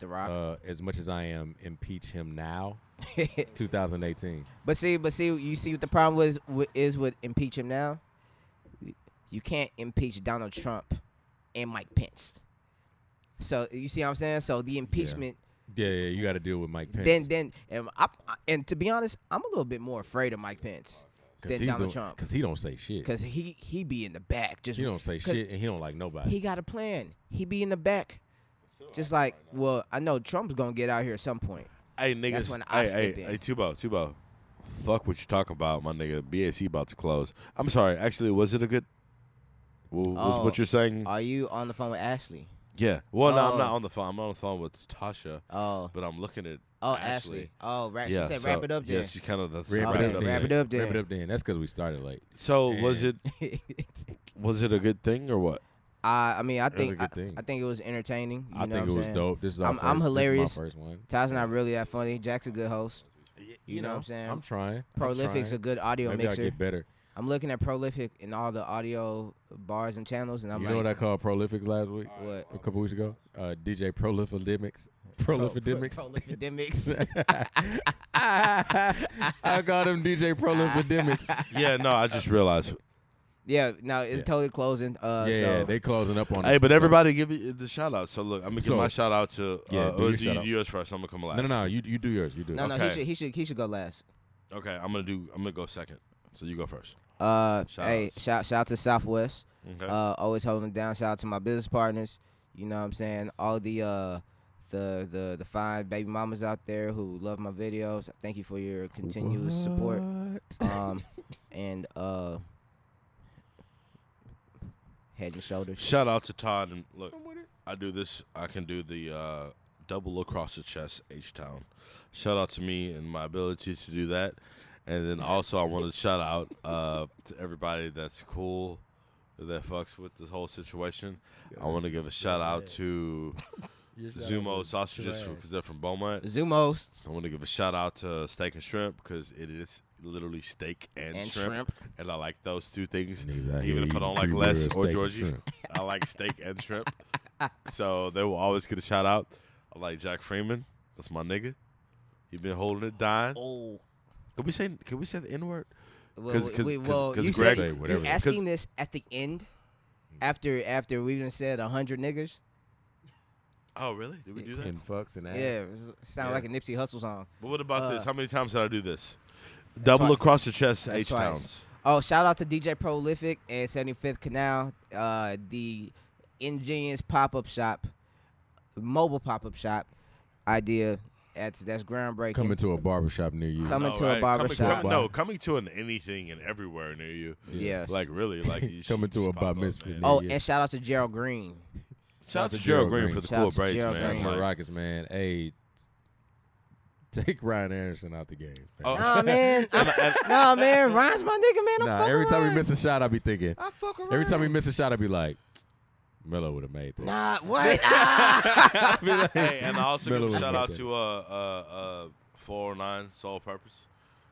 S2: The Rock.
S3: uh, as much as I am impeach him now
S1: Uh.
S3: 2018.
S2: but see, but see, you see what the problem was with, is with impeach him now. You can't impeach Donald Trump and Mike Pence. So you see what I'm saying? So the impeachment,
S3: Yeah, yeah, you got to deal with Mike Pence.
S2: then then and I, and to be honest, I'm a little bit more afraid of Mike Pence than
S3: he's
S2: Donald
S3: the-
S2: Trump
S3: Cause he don't say shit.
S2: because he he be in the back just
S3: he don't say
S2: 'cause
S3: shit, and he don't like nobody.
S2: He got a plan. He be in the back, just like well, I know Trump's gonna get out here at some point.
S1: Hey niggas,
S2: That's when I
S1: hey,
S2: step
S1: hey,
S2: in.
S1: hey, Tubo, Tubo, fuck what you talking about, my nigga. BAC about to close. I'm sorry. Actually, was it a good? w- Was
S2: Oh.
S1: what you're saying?
S2: Are you on the phone with Ashley?
S1: yeah. Well, no,
S2: Oh.
S1: I'm not on the phone. I'm on the phone with Tasha,
S2: Oh,
S1: but I'm looking at.
S2: oh, Ashley.
S1: Ashley.
S2: Oh, right.
S1: Yeah,
S2: she said
S1: so-
S2: wrap it up
S1: Yeah,
S2: then.
S1: she's kind of the
S3: Wrap
S2: Okay,
S3: then.
S2: wrap it up
S3: Wrap
S2: then.
S3: it up then. That's because we started late.
S1: So
S3: Yeah.
S1: was it was it a good thing or what?
S2: I, I mean, I
S3: was a
S2: think
S3: good
S2: I,
S3: thing.
S2: I think it was entertaining. You
S3: I
S2: know
S3: think it
S2: what I'm
S3: was
S2: saying?
S3: dope. This is our
S2: I'm-
S3: first,
S2: I'm
S3: this is
S2: hilarious.
S3: my first one.
S2: Ty's not really that funny. Jack's a good host. You, know, what I'm saying?
S3: I'm trying.
S2: Prolific's a
S3: I'm trying.
S2: good audio
S3: Maybe
S2: mixer.
S3: I get better.
S2: I'm looking at Prolific and all the audio bars and channels, and I'm
S3: you
S2: like,
S3: know what I called prolific last week?
S2: What?
S3: A couple weeks ago? Uh, DJ Prolifidemics. Prolifidemics.
S2: Prolifidemics.
S3: I called him DJ Prolifidemics.
S1: Yeah, no, I just realized.
S2: yeah, no, it's
S3: Yeah.
S2: totally closing. Uh,
S3: yeah,
S2: so
S3: they closing up on
S1: Hey,
S3: us.
S1: but everybody give me the shout out. So look, I'm gonna give
S3: So-
S1: my shout out to.
S3: Yeah,
S1: uh,
S3: do
S1: or
S3: your
S1: do
S3: shout
S1: you
S3: out.
S1: do yours first? I'm gonna come last.
S3: No, no, no. You, you do yours. You do it.
S2: no, no,
S1: Okay.
S2: he should, he should, he should go last.
S1: Okay, I'm gonna do. I'm gonna go second. So you go first.
S2: Uh,
S1: Shout
S2: hey,
S1: outs.
S2: shout shout out to Southwest.
S1: Okay.
S2: Uh, always holding it down. Shout out to my business partners. You know what I'm saying? All the uh, the the the fine baby mamas out there who love my videos. Thank you for your continuous support. Um, and uh, head and shoulders.
S1: Shout out to Todd and look, I do this. I can do the uh, double across the chest H Town. Shout out to me and my ability to do that, and then also I want to shout out uh, to everybody that's cool, that fucks with this whole situation. I want to give a shout out to Zumo sausages because they're from Beaumont.
S2: Zumos
S1: I want to give a shout out to Steak and Shrimp because it is literally steak and,
S2: and
S1: shrimp,
S2: shrimp.
S1: and I like those two things.
S3: Niggas out
S1: Even if
S3: here
S1: I
S3: eating
S1: don't like
S3: three
S1: Les
S3: birds,
S1: or
S3: steak and
S1: Georgie,
S3: shrimp.
S1: I like steak and shrimp. So they will always get a shout out. I like Jack Freeman. That's my nigga. He been holding it dying.
S2: Oh.
S1: Can we say can we say the N word?
S2: Well,
S1: 'Cause-
S2: we-
S1: 'cause-
S2: we-
S1: 'cause-
S2: well,
S1: 'cause
S2: you
S1: Greg-
S2: said
S3: Say whatever.
S2: you
S1: 'Cause-
S2: asking this at the end,
S1: Mm.
S2: after after we even said a hundred niggers.
S1: Oh really? Did we do that?
S3: And fucks and ass.
S2: Yeah, it was- sound
S1: Yeah.
S2: like a Nipsey Hussle song.
S1: But what about this?
S2: Uh,
S1: How many times did I do this? Double
S2: twice.
S1: across the chest,
S2: That's
S1: H
S2: twice.
S1: Towns.
S2: Oh, shout out to DJ Prolific and 75th Canal, uh, the ingenious pop up shop, mobile pop up shop idea. That's that's groundbreaking.
S3: Coming to a barbershop near you.
S2: Coming to a
S1: Coming-
S2: barbershop.
S1: coming- no, coming to an anything and everywhere near you.
S2: Yes.
S1: Like really, like you should
S3: Coming to
S1: just
S3: a
S1: pop
S3: bar
S1: up,
S3: mitzvah.
S1: man.
S2: oh,
S3: yeah.
S2: and shout out to Gerald Green.
S1: Shout out to Gerald Green for the
S2: Shout
S1: cool
S2: out to
S1: braids,
S2: Gerald
S1: man.
S3: Shout out to
S2: Green.
S3: the
S1: Like,
S3: Rockets, man. Hey, take Ryan Anderson out the game. man.
S1: Oh.
S2: Nah, man. I, nah, man. Ryan's my nigga, man. I'm
S3: nah, every time
S2: Ryan.
S3: we miss a shot, I be thinking.
S2: I fuck around.
S3: Every time we miss a shot, I be like, Melo would have made that.
S2: Nah, what? Ah!
S1: hey, and I also give
S3: Miller
S1: a
S3: was
S1: shout out
S3: good.
S1: to uh uh uh 409 Soul Purpose.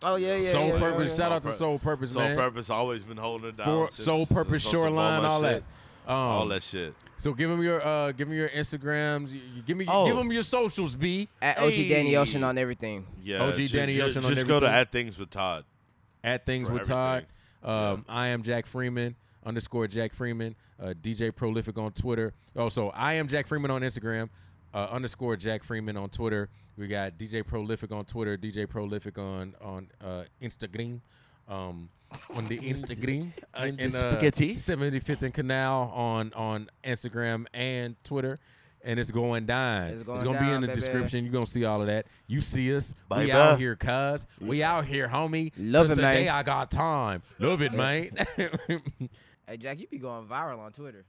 S2: Oh yeah, yeah.
S3: Soul
S2: yeah,
S3: Purpose.
S2: Yeah,
S3: Shout out
S1: Soul
S3: to Soul Purpose,
S1: Soul
S3: man.
S1: Purpose always been holding it down.
S3: For-
S1: since-
S3: Soul Purpose,
S1: since on some
S3: Shoreline,
S1: Beaumont
S3: all
S1: shit.
S3: that. Um,
S1: all that shit.
S3: So give him your uh, give him your Instagrams. You, you- give me
S1: Oh.
S3: give him your socials, B.
S2: yeah. At OG Danny
S1: Hey.
S2: Ocean on everything.
S1: Yeah.
S3: OG
S1: just,
S3: Danny
S1: just,
S3: Ocean on
S1: just go to
S3: everything.
S1: at things with Todd.
S3: At things
S1: For
S3: with Todd. Um, I am Jack Freeman underscore Jack Freeman. Uh, DJ Prolific on Twitter. Oh, so I am Jack Freeman on Instagram. Uh, underscore Jack Freeman on Twitter. We got DJ Prolific on Twitter. DJ Prolific on on uh, Instagram. Um, on the Instagram
S1: And the
S3: and, uh,
S1: spaghetti.
S3: 75th and Canal on on Instagram and Twitter, and it's going down.
S2: It's going
S3: gonna be in
S2: down,
S3: the
S2: baby.
S3: description. You're gonna see all of that. You see us.
S1: Baby.
S3: We out here, cuz. We out here, homie.
S2: Love
S3: Cause
S2: it, man.
S3: Today I got time. Love it, mate.
S2: Hey Jack, you be going viral on Twitter.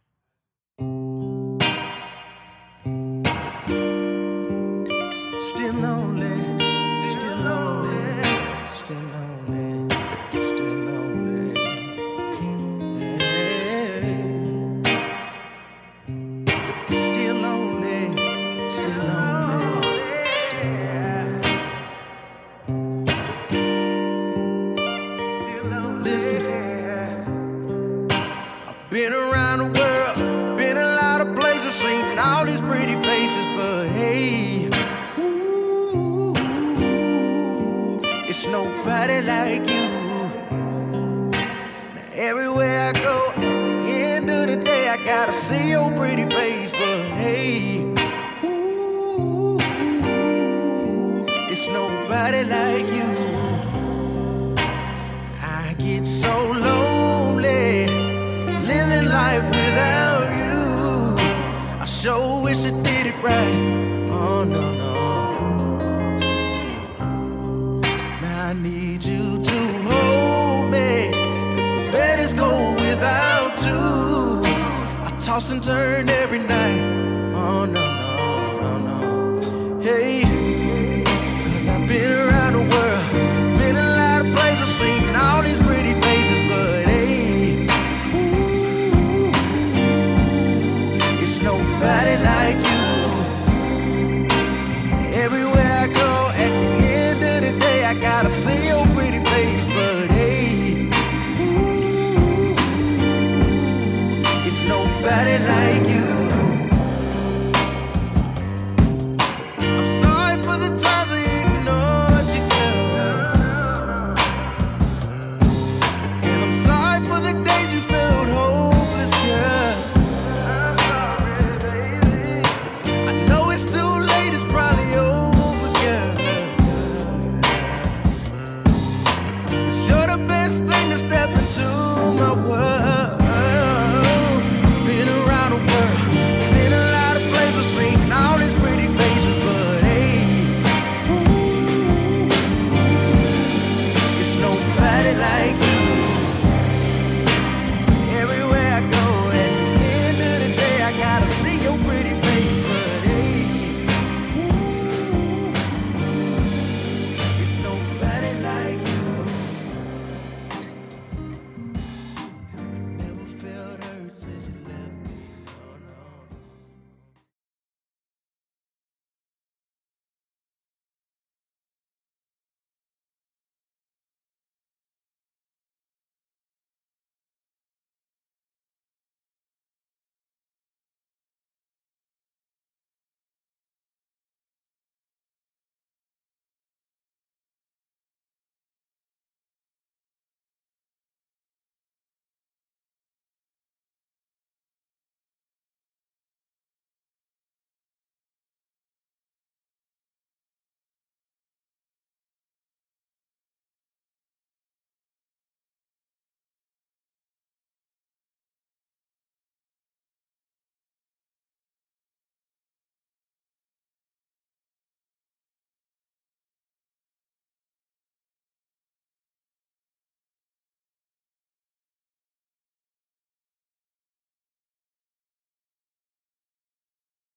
S4: Still lonely, still lonely, still lonely, still lonely. Yeah. Still lonely, still lonely, still lonely. Listen, I've been around the world, been a lot of places, seen all these pretty faces, but hey, ooh, it's nobody like you. Now, everywhere I go, at the end of the day, I gotta see your pretty face, but hey, ooh, it's nobody like you. I get so lonely living life without you. I sure wish I did it right. Oh no no. Now I need you to hold me. 'cause the bed is cold without you. I toss and turn every night. Oh, Oh,